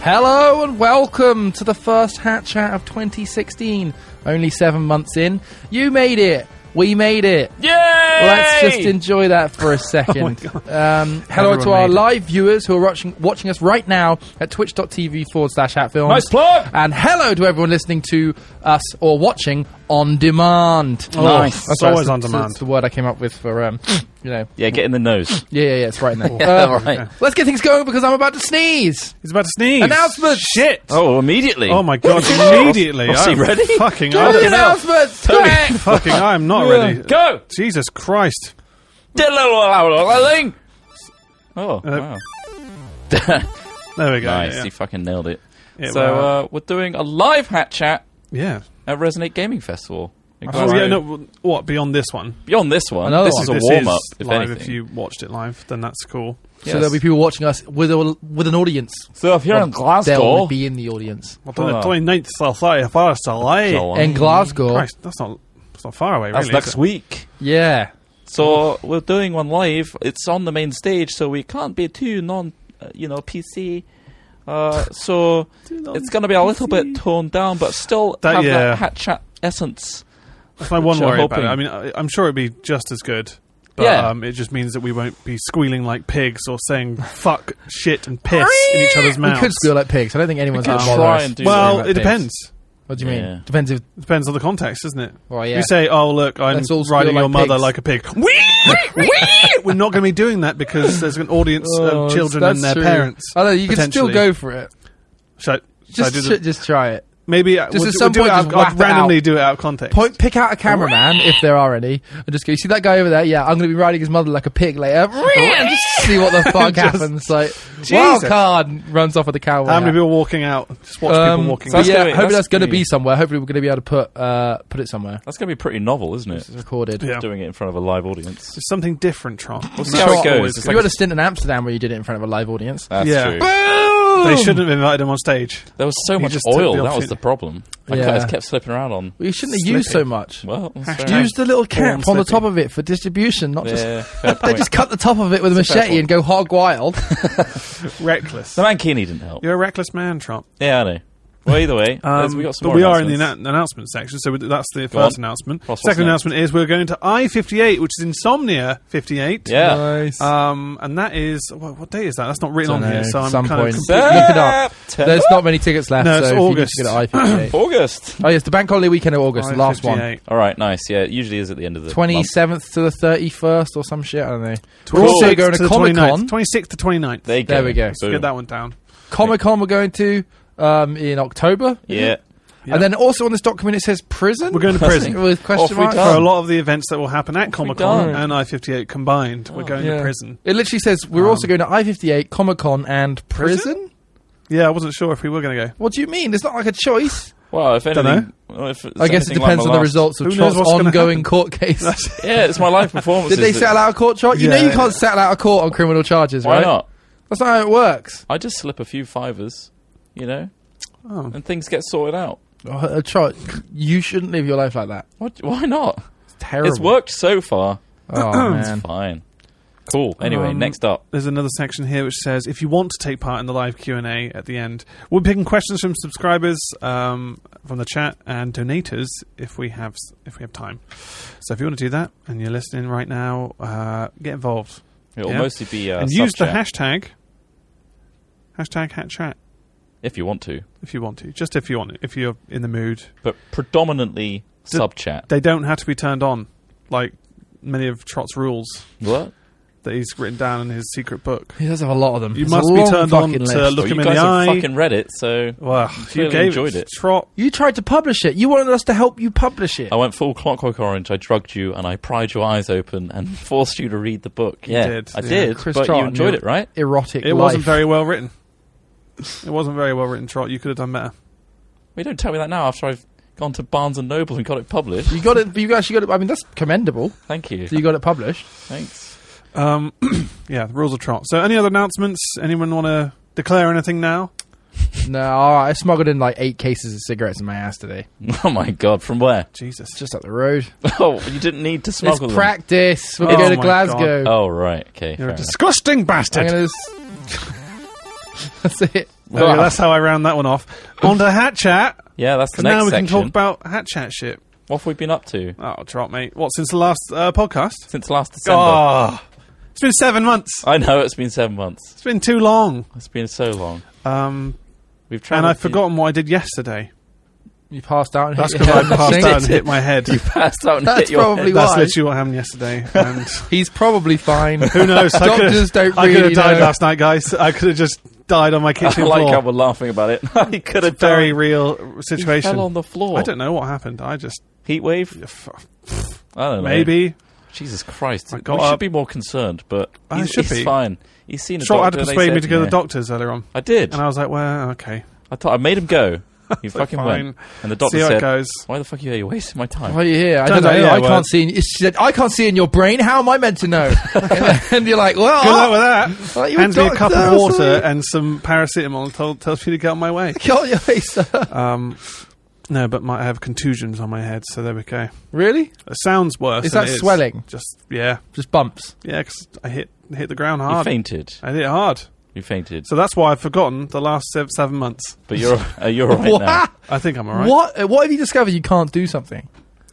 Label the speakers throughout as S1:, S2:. S1: Hello and welcome to the first Hat Chat of 2016. Only seven months in. You made it. We made it.
S2: Yay! Oh
S1: Let's just enjoy that for a second. um, hello
S2: Everyone
S1: to our
S2: made it.
S1: live viewers who are watching, watching us right now at twitch.tv forward slash hatfilms.
S2: Nice plug!
S1: And hello to everyone listening to us or watching on demand.
S2: Oh, Nice.
S1: that's
S2: It's
S1: right,
S2: always
S1: the-
S2: on demand.
S1: That's the word I came up with for, um, you know.
S3: Yeah, get in the nose.
S1: Yeah, yeah, yeah, it's right in there.
S3: Yeah,
S2: Um,
S1: Uh,
S3: right.
S1: Let's get things going because I'm about to sneeze.
S2: He's about to sneeze.
S1: Announcements!
S2: Shit! Oh,
S3: Oh, immediately.
S2: my god! immediately.
S3: Was he
S2: I'm
S3: ready?
S2: Fucking,
S1: Do the
S2: I'm,
S1: announcements! quick!
S2: fucking, I'm not ready.
S3: Go!
S2: Jesus Christ!
S3: Oh, wow.
S2: There we go.
S3: Nice,
S2: Uh, Yeah.
S3: you fucking nailed it.
S2: Yeah,
S3: so,
S2: well-
S3: uh, we're doing a live hat chat
S2: yeah.
S3: at Resonate Gaming Festival. in
S2: Oh,
S3: Glasgow.
S2: yeah. No, well, what beyond this one?
S3: Beyond this one,
S1: Another
S3: this
S1: one.
S3: is a
S2: this
S3: warm up,
S2: is
S3: if
S2: live.
S3: anything.
S2: If you watched it live, then that's cool.
S1: So there'll be people watching us with a, with an audience.
S3: so, if you're in
S1: They'll
S3: Glasgow.
S1: be in the audience.
S2: Well, on the
S3: Oh.
S2: 29th of July, first of July.
S3: July.
S1: In Glasgow.
S2: Christ, that's not that's not far away.
S3: That's
S2: really,
S3: next
S2: is it?
S3: week.
S1: Yeah.
S3: So, we're doing one live. It's on the main stage, so we can't be too non, uh, you know, PC. Uh, so, it's going to be a little bit toned down, but still
S2: That-
S3: have
S2: yeah.
S3: that hat chat essence.
S2: That's my one
S3: Which I'm
S2: worry about it.
S3: hoping-
S2: I mean, I, I'm sure it'd be just as good. But
S3: Yeah.
S2: um, it just means that we won't be squealing like pigs or saying fuck, shit, and piss in each other's
S1: We
S2: mouths.
S1: could squeal like pigs. I don't think anyone's
S3: could
S1: going to bother
S3: try
S1: us.
S3: and do
S2: well,
S1: about
S2: it
S1: pigs.
S2: depends.
S1: What do you mean?
S3: Yeah.
S1: Depends if
S2: It depends on the context, doesn't it?
S1: Well, yeah.
S2: You say, "Oh, look, I'm
S1: Let's all squeal
S2: riding
S1: like
S2: your mother
S1: pigs.
S2: like a pig." Wee! Wee! We're not going to be doing that because there's an
S3: Oh,
S2: audience of children and their parents.
S1: Oh, I know you can still
S2: potentially.
S1: go for it.
S2: Should I, should I
S1: Just
S2: do the-
S1: sh- just try it.
S2: maybe uh,
S1: just
S2: we'll,
S1: at
S2: do-
S1: some
S2: we'll do
S1: point
S2: it out-
S1: just whack
S2: I'll
S1: it out.
S2: randomly do it out of context.
S1: Point, pick out a cameraman if there are any, and just go. You see that guy over there? Yeah, I'm going to be riding his mother like a pig later. And just see what the fuck happens. Like, wild
S2: Jesus.
S1: card runs off with the cowboy.
S2: How
S1: hat.
S2: many people walking out? Just watch
S1: Um,
S2: people walking
S1: but
S2: out.
S3: That's
S1: yeah,
S3: gonna be-
S1: hopefully that's,
S3: that's
S1: going to
S3: gonna
S1: be
S3: be-
S1: somewhere. Hopefully we're going to be able to put uh, put it somewhere.
S3: That's going to be pretty novel, isn't it?
S1: It's recorded.
S2: Yeah.
S3: Doing it in front of a live audience.
S2: It's something different, Tron.
S3: see how it goes.
S1: You
S3: It's like
S1: had
S3: a-
S1: a stint in Amsterdam where you did it in front of a live audience.
S3: That's
S2: Yeah.
S3: true.
S2: They shouldn't have invited him on stage.
S3: There was so
S2: He
S3: much
S2: just took
S3: oil.
S2: the
S3: that was
S2: opportunity.
S3: the problem. I
S1: Yeah.
S3: guys kept slipping around on.
S1: We shouldn't have used so
S2: Slipping.
S1: much.
S3: Well, that's fair
S2: Hashtag
S1: Use the little cap on the
S2: slipping.
S1: top of it for distribution, not just.
S3: Yeah, fair
S1: They
S3: point.
S1: just cut the top of it with a
S3: It's a fair
S1: machete
S3: point.
S1: and go hog wild.
S2: Reckless.
S3: The Mankini didn't help.
S2: You're a reckless man, Trump.
S3: Yeah, I know. Well, either way, there's- we got some
S2: Um, but
S3: more
S2: we are in the
S3: announcements.
S2: annou- announcement section, so that's the
S3: Go
S2: first
S3: on.
S2: announcement.
S3: What's- what's
S2: Second
S3: next?
S2: announcement is we're going to I-58, which is Insomnia 58.
S3: Yeah. Uh,
S1: Nice.
S2: Um, and that is what, what day is that? That's not written on
S1: Dunno,
S2: here, so I'm
S1: some
S2: kind
S1: point.
S2: of
S1: Look
S2: completely
S1: it up.
S3: September-
S1: There's not many tickets left,
S2: No,
S1: so
S2: it's
S1: if you need
S2: August.
S1: to get an IPA.
S3: August.
S1: oh yes, the bank holiday weekend of August, the last one,
S2: 58.
S3: All right, nice. Yeah, it usually is at the end of the
S1: twenty
S3: month.
S1: seventh to the thirty first or some shit. I don't know. We're
S2: 26th
S1: also going
S2: to
S1: to
S2: the
S1: Comic Con.
S2: 29th. 26th to 29th.
S3: There, you go.
S1: There we go.
S3: Boom.
S2: Get that one down.
S1: Comic Con we're going to um, in October.
S3: Yeah.
S1: And then also on this document it says prison.
S2: We're going to prison.
S1: with
S3: Off
S1: question
S3: we
S1: marks.
S3: go.
S2: For a lot of the events that will happen at Comic Con
S3: done? Oh,
S2: and I-58 combined, we're going
S1: Yeah.
S2: to prison. Um,
S1: It literally says we're also going to I fifty eight Comic Con and prison?
S2: Yeah, I wasn't sure if we were going to go.
S1: What do you mean? It's not like a choice.
S3: Well, if
S2: Dunno.
S3: anything, well, if it's
S1: I guess it
S3: anything like
S1: depends on
S3: my
S1: the
S3: last-
S1: results of
S2: Who knows
S1: Trot's
S2: what's gonna
S1: ongoing
S2: happen?
S1: court case.
S3: Yeah, it's my live performance.
S1: Did they settle out of court charge? You know
S2: Yeah.
S1: you can't settle out of court on criminal charges,
S3: Why
S1: right?
S3: not?
S1: That's not how it works.
S3: I just slip a few fivers, you know,
S2: Oh.
S3: and things get sorted out.
S1: Uh, Trot, you shouldn't live your life like that.
S3: What? Why not?
S1: It's terrible.
S3: It's worked so far.
S1: Oh man.
S3: It's fine. Cool. Anyway,
S2: Um,
S3: next up.
S2: There's another section here which says if you want to take part in the live Q and A at the end, we'll be picking questions from subscribers, um, from the chat, and donators if we have if we have time. So if you want to do that and you're listening right now, uh, get involved
S3: It'll
S2: yeah.
S3: mostly be uh,
S2: and use the
S3: sub-chat,
S2: hashtag hashtag hat chat
S3: if you want to,
S2: if you want to. Just if you want, if you're in the mood.
S3: but predominantly
S2: D-
S3: sub chat.
S2: They don't have to be turned on, like many of Trot's rules
S3: What?
S2: that he's written down in his secret book.
S1: He does have a lot of them.
S2: You
S1: It's
S2: must
S1: a
S2: be
S1: long
S2: turned on
S1: fucking
S2: to
S1: list.
S2: look
S3: Well,
S2: him
S3: you
S2: in the
S3: guys
S2: eye.
S3: have fucking read it, so
S2: Well, you
S3: Clearly
S2: gave
S3: enjoyed
S2: to
S3: it.
S2: Trot.
S1: You tried to publish it. You wanted us to help you publish it.
S3: I went full Clockwork Orange. I drugged you and I pried your eyes open and forced you to read the book. Yeah,
S2: did.
S3: I
S2: Yeah.
S3: did.
S1: Chris
S3: but
S1: Charlton,
S3: you enjoyed
S1: you-
S3: it, right?
S1: Erotic.
S2: It
S1: life.
S2: wasn't very well written. It wasn't very well written, Trot. You could have done better.
S3: Well, you don't tell me that now after I've gone to Barnes and Noble and got it published.
S1: You got it. You actually got it. I mean, that's commendable.
S3: Thank you.
S1: So you got it published.
S3: Thanks.
S2: Um, yeah, the rules of Trot. So, any other announcements? Anyone want to declare anything now?
S1: No, all right, I smuggled in like eight cases of cigarettes in my ass today.
S3: Oh my god, from where?
S2: Jesus.
S1: It's just up the road.
S3: Oh, you didn't need to
S1: It's
S3: smuggle them.
S1: practice. We're going
S2: Oh
S1: to
S2: my Oh.
S1: Glasgow.
S3: Oh right, okay.
S2: You're
S3: fair
S2: a
S3: enough.
S2: disgusting
S1: I'm
S2: bastard.
S1: gonna s- That's it.
S2: There we go, that's how I round that one off. On to Hat Chat.
S3: yeah, that's the
S2: 'cause
S3: next
S2: now we
S3: section.
S2: can talk about Hat Chat shit.
S3: what have we been up to
S2: Oh, drop, mate. What, since the last uh, podcast?
S3: since last December? Ah.
S2: Oh, it's been seven months.
S3: I know it's been seven months.
S2: It's been too long.
S3: It's been so long.
S2: Um,
S3: We've tried.
S2: and I've forgotten what I did yesterday.
S1: You passed out and
S2: That's
S1: hit
S2: because
S1: your
S2: I
S1: head on the
S2: passed
S1: sink.
S2: out and hit my head.
S3: You passed out and
S1: That's
S3: hit your
S1: probably
S3: head.
S1: what-
S2: That's
S1: Why?
S2: literally what happened yesterday. And
S1: He's probably fine.
S2: who knows? I could've-
S1: Doctors don't
S2: I could
S1: really
S2: have died
S1: know.
S2: last night, guys. I could have just died on my
S3: I
S2: kitchen
S3: like
S2: floor.
S3: how we're laughing about it. he could have
S2: Very
S3: died.
S2: real
S3: He
S2: situation.
S3: fell on the floor.
S2: I don't know what happened. I just
S3: Heat wave. I don't know.
S2: maybe
S3: Jesus Christ.
S2: I
S3: We
S2: got
S3: should
S2: up.
S3: be more concerned, but
S2: I
S3: he's,
S2: should
S3: he's
S2: be.
S3: fine. He's seen a
S2: Short had
S3: doctor.
S2: to
S3: they
S2: persuade me
S3: said-
S2: to go to
S3: Yeah.
S2: the doctors earlier on,
S3: I did.
S2: and I was like, "Well, okay,
S3: I thought I made him go. He
S2: like,
S3: fucking
S2: fine.
S3: went. And the doctor
S2: see how it
S3: said,
S2: goes."
S3: "Why the fuck are you here? You're wasting my time."
S1: Why are you here? I don't
S2: Turns
S1: know.
S2: out, yeah,
S1: I
S2: well-
S1: can't see. In, she said, "I can't see in your brain. How am I meant to know?" and you're like, "Well, oh,
S2: Good
S1: I-
S2: luck with
S1: Aren't
S2: that.
S1: you a
S2: Hands me a cup
S1: doctor
S2: of
S1: or
S2: water
S1: something?
S3: eh?
S2: and some paracetamol and told, tells me to get on my way.
S1: can't you, hey, sir?
S2: Um, no, but my, I have contusions on my head, so there we go.
S1: Really?
S2: It sounds worse.
S1: Is
S2: than
S1: that
S2: it
S1: swelling?
S2: Just yeah,
S1: Just bumps.
S2: yeah. Because I hit hit the ground
S3: You
S2: hard.
S3: fainted.
S2: I hit it hard,
S3: You fainted.
S2: so that's why I've forgotten the last sev- seven months.
S3: But you're uh, you're all right now.
S1: what?
S2: I think I'm all right.
S1: What? uh, What have you discovered? You can't do something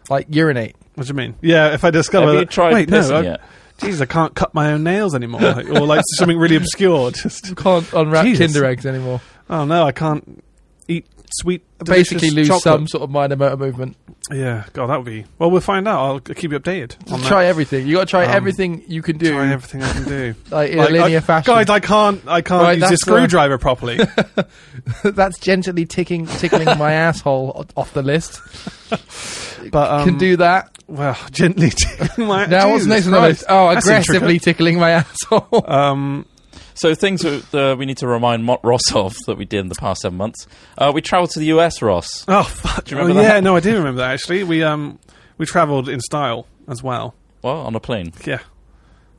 S1: like urinate.
S2: What do you mean? Yeah, if I discover
S3: Have you
S2: that,
S3: tried
S2: wait,
S3: pissing
S2: no, I-
S3: yet?
S2: Jeez, I can't cut my own nails anymore, like, or like something really obscure. Just
S1: You can't unwrap
S2: Jesus.
S1: Kinder eggs anymore.
S2: oh no, I can't eat sweet. delicious
S1: Basically, lose
S2: chocolate.
S1: some sort of minor motor movement.
S2: Yeah, God, that would be. Well, we'll find out. I'll keep you updated. On that.
S1: Try everything. You got to try
S2: Um,
S1: everything you can do,
S2: Try everything I can do.
S1: like in
S2: Like,
S1: a linear
S2: I,
S1: fashion.
S2: Guys, I can't. I can't
S1: Right,
S2: use a
S1: that's, uh,
S2: screwdriver properly.
S1: That's gently ticking, tickling my asshole o- off the list.
S2: But um,
S1: can do that.
S2: well gently. tickling my,
S1: Now what's
S2: Jesus
S1: next on the
S2: Christ.
S1: list? Oh,
S2: That's
S1: aggressively
S2: intricate.
S1: tickling my asshole.
S2: Um,
S3: So things that uh, we need to remind Mott Ross of that we did in the past seven months. Uh, we travelled to the US, Ross.
S2: oh fuck!
S3: Do you remember
S2: oh,
S3: that?
S2: Yeah, no, I do remember that actually. We um we travelled in style as well.
S3: Well, on a plane.
S2: Yeah,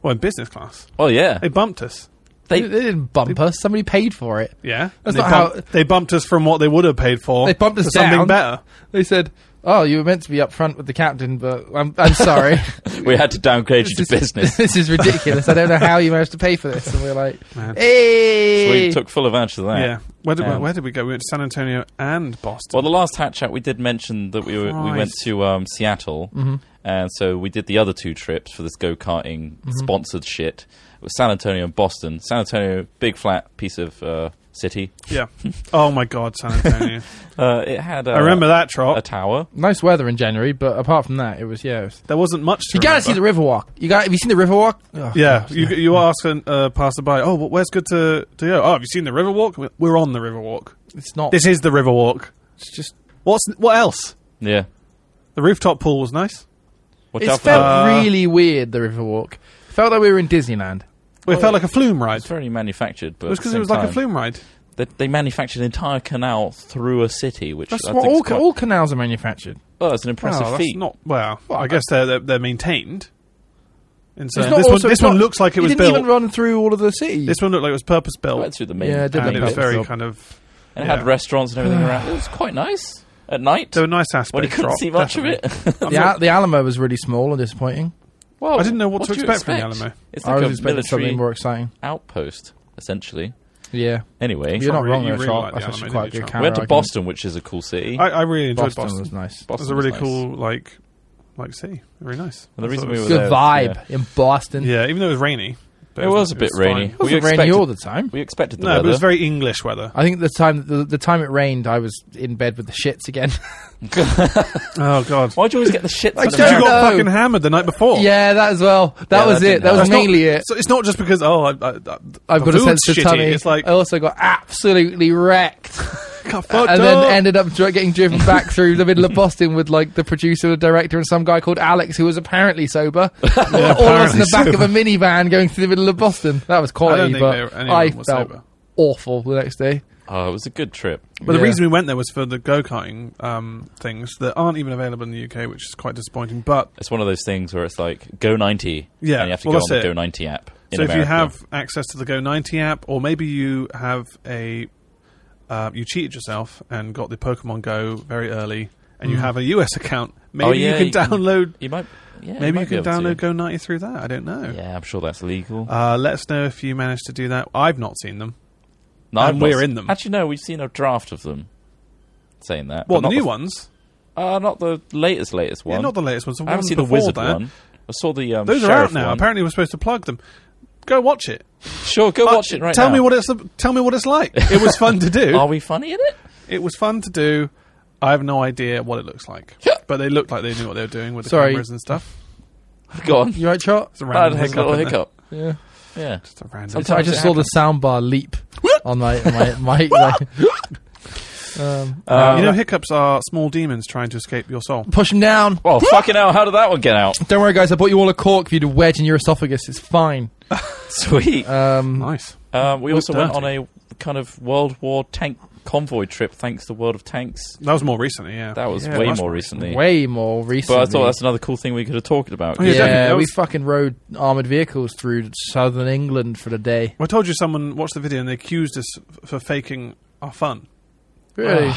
S2: well in business class.
S3: Oh yeah,
S2: They bumped us.
S1: They,
S3: They-
S1: they didn't bump us. Somebody paid for it.
S2: Yeah,
S1: That's
S2: And they
S1: not
S2: bumped,
S1: how-
S2: they bumped us from what they would have paid for.
S1: They bumped us
S2: to something
S1: down.
S2: better.
S1: They said, "Oh, you were meant to be up front with the captain, but I'm, I'm sorry.
S3: we had to downgrade you to
S1: This-
S3: business.
S1: this is ridiculous. I don't know how you managed to pay for this." And we're like,
S2: Man.
S3: So
S1: "Hey,
S3: we took full advantage of that.
S2: Yeah, where did,
S3: Um,
S2: where did we go? We went to San Antonio and Boston.
S3: Well, the last hat chat we did mention that we were, we went
S2: Christ.
S3: to um, Seattle,
S1: Mm-hmm.
S3: and so we did the other two trips for this go karting
S2: Mm-hmm.
S3: sponsored shit. It was San Antonio and Boston. San Antonio, big flat piece of uh, city.
S2: yeah. oh my God, San Antonio.
S3: Uh, it had uh,
S2: I remember that
S3: a
S2: trot.
S3: tower.
S1: nice weather in January, but apart from that, it was yeah." It was,
S2: There wasn't much. To
S1: you gotta
S2: remember.
S1: see the Riverwalk. You got have you seen the Riverwalk? Oh,
S2: Yeah, you, you ask a uh, passerby, oh, well, where's good to, to go? Oh, have you seen the Riverwalk? We're on the Riverwalk.
S1: it's not.
S2: This is the Riverwalk.
S1: it's just
S2: What's what else?
S3: Yeah.
S2: The rooftop pool was nice.
S3: Watch
S1: it
S3: out for that.
S1: felt
S2: Uh,
S1: really weird. The Riverwalk felt like we were in Disneyland.
S2: It
S3: Oh,
S2: felt
S3: yeah.
S2: like a flume ride.
S3: It's very manufactured, but
S2: It was because it was like a flume ride.
S3: They, they manufactured an entire canal through a city, which
S1: That's
S3: I
S1: what
S3: think
S1: all,
S3: is quite,
S1: all canals are manufactured.
S3: oh, it's an impressive
S2: Wow, that's
S3: feat.
S2: not well.
S1: Well,
S2: I guess they're they're, they're maintained. And so
S1: It's not
S2: this one,
S1: also-
S2: this
S1: it's
S2: one
S1: not-
S2: looks like it
S1: you
S2: was
S1: didn't
S2: built.
S1: even run through all of the cities.
S2: this one looked like it was purpose
S3: It
S2: built,
S3: went through the main.
S1: Yeah, it did
S3: main
S2: and it was
S1: purpose
S3: bit.
S2: very
S1: built.
S2: kind of.
S3: And it
S2: yeah.
S3: had restaurants and everything around. It was quite nice at night.
S2: They were nice aspects.
S3: Well, you couldn't
S2: Rob,
S3: see much
S2: definitely.
S3: of it.
S2: I'm
S1: the,
S2: not-
S1: Al- the Alamo was really small and disappointing.
S3: Well,
S2: I didn't know what to
S3: do you
S2: expect from the Alamo.
S3: It's
S1: I
S3: like
S1: was
S3: a
S1: expecting
S3: military
S1: something more exciting.
S3: outpost, essentially.
S1: Yeah,
S3: Anyway,
S1: you're not
S2: not really-
S1: wrong.
S2: you
S1: there,
S2: really
S1: Charles.
S2: like the
S1: That's actually
S2: Alamo,
S1: quite a
S2: didn't
S1: good
S2: you,
S1: camera.
S3: we went to
S1: argument.
S3: Boston, which is a cool city.
S2: I, I really enjoyed
S1: Boston,
S2: Boston.
S1: was nice.
S2: It was
S3: Boston
S2: a really
S3: nice.
S2: cool like like city. Very nice.
S3: Well, the
S2: I
S3: reason
S2: thought
S3: we
S2: it was-
S3: were
S1: Good
S3: there,
S1: vibe in Boston.
S2: yeah, even though it was rainy. but
S3: It was a bit rainy.
S2: fine.
S1: It wasn't
S3: We
S1: rainy
S3: expected-
S1: all the time.
S3: We expected the
S2: No,
S3: weather.
S2: but it was very English weather.
S1: I think the time the, the time it rained, I was in bed with the shits again.
S2: Oh god.
S3: Why'd you always get the shit?
S1: I
S3: out of
S2: Because you
S1: don't
S3: America?
S2: got
S1: know.
S2: fucking hammered the night before.
S1: yeah, that as well. That
S3: Yeah,
S1: was
S3: that
S1: it.
S3: didn't
S1: That was
S2: That's not-
S1: mainly it.
S2: So it's not just because oh I, I, I,
S1: I've
S2: the
S1: got a
S2: food's
S1: sensitive
S2: shitty.
S1: tummy.
S2: It's like Oh,
S1: I also got absolutely wrecked,
S2: got fucked
S1: and
S2: up.
S1: then ended up dri- getting driven back through the middle of Boston with like the producer, the director, and some guy called Alex who was apparently sober. all of us in
S2: apparently
S1: the back
S2: sober.
S1: of a minivan going through the middle of Boston. That was
S2: I
S1: quality,
S2: don't think
S1: but
S2: they were- anyone
S1: I
S2: was
S1: felt
S2: sober.
S1: awful the next day.
S3: Oh, it was a good trip.
S2: But the
S1: Yeah.
S2: reason we went there was for the go karting um, things that aren't even available in the UK, which is quite disappointing. But
S3: It's one of those things where it's like Go 90.
S2: Yeah,
S3: and you have to
S2: well,
S3: go
S2: that's
S3: on the
S2: it.
S3: Go 90 app. In
S2: so if you
S3: America.
S2: have access to the Go 90 app, or maybe you have a uh, you cheated yourself and got the Pokemon Go very early, and you
S1: Mm.
S2: have a US account, maybe
S3: Oh, yeah,
S2: you
S3: you
S2: can
S3: can-
S2: download.
S3: you might, yeah, you
S2: maybe
S3: might
S2: you
S3: be
S2: can
S3: able
S2: download Uh,
S3: to.
S2: Go 90 through that. I don't know.
S3: Yeah, I'm sure that's legal.
S2: Uh, let us know if you managed to do that. I've not seen them.
S3: No, I've
S2: And
S3: not
S2: we're
S3: se-
S2: in them.
S3: Actually, no, we've seen a draft of them. Saying that,
S2: What
S3: but not
S2: new
S3: the,
S2: ones?
S3: Uh, not the latest, latest one.
S2: Yeah, not the latest ones. The
S3: I haven't
S2: ones
S3: seen the
S2: before
S3: wizard
S2: that.
S3: one. I saw the um,
S2: Those are
S3: sheriff
S2: out now.
S3: One.
S2: Apparently, we're supposed to plug them. Go watch it.
S3: Sure, go
S2: But
S3: watch it right
S2: tell
S3: now.
S2: me what it's tell me what it's like. It was fun to do.
S3: Are we funny in it?
S2: It was fun to do. I have no idea what it looks like, but they looked like they knew what they were doing with the
S1: Sorry.
S2: cameras and stuff.
S3: Go on.
S1: You right, Chot?
S2: It's a
S3: Bad
S2: random
S3: hiccup,
S2: hiccup.
S3: little
S2: isn't it?
S3: hiccup.
S1: Yeah.
S3: Yeah.
S2: Just a random
S3: Sometimes-
S1: I
S3: Sometimes
S1: just
S3: it
S1: saw the soundbar leap on my my my. my- um,
S3: Uh,
S2: you know, hiccups are small demons trying to escape your soul.
S1: push him down.
S3: well, fucking hell, how did that one get out?
S1: Don't worry, guys. I bought you all a cork for you to wedge in your esophagus. It's fine.
S3: Sweet.
S1: Um,
S2: Nice.
S3: Um, we also went on
S2: dirty.
S3: a kind of World War tank convoy trip, thanks to World of Tanks.
S2: That was more recently. Yeah.
S3: That was
S2: Yeah,
S3: way
S2: much
S3: more recently.
S1: way more recently.
S3: but I thought that's another cool thing we could have talked about.
S2: Oh,
S1: yeah,
S2: Yeah, definitely. That
S1: we
S2: was-
S1: fucking rode armored vehicles through southern England for the day.
S2: Well, I told you someone watched the video and they accused us f- for faking our fun.
S1: Really?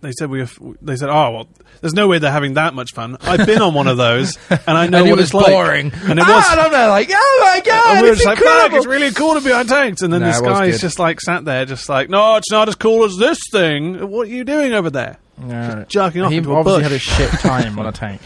S2: They said we. were f- They said, "Oh well, there's no way they're having that much fun." I've been on one of those, and I know
S1: and
S2: what
S1: it was
S2: it's like.
S1: boring.
S2: and it
S1: Ah,
S2: was.
S1: and I'm there like, oh my god,
S2: and we were
S1: it's
S2: just like,
S1: incredible.
S2: "Fuck, it's really cool to be on tanks." And then
S1: Nah,
S2: this
S1: it was
S2: guy's
S1: good.
S2: just like sat there, just like, "No, it's not as cool as this thing. What are you doing over there?"
S1: Yeah.
S2: Jerking off
S1: he
S2: into a
S1: obviously
S2: bush.
S1: had a shit time on a tank.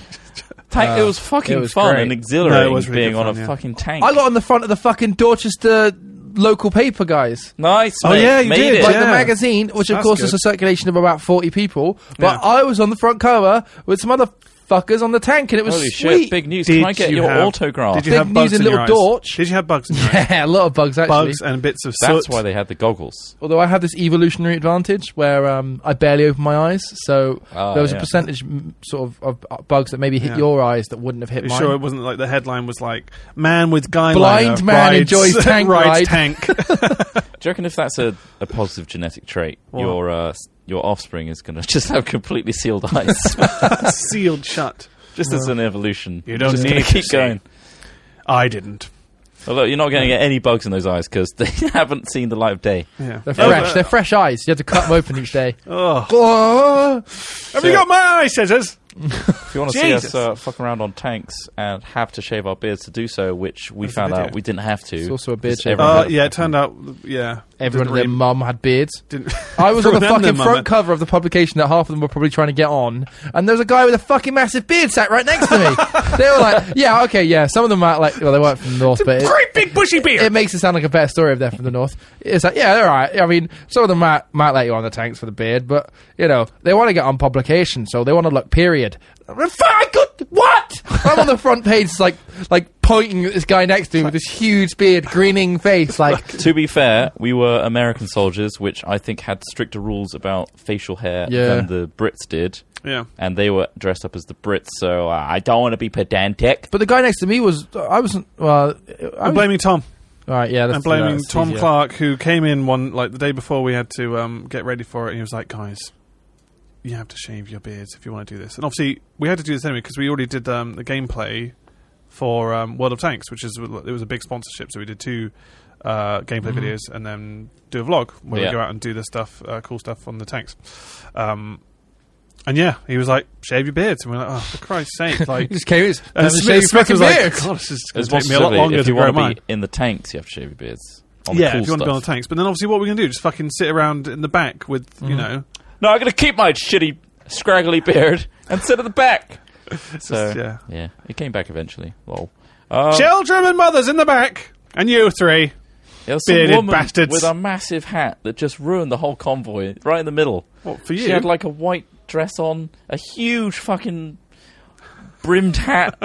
S3: Tank,
S1: Uh,
S3: it was fucking
S1: it was
S3: fun
S1: great.
S3: and exhilarating
S2: No, it was really
S3: being
S2: good
S3: on
S2: fun,
S3: a
S2: yeah.
S3: fucking tank.
S1: I got on the front of the fucking Dorchester local paper, guys.
S3: nice.
S2: Oh,
S3: mate.
S2: yeah, you
S3: Made
S2: did,
S3: It.
S1: Like
S2: yeah.
S1: the magazine, which of
S2: That's
S1: course
S2: good.
S1: is a circulation of about forty people, but
S2: Yeah.
S1: I was on the front cover with some other fuckers on the tank, and it was
S3: Holy
S1: sweet.
S3: shit! Big news.
S2: Did
S3: Can I get
S2: you
S3: your
S2: have-
S3: autograph?
S2: Did you
S1: Big
S2: have
S1: news
S2: bugs
S1: and
S2: in your eyes?
S1: little dorch.
S2: Did you have bugs in your eyes?
S1: yeah, a lot of bugs actually.
S2: Bugs and bits of soot.
S3: That's why they had the goggles.
S1: Although I have this evolutionary advantage where um, I barely open my eyes, so
S3: Ah,
S1: there was a
S3: yeah.
S1: percentage mm, sort of of uh, bugs that maybe hit
S2: Yeah.
S1: your eyes that wouldn't have hit
S2: You
S1: mine.
S2: sure it wasn't like the headline was like "Man with guy
S1: Blind
S2: liner
S1: man
S2: rides,
S1: enjoys tank
S2: rides
S1: ride."
S2: tank."
S3: Do you reckon if that's a, a positive genetic trait,
S2: What?
S3: your uh, s- your offspring is going to just have completely sealed eyes,
S2: sealed shut.
S3: just as an evolution?
S2: You don't
S3: just gonna
S2: need to
S3: keep
S2: see.
S3: going.
S2: I didn't.
S3: Although you're not going to get any bugs in those eyes because they haven't seen the light of day.
S2: Yeah.
S1: They're fresh.
S2: Oh,
S1: They're fresh eyes. You have to cut them open each day.
S2: oh.
S1: Oh,
S2: Have you got my eye scissors?
S3: If you want to see
S2: Jesus.
S3: us uh, fuck around on tanks and have to shave our beards to do so, which we
S2: There's a
S3: found
S2: video.
S3: out we didn't have to.
S1: It's also a beard
S3: because
S1: shave.
S3: everyone
S2: Uh,
S3: had a
S2: yeah, it
S3: fucking-
S2: turned out. Yeah,
S1: everyone
S2: didn't
S1: and their
S2: really-
S1: mum had beards.
S2: didn't-
S1: I was on the
S2: Everyone and
S1: fucking
S2: their
S1: front
S2: mum had-
S1: cover of the publication that half of them were probably trying to get on, and there was a guy with a fucking massive beard sat right next to me. they were like, "Yeah, okay, yeah." Some of them are like, well, they weren't from the north, but it,
S2: Great big bushy beard.
S1: it makes it sound like a better story if they're from the north. It's like, yeah, all right. I mean, some of them might might let you on the tanks for the beard, but you know they want to get on publication, so they want to look period. I could what? I'm on the front page, like like pointing at this guy next to me with this huge beard, grinning face, like
S3: To be fair, we were American soldiers, which I think had stricter rules about facial hair
S1: Yeah.
S3: than the Brits did,
S2: yeah.
S3: and they were dressed up as the Brits. So uh, I don't want to be pedantic.
S1: But the guy next to me was I wasn't. Well, I
S2: I'm
S1: was,
S2: blaming Tom.
S1: all right, yeah, that's,
S2: I'm blaming
S1: that's
S2: Tom
S1: easier.
S2: Clark, who came in one like the day before we had to um, get ready for it, and he was like, "Guys, you have to shave your beards if you want to do this." And obviously, we had to do this anyway because we already did um, the gameplay for um, World of Tanks, which is it was a big sponsorship, so we did two uh, gameplay
S1: Mhm.
S2: videos and then do a vlog
S3: Mm-hmm.
S2: where
S3: Yeah.
S2: we go out and do this stuff, uh, cool stuff on the tanks. Um, and yeah, he was like, "Shave your beards," and we're like, "Oh, for Christ's sake!"
S1: He
S2: Like,
S1: just came in.
S2: and
S1: And Smith, Smith was like,
S2: "God, this is going
S3: As
S2: to take me a lot longer
S3: if
S2: to
S3: you
S2: grow
S3: want to
S2: mine."
S3: be in the tanks, you have to shave your beards. On
S2: yeah,
S3: the cool
S2: if you want to
S3: stuff.
S2: be on the tanks. But then obviously, what we're going to do? Just fucking sit around in the back with
S3: Mm-hmm.
S2: you know,
S3: No, I'm going to keep my shitty, scraggly beard and sit at the back. So,
S2: just, yeah,
S3: yeah, it came back eventually. Lol. Um,
S2: children and mothers in the back, and you three.
S3: there was some
S2: bearded
S3: woman
S2: bastards.
S3: with a massive hat that just ruined the whole convoy right in the middle.
S2: What for
S3: She
S2: you?
S3: had like a white dress on, a huge fucking brimmed hat,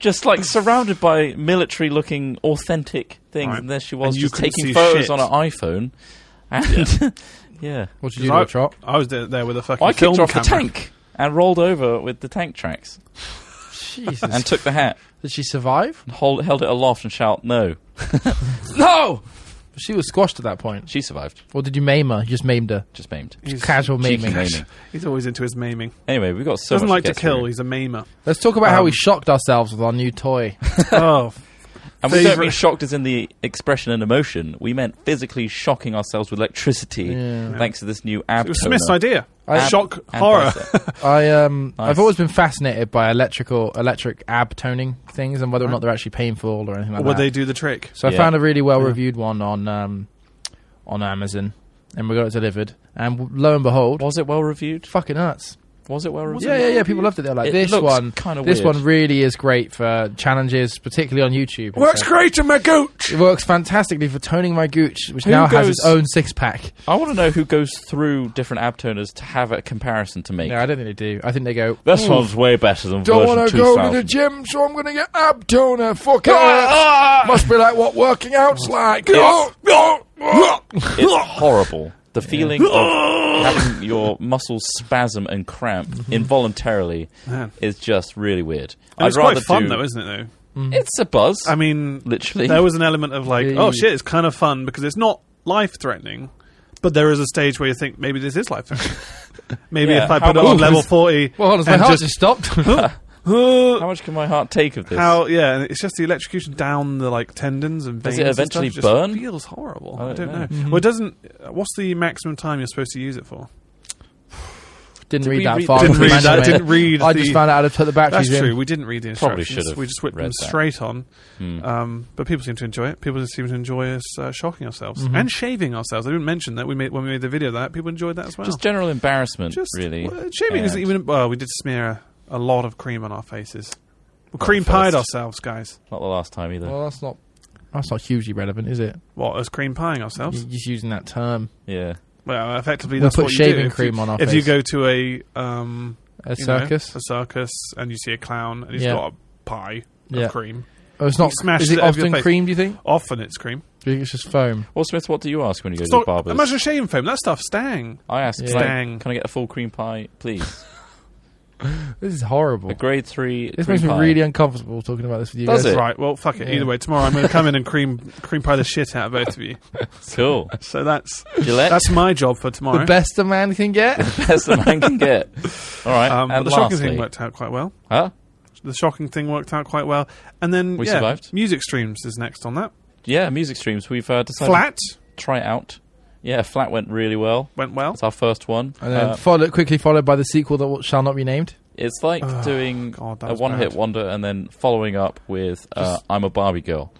S3: just like surrounded by military looking authentic things.
S2: Right.
S3: And there she was
S2: And you
S3: just
S2: couldn't see
S3: taking photos
S2: shit.
S3: on her iphone. And yeah,
S1: "What did you do,
S2: I,
S1: Trot?"
S2: I was there, there with a fucking
S3: I kicked
S2: film
S3: her off the
S2: camera.
S3: tank and rolled over with the tank tracks
S1: Jesus,
S3: and took the hat
S1: did she survive?
S3: and hold, held it aloft and shout no, no.
S1: She was squashed at that point.
S3: She survived,
S1: Or did you maim her? You just maimed her.
S3: just maimed.
S1: Just
S2: He's-
S1: casual
S3: Cheeky
S1: maiming.
S3: maiming.
S2: He's always into his maiming.
S3: Anyway, we have got so
S2: Doesn't
S3: much
S2: like to
S3: get
S2: kill.
S3: through.
S2: He's a maimer.
S1: Let's talk about how we
S2: Um,
S1: shocked ourselves with our new toy.
S2: oh,
S3: And we don't
S2: Favourite-
S3: mean shocked as in the expression and emotion. We meant physically shocking ourselves with electricity,
S1: Yeah.
S3: thanks to this new ab.
S2: it was
S3: toner.
S2: Smith's idea.
S1: I-
S2: Shock
S3: And
S2: horror.
S3: bicep.
S1: I um,
S3: Nice.
S1: I've always been fascinated by electrical, electric ab toning things, and whether or not they're actually painful or anything
S2: Or
S1: like
S2: would
S1: that.
S2: they do the trick?
S1: so I
S3: Yeah.
S1: found a really well reviewed one on um, on Amazon. and we got it delivered. And w- lo and behold,
S3: Was it well reviewed?
S1: fucking nuts.
S3: Was it well reviewed?
S1: yeah, yeah, yeah. People loved it. They're like,
S3: It
S1: this
S3: looks
S1: one,
S3: kinda
S1: this
S3: weird.
S1: one really is great for challenges, particularly on YouTube. and
S2: Works
S1: stuff.
S2: great in my gooch.
S1: It works fantastically for toning my gooch, which
S3: Who
S1: now has its
S3: goes-
S1: own six pack.
S3: I want to know who goes through different ab toners to have a comparison to make.
S1: No, I don't think they do. I think they go.
S3: This
S1: "Ooh,
S3: one's way better than
S1: Don't
S3: version
S1: want to
S3: 2000.
S1: go to the gym, so I'm going to get ab toner. Fuck it.
S3: Ah, ah,
S1: Must be like what working out's like. Oh.
S3: Yes.
S1: It's
S3: it's horrible. The feeling of having your muscles spasm and cramp involuntarily
S2: Man.
S3: is just really weird.
S2: Mm-hmm. And it's quite fun
S3: do-
S2: though, isn't it?
S3: It's a buzz.
S2: Though I mean,
S3: Literally.
S2: there was an element of like,
S1: Yeah.
S2: oh shit, it's kind of fun because it's not life threatening, but there is a stage where you think maybe this is life threatening. maybe
S3: Yeah,
S2: if I
S3: how
S2: put it on
S3: much-
S2: level forty,
S1: Well, hold on, my
S2: and
S1: heart
S2: just,
S1: just, stopped.
S2: "Huh,
S3: How much can my heart take of this?
S2: How yeah, and it's just the electrocution down the like tendons and
S3: Does
S2: veins.
S3: it
S2: and
S3: eventually
S2: stuff,
S3: burn?
S2: Just feels horrible.
S3: I
S2: I
S3: don't
S2: don't,
S3: know. Mm-hmm.
S2: know. Well, it doesn't. What's the maximum time you're supposed to use it for?
S1: didn't
S3: Did we
S1: read that
S3: read-
S1: far.
S2: didn't
S1: from the
S2: read that.
S1: manual.
S2: Didn't read.
S1: I
S2: the,
S1: just found out how to put the
S2: That's
S1: batteries in.
S2: true. We didn't read the
S3: Probably
S2: instructions.
S3: should've
S2: we just whipped
S3: read
S2: them
S3: that.
S2: straight on.
S3: Hmm.
S2: Um, but people seem to enjoy it. People seem to enjoy us uh, shocking ourselves
S1: Mm-hmm.
S2: and shaving ourselves. I didn't mention that we made when we made the video. That people enjoyed that as well.
S3: Just general embarrassment,
S2: Just,
S3: really.
S2: well, shaving
S3: And-
S2: isn't even. Well, we did smear a, a lot of cream on our faces.
S3: the
S2: We cream pied
S3: first.
S2: ourselves, guys.
S3: Not the last time either.
S1: Well, that's not that's not hugely relevant, is it?
S2: What? Us cream pieing ourselves?
S1: You're just using that term.
S3: yeah.
S2: Well, effectively,
S1: We
S2: that's
S1: Mm-hmm. put
S2: what you
S1: shaving
S2: do. If you-
S1: cream on our
S2: If
S1: face.
S2: you go to a um,
S1: a
S2: you know,
S1: circus,
S2: a circus, and you see a clown and he's
S1: Yeah.
S2: got a pie of
S1: Yeah.
S2: cream,
S1: oh, it's not.
S2: smash
S1: Is it
S2: it over your
S1: often
S2: face.
S1: cream? Do you think?
S2: often it's cream.
S1: Do you think it's just foam?
S3: Well, Smith, what do you ask when you go
S2: It's
S3: to the
S2: not-
S3: barber's?
S2: imagine shaving foam. That stuff stang.
S3: I ask,
S1: Yeah.
S3: can, I,
S2: Stang.
S3: can I get a full cream pie, please?
S1: This is horrible.
S3: a grade three
S1: This
S3: cream
S1: makes me
S3: pie.
S1: really uncomfortable talking about this with you.
S3: Does
S1: guys.
S3: it?
S2: Right. Well, fuck it.
S1: Yeah.
S2: Either way, tomorrow I'm going to come in and cream cream pie the shit out of both of you.
S3: cool.
S2: So that's
S3: Gillette,
S2: that's my job for tomorrow.
S1: The best a man can get.
S3: best that man can get. All right.
S2: um, but
S3: and
S2: the
S3: lastly,
S2: shocking thing worked out quite well.
S3: huh?
S2: The shocking thing worked out quite well, and then
S3: We
S2: yeah,
S3: survived.
S2: music streams is next on that.
S3: Yeah, music streams. We've uh, decided
S2: Flat
S3: to try it out. Yeah, flat went really well.
S2: went well.
S3: That's our first one.
S1: And then
S3: Uh,
S1: follow, quickly followed by the sequel that shall not be named.
S3: it's like
S2: Oh,
S3: doing
S2: God, that
S3: a
S2: was
S3: one-hit
S2: bad.
S3: wonder and then following up with uh, "I'm a Barbie Girl."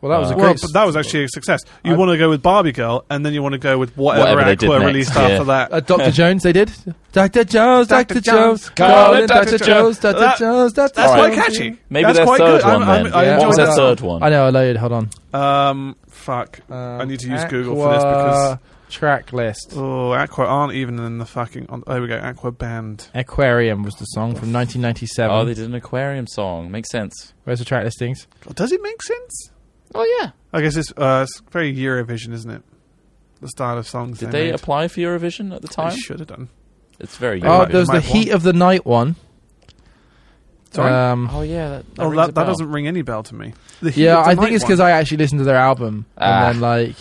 S1: Well, that was a
S3: Uh,
S1: great.
S2: Well, but that was actually a success. You
S1: I-
S2: want to go with Barbie Girl, and then you want to go with whatever,
S3: Whatever they did
S2: Aqua
S3: next,
S2: released
S3: yeah.
S2: after that.
S1: uh, Doctor Jones, they did. Doctor Jones, Doctor
S2: Dr.
S1: Jones,
S2: Jones,
S1: calling
S2: calling
S1: Doctor
S2: Dr.
S1: Jones, Doctor
S2: That-
S1: Jones, Doctor
S2: that's
S3: Alright.
S2: quite catchy.
S3: Maybe
S2: that's
S3: their
S2: quite
S3: third
S2: good. I'm-
S3: one
S2: I'm-
S3: then.
S2: I
S1: Yeah.
S3: What
S2: enjoyed
S3: was their
S2: that.
S3: third one?
S1: I know. I loaded. Hold on.
S2: Um, fuck. I need to use Google for this because
S1: Aqua track list.
S2: oh, Aqua aren't even in the fucking. On, oh, there we go. Aqua band.
S1: Aquarium was the song from 1997.
S3: Oh, they did an aquarium song. Makes sense.
S1: Where's the track listings?
S2: Does it make sense?
S3: Oh yeah.
S2: I guess it's, uh, it's very Eurovision, isn't it? The style of songs.
S3: Did
S2: they,
S3: they
S2: made.
S3: apply for Eurovision at the time?
S2: They should have done.
S3: It's very
S2: They
S1: oh,
S2: might-
S3: Eurovision.
S2: there-
S1: there's the
S2: might
S1: Heat of the Night one.
S2: Sorry?
S1: Um,
S3: oh yeah. That, that
S2: oh,
S3: rings a
S2: that, that
S3: bell.
S2: doesn't ring any bell to me. The Heat
S1: yeah,
S2: of the
S1: I think
S2: Night
S1: it's because
S2: one.
S1: I actually listened to their album
S3: Ah.
S1: and then like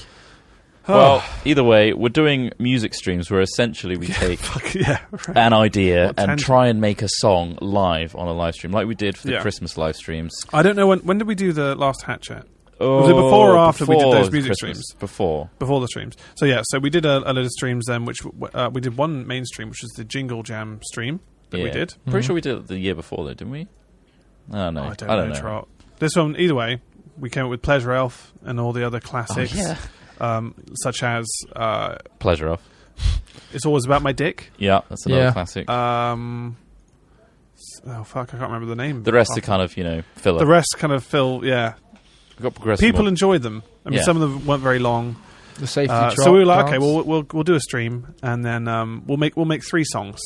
S2: Oh,
S3: Well, either way, we're doing music streams where essentially we take
S2: fuck yeah. right.
S3: an idea
S2: What
S3: and
S2: tangent.
S3: try and make a song live on a live stream, like we did for the
S2: Yeah.
S3: Christmas live streams.
S2: I don't know when. When did we do the last Hatchet?
S3: Oh,
S2: it before or after we did those music streams?
S3: Before.
S2: before the streams. So yeah, so we did a, a load of streams then, which w- uh, we did one main stream, which was the Jingle Jam stream that we
S3: Yeah.
S2: did.
S3: Pretty
S1: Mhm.
S3: sure we did it the year before, though, didn't we? I don't know.
S2: I don't, know. Trot. This one, either way, we came up with Pleasure Elf and all the other classics,
S3: Oh, yeah.
S2: um, such as uh,
S3: Pleasure off.
S2: "It's Always About My Dick."
S3: Yeah, that's another
S1: Yeah.
S3: classic.
S2: Um, s- oh fuck, I can't remember the name.
S3: the rest are kind of, you know, filler.
S2: the rest kind of fill. Yeah,
S3: We've got progressive.
S2: people
S3: more-
S2: enjoyed them. I mean,
S3: Yeah.
S2: some of them weren't very long.
S1: the safety.
S2: Uh,
S1: Trot
S2: so we were like,
S1: dance.
S2: okay, well, we'll- we'll we'll do a stream, and then um, we'll make we'll make three songs.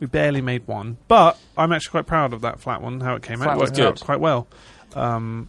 S2: We barely made one, but I'm actually quite proud of that flat one. How it came
S3: Flat
S2: out it
S3: was
S2: worked
S3: good.
S2: out quite well. Um,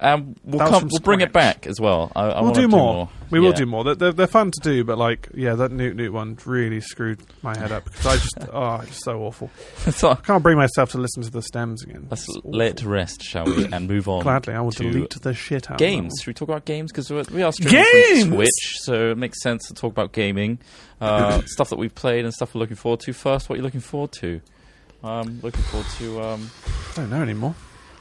S3: and we'll,
S2: that was
S3: come,
S2: from
S3: we'll bring it
S2: scratch.
S3: back as well. I, I
S2: we'll
S3: wanna
S2: do more. We will
S3: Yeah.
S2: do more. They're, they're, they're fun to do, but like, yeah, that Newt Newt one really screwed my head up because I just oh, it's so awful.
S3: so
S2: I can't bring myself to listen to the stems again.
S3: let's
S2: It's
S3: lay it to rest, shall we, and move on.
S2: awful. Gladly, I will
S3: to
S2: delete the shit out of that
S3: games. Should we talk about games? Because we are streaming from
S2: Games!
S3: Switch, so it makes sense to talk about gaming, uh, stuff that we've played and stuff we're looking forward to. First, what are you looking forward to? Um, looking forward to. Um,
S2: one. I don't know anymore.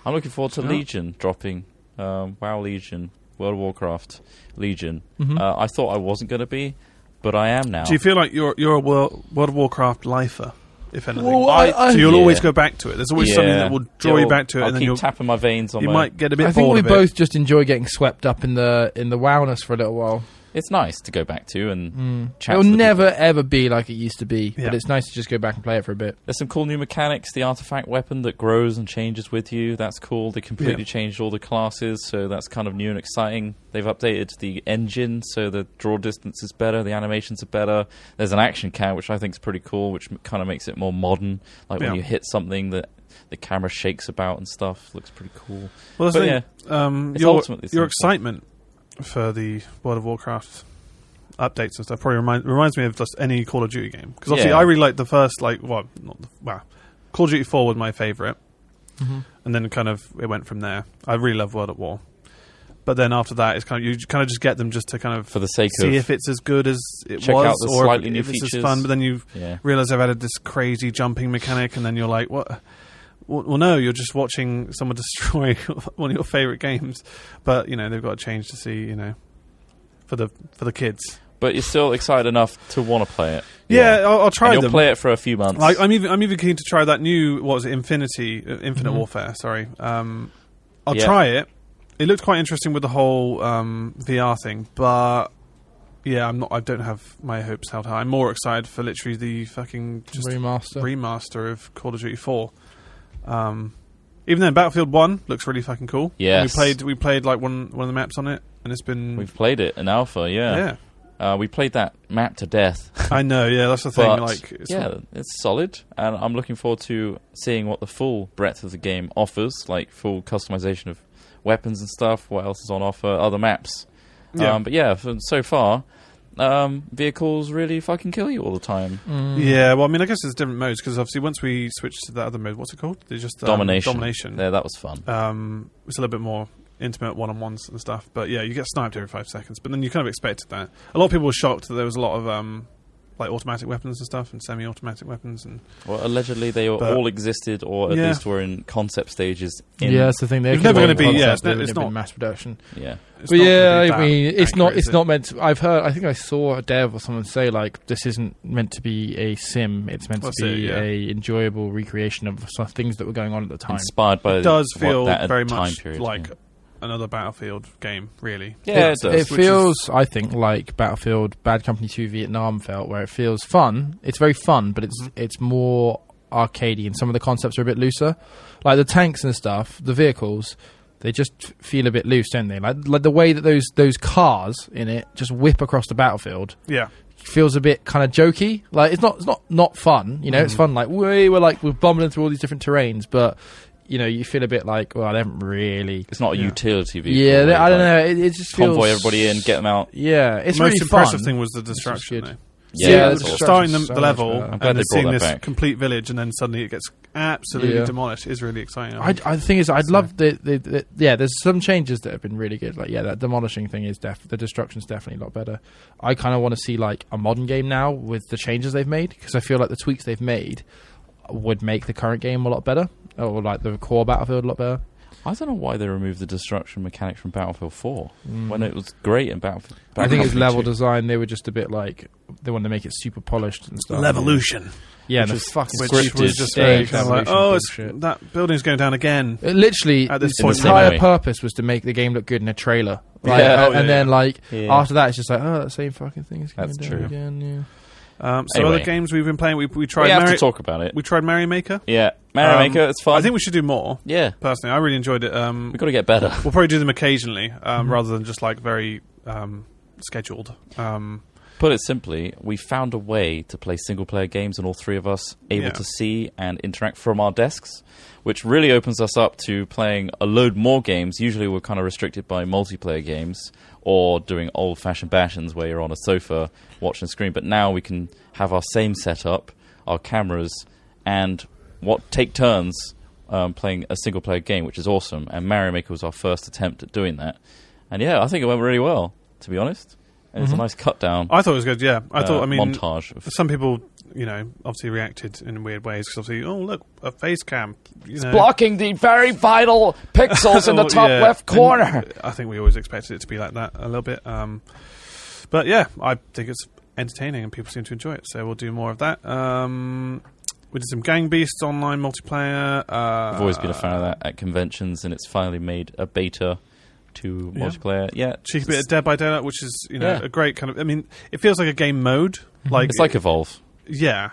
S3: I'm looking forward to
S2: Yeah.
S3: Legion dropping. Um, WoW Legion, World of Warcraft Legion.
S1: Mhm.
S3: Uh, I thought I wasn't going to be, but I am now.
S2: Hmm? Do you feel like you're you're a World, World of Warcraft lifer? If anything,
S1: Well, I- I-
S2: so you'll always
S3: Yeah.
S2: go back to it. There's always something
S3: Yeah.
S2: that will draw
S3: It'll-
S2: you back to it,
S3: I'll
S2: and then
S3: keep
S2: you'll
S3: tapping my veins on
S2: you
S3: my.
S2: might get a bit
S1: I think
S2: bored
S1: we
S2: of it.
S1: both just enjoy getting swept up in the in the wowness for a little while.
S3: it's nice to go back to and
S2: Mm.
S3: chat.
S1: It'll
S3: to the
S1: never ever be like it used to be,
S2: Yeah.
S1: but it's nice to just go back and play it for a bit.
S3: There's some cool new mechanics. The artifact weapon that grows and changes with you. That's cool. They completely
S2: Yeah.
S3: changed all the classes, so that's kind of new and exciting. They've updated the engine, so the draw distance is better. The animations are better. There's an action cam, which I think is pretty cool, which kind of makes it more modern. Like
S2: Yeah.
S3: when you hit something, the the camera shakes about and stuff. Looks pretty cool.
S2: Well, that's
S3: But
S2: the thing. Um,
S3: it's
S2: your
S3: ultimately
S2: your
S3: something.
S2: excitement for the World of Warcraft updates and stuff probably remind, reminds me of just any Call of Duty game because obviously
S3: Yeah.
S2: I really liked the first like well not the, wow Call of Duty Four was my favorite and then kind of it went from there. I really love World at War, but then after that it's kind of you kind of just get them just to kind of
S3: For the sake
S2: see
S3: of
S2: if it's as good as it
S3: Check
S2: was
S3: out the
S2: or if-
S3: slightly new
S2: if it's as
S3: features.
S2: fun. But then you
S3: yeah,
S2: realize they've added this crazy jumping mechanic, and then you're like, what? Well, well, no, you're just watching someone destroy one of your favorite games, but you know they've got to change to see you know for the for the kids.
S3: but you're still excited enough to want to play it.
S2: Yeah, I'll, I'll try
S3: and you'll
S2: them.
S3: play it for a few months.
S2: Like, I'm even I'm even keen to try that new what was it, Infinity uh, Infinite
S1: Mhm.
S2: Warfare. Sorry, um, I'll
S3: Mm-hmm. Yeah.
S2: try it. It looked quite interesting with the whole um, VR thing, but yeah, I'm not. I don't have my hopes held high. I'm more excited for literally the fucking just
S1: Remaster.
S2: remaster of Call of Duty 4. Um, even then, Battlefield 1 looks really fucking cool.
S3: Yes.
S2: we played we played like one one of the maps on it, and it's been
S3: We've played it in alpha, yeah.
S2: yeah.
S3: Uh, we played that map to death.
S2: I know, yeah, that's the thing.
S3: But
S2: like, it's
S3: yeah, it's solid, and I'm looking forward to seeing what the full breadth of the game offers, like full customization of weapons and stuff. What else is on offer? Other maps.
S2: yeah,
S3: Um, but yeah, f- so far, um, vehicles really fucking kill you all the time.
S1: Mm.
S2: yeah. Well, I mean, I guess it's different modes because obviously once we switched to that other mode, what's it called? They just um,
S3: domination.
S2: Domination.
S3: There, that was fun.
S2: Um, it's a little bit more intimate one-on-ones and stuff. But yeah, you get sniped every five seconds. But then you kind of expected that. A lot of people were shocked that there was a lot of um, like automatic weapons and stuff, and semi-automatic weapons, and
S3: Well, allegedly they
S2: But-
S3: all existed, or at
S2: Yeah.
S3: least were in concept stages. In,
S1: Yeah, that's the thing. They're
S2: It's never
S1: going to
S2: gonna be- yeah, it's
S1: they're
S2: not- it's
S1: gonna be
S2: not-
S1: mass production.
S3: yeah.
S2: it's
S1: But
S2: not gonna
S1: yeah,
S2: be
S1: I
S2: that
S1: mean, it's not.
S2: accurate,
S1: It's
S2: is it?
S1: not meant. To, I've heard. I think I saw a dev or someone say like, "This isn't meant to be a sim. It's meant
S2: That's
S1: to be
S2: it, yeah.
S1: a enjoyable recreation of some things that were going on at the time."
S3: Inspired by
S2: it does
S3: what
S2: feel
S3: that
S2: very
S3: time
S2: much
S3: period,
S2: like
S3: yeah.
S2: another Battlefield game, really.
S3: Yeah, it does.
S1: it
S2: which is-
S1: feels, I think, like Battlefield Bad Company 2 Vietnam felt, where it feels fun. It's very fun, but it's
S2: Mhm.
S1: it's more arcadey, and some of the concepts are a bit looser. Like the tanks and stuff, the vehicles, they just feel a bit loose, don't they? Like, like the way that those those cars in it just whip across the battlefield
S2: yeah,
S1: feels a bit kind of jokey. Like it's not it's not not fun. You know, it's
S2: Mm.
S1: fun. Like we we're like we're bumbling through all these different terrains, but you know, you feel a bit like, well, I haven't really.
S3: It's not a
S2: Yeah.
S3: utility vehicle.
S1: Yeah,
S3: really,
S1: I don't
S3: like,
S1: know. It, it just feels
S3: Convoy everybody in, get them out.
S1: yeah, it's
S2: most
S1: really
S2: impressive
S1: fun.
S2: thing was the
S1: is
S2: destruction.
S1: good.
S2: though.
S3: Yeah,
S1: Yeah,
S3: that's
S1: the
S3: awesome.
S1: destruction.
S2: starting the,
S1: so
S2: the
S1: much
S2: level
S1: better. I'm
S2: and
S3: glad
S2: then
S3: they brought
S2: seeing
S3: that
S2: this
S3: back.
S2: complete village, and then suddenly it gets absolutely
S1: Yeah.
S2: demolished is really exciting.
S1: I, I the thing is, I'd
S2: So-
S1: love the, the, the yeah. There's some changes that have been really good. Like yeah, that demolishing thing is def the destruction's definitely a lot better. I kind of want to see like a modern game now with the changes they've made because I feel like the tweaks they've made would make the current game a lot better or like the core Battlefield a lot better.
S3: I don't know why they removed the destruction mechanic from Battlefield 4
S1: Mm.
S3: when it was great in Battlefield.
S1: I think it's
S3: Battlefield
S1: level
S3: 2.
S1: design. They were just a bit like they wanted to make it super polished and stuff.
S2: Levolution,
S1: Yeah, and
S3: Which
S1: the
S3: is-
S1: fucking
S2: which
S3: Scripted
S2: was just
S3: stage
S2: very kind of like,
S1: evolution
S2: oh, it's,
S1: bullshit.
S2: that building's going down again.
S1: It literally,
S2: At this
S1: its
S2: point-
S1: entire
S3: Cinema.
S1: purpose was to make the game look good in a trailer. Like,
S3: Yeah.
S1: uh,
S2: Oh, yeah,
S1: and then, like,
S3: Yeah.
S1: after that, it's just like, oh, that same fucking thing is coming
S3: That's
S1: down
S3: true.
S1: again. Yeah.
S2: Um, so
S3: Anyway.
S2: other games we've been playing, we, we tried
S3: we have
S2: Mari-
S3: to talk about it.
S2: we tried Mario Maker.
S3: Yeah, Mario
S2: Um,
S3: Maker, it's fun.
S2: I think we should do more.
S3: yeah,
S2: Personally, I really enjoyed it. Um,
S3: we got to get better.
S2: We'll probably do them occasionally um,
S4: Mm-hmm.
S2: rather than just like very um, scheduled. Um,
S3: Put it simply, we found a way to play single player games and all three of us able
S2: Yeah.
S3: to see and interact from our desks, which really opens us up to playing a load more games. Usually we're kind of restricted by multiplayer games or doing old fashioned bastions where you're on a sofa watching a screen, but now we can have our same setup, our cameras, and what take turns um, playing a single player game, which is awesome. And Mario Maker was our first attempt at doing that. And yeah, I think it went really well, to be honest. And it's a
S1: Mhm.
S3: nice cut down
S2: I thought it was good. Yeah, I thought.
S3: uh,
S2: I mean,
S3: montage. Of,
S2: some people, you know, obviously reacted in weird ways because obviously, oh look, a face cam. You know.
S4: blocking the very vital pixels in the
S2: Oh,
S4: top
S2: yeah.
S4: left
S2: And
S4: corner.
S2: I think we always expected it to be like that a little bit. Um, but yeah, I think it's entertaining and people seem to enjoy it. So we'll do more of that. Um, we did some Gang Beasts online multiplayer. Uh,
S3: I've always been a fan of that at conventions, and it's finally made a beta to
S2: Yeah.
S3: multiplayer. Yeah,
S2: Cheeky
S3: it's,
S2: bit of Dead by Daylight, which is you know
S3: Yeah. Mhm.
S2: a great kind of. I mean, it feels like a game mode. Like
S3: it's like Evolve,
S2: yeah,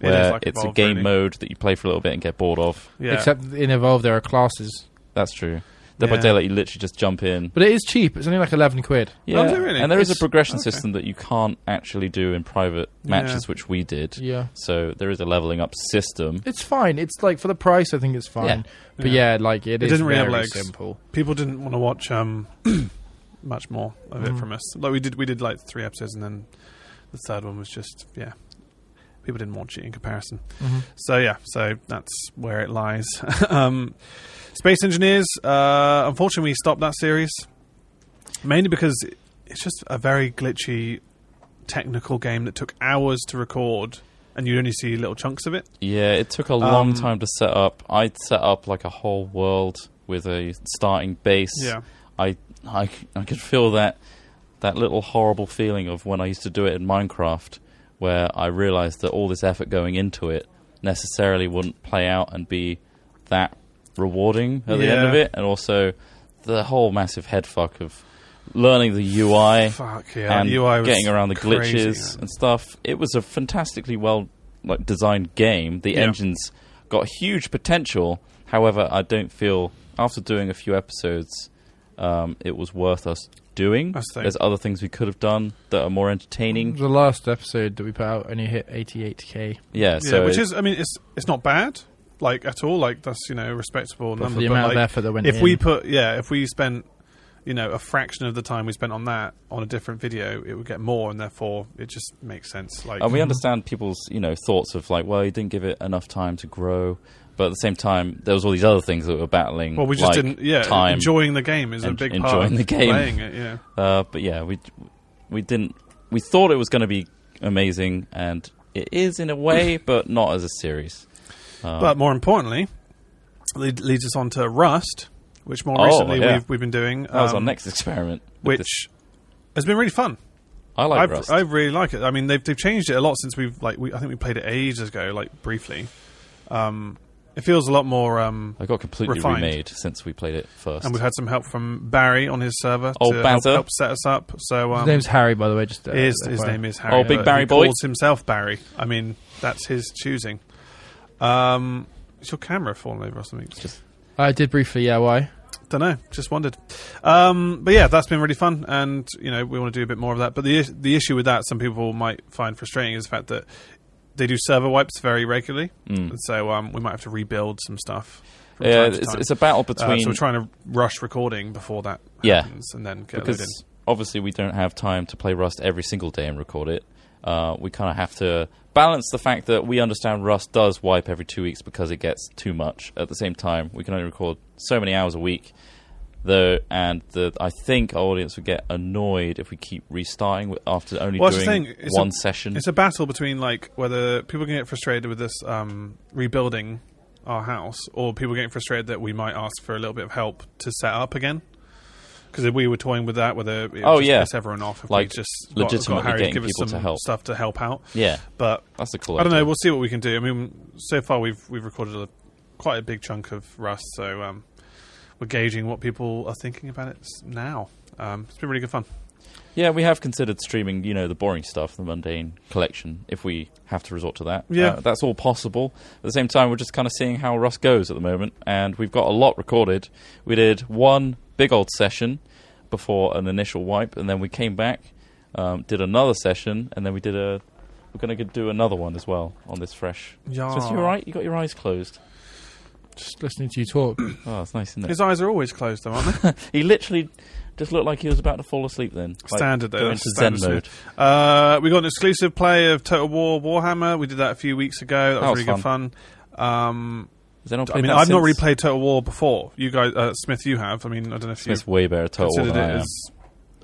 S2: It is
S3: where
S2: like
S3: it's
S2: Evolve,
S3: a game
S2: really.
S3: mode that you play for a little bit and get bored of.
S2: Yeah,
S1: Except in Evolve there are classes,
S3: That's true. Dead by
S2: Yeah. Oh,
S3: Daylight, you literally just jump in.
S1: but it is cheap. It's only like eleven quid.
S3: Yeah,
S2: is it really?
S3: and there is a
S2: It's-
S3: progression
S2: okay.
S3: system that you can't actually do in private
S2: Yeah.
S3: matches, which we did.
S1: Yeah,
S3: So there is a leveling up system.
S1: it's fine. It's like for the price, I think it's fine.
S3: Yeah.
S1: But
S2: Yeah.
S1: yeah, like it,
S2: It
S1: is
S2: doesn't really have
S1: very
S2: legs.
S1: simple.
S2: people didn't want to watch um much more of it
S3: Mm-hmm.
S1: Mhm.
S2: from us. Like we did, we did like three episodes, and then the third one was just yeah. People didn't watch it in comparison.
S3: Mm-hmm.
S2: So yeah, so that's where it lies. um, Space Engineers. Uh, unfortunately, we stopped that series mainly because it's just a very glitchy technical game that took hours to record, and you only see little chunks of it.
S3: Yeah, it took a long
S2: Um,
S3: time to set up. I set up like a whole world with a starting base. I, I, c- I could feel that that little horrible feeling of when I used to do it in Minecraft, where I realized that all this effort going into it necessarily wouldn't play out and be that rewarding at the end
S2: Yeah.
S3: of it, and also the whole massive headfuck of learning the UI
S2: Fuck yeah.
S3: and
S2: UI was
S3: getting around the
S2: crazy,
S3: glitches
S2: man.
S3: and stuff. It was a fantastically well like designed game. The
S2: Yeah.
S3: engines got huge potential. However, I don't feel after doing a few episodes, um, it was worth us doing.
S2: I see.
S3: There's other things we could have done that are more entertaining.
S1: The last episode that we put out only hit eighty-eight k.
S3: Yeah,
S2: Yeah,
S3: so
S2: which
S3: it-
S2: is, I mean, it's it's not bad, like at all. Like that's you know a respectable
S1: But
S2: number.
S1: for the
S2: but,
S1: amount of
S2: like,
S1: effort that went
S2: if
S1: in,
S2: we put, yeah, if we spent, you know, a fraction of the time we spent on that on a different video, it would get more, and therefore it just makes sense. Like,
S3: and uh, we understand people's you know thoughts of like, well, you didn't give it enough time to grow. But at the same time, there was all these other things that we were battling.
S2: well, we just
S3: like
S2: didn't. Yeah,
S3: time.
S2: enjoying the game is a
S3: En-
S2: big part.
S3: enjoying
S2: of
S3: the game.
S2: playing it. Yeah,
S3: Uh, but yeah, we we didn't. We thought it was going to be amazing, and it is in a way, but not as a series. Uh,
S2: but more importantly, lead, leads us on to Rust, which more
S3: Oh,
S2: recently
S3: yeah.
S2: we've we've been doing.
S3: that was
S2: um,
S3: our next experiment. with
S2: which
S3: this.
S2: has been really fun.
S3: I like
S2: I've-
S3: Rust.
S2: I really like it. I mean, they've they've changed it a lot since we've like we, I think we played it ages ago, like briefly. Um, it feels a lot more, um,
S3: I got completely
S2: refined.
S3: remade since we played it first.
S2: and we've had some help from Barry on his server
S3: Oh,
S2: to help,
S3: Bazza.
S2: help set us up. So um,
S1: his name's Harry, by the way. Just uh,
S2: his, his
S1: FYI.
S2: name is Harry.
S3: Oh, big
S2: but
S3: Barry
S2: he
S3: boy.
S2: calls himself Barry. I mean, that's his choosing. Um, is your camera falling over or something?
S1: I did briefly. Yeah, why?
S2: Don't know. Just wondered. Um, but yeah, that's been really fun, and you know we want to do a bit more of that. But the the issue with that, some people might find frustrating, is the fact that they do server wipes very regularly,
S3: Mm.
S2: and so um, we might have to rebuild some stuff. From
S3: Yeah,
S2: time to
S3: it's,
S2: time.
S3: it's a battle
S2: Uh,
S3: between
S2: so we're trying to rush recording before that
S3: Yeah.
S2: happens, and then get it in.
S3: because obviously we don't have time to play Rust every single day and record it. Uh, we kind of have to balance the fact that we understand Rust does wipe every two weeks because it gets too much. At the same time, we can only record so many hours a week, though, and the, I think our audience would get annoyed if we keep restarting wi- after only
S2: Well, that's
S3: doing
S2: the thing, it's
S3: one
S2: a-
S3: session.
S2: It's a battle between like whether people can get frustrated with this um, rebuilding our house, or people getting frustrated that we might ask for a little bit of help to set up again. Because we were toying with that, whether it would
S3: Oh,
S2: just
S3: yeah.
S2: piss everyone off if
S3: Like,
S2: we just
S3: legitimately
S2: got, got Harry
S3: getting
S2: to give us
S3: people
S2: some
S3: to help.
S2: stuff to help out.
S3: yeah,
S2: But
S3: that's the cool.
S2: I don't
S3: idea.
S2: know. We'll see what we can do. I mean, so far we've we've recorded a, quite a big chunk of Rust, so um, we're gauging what people are thinking about it s- now. Um, it's been really good fun.
S3: Yeah, we have considered streaming, you know, the boring stuff, the mundane collection, if we have to resort to that.
S2: Yeah.
S3: Uh, that's all possible. At the same time, we're just kind of seeing how Rust goes at the moment, and we've got a lot recorded. We did one big old session before an initial wipe, and then we came back, um, did another session, and then we did a. We're going to do another one as well on this fresh.
S2: Yeah,
S3: So, you all right? You got your eyes closed.
S1: Just listening to you talk.
S3: Oh, it's nice, isn't it?
S2: His eyes are always closed, though, aren't they?
S3: He literally just looked like he was about to fall asleep then. Like,
S2: Standard though.
S3: go
S2: that's
S3: into Zen
S2: standard
S3: mode.
S2: stuff. Uh, we got an exclusive play of Total War Warhammer. We did that a few weeks ago. That,
S3: That
S2: was
S3: was
S2: really good fun. Um,
S3: Has anyone
S2: I
S3: played
S2: mean,
S3: that
S2: I've not
S3: since?
S2: really played Total War before. You guys, uh, Smith, you have. I mean, I don't know if you
S3: It's way better at total
S2: considered
S3: than I
S2: it
S3: am.
S2: as.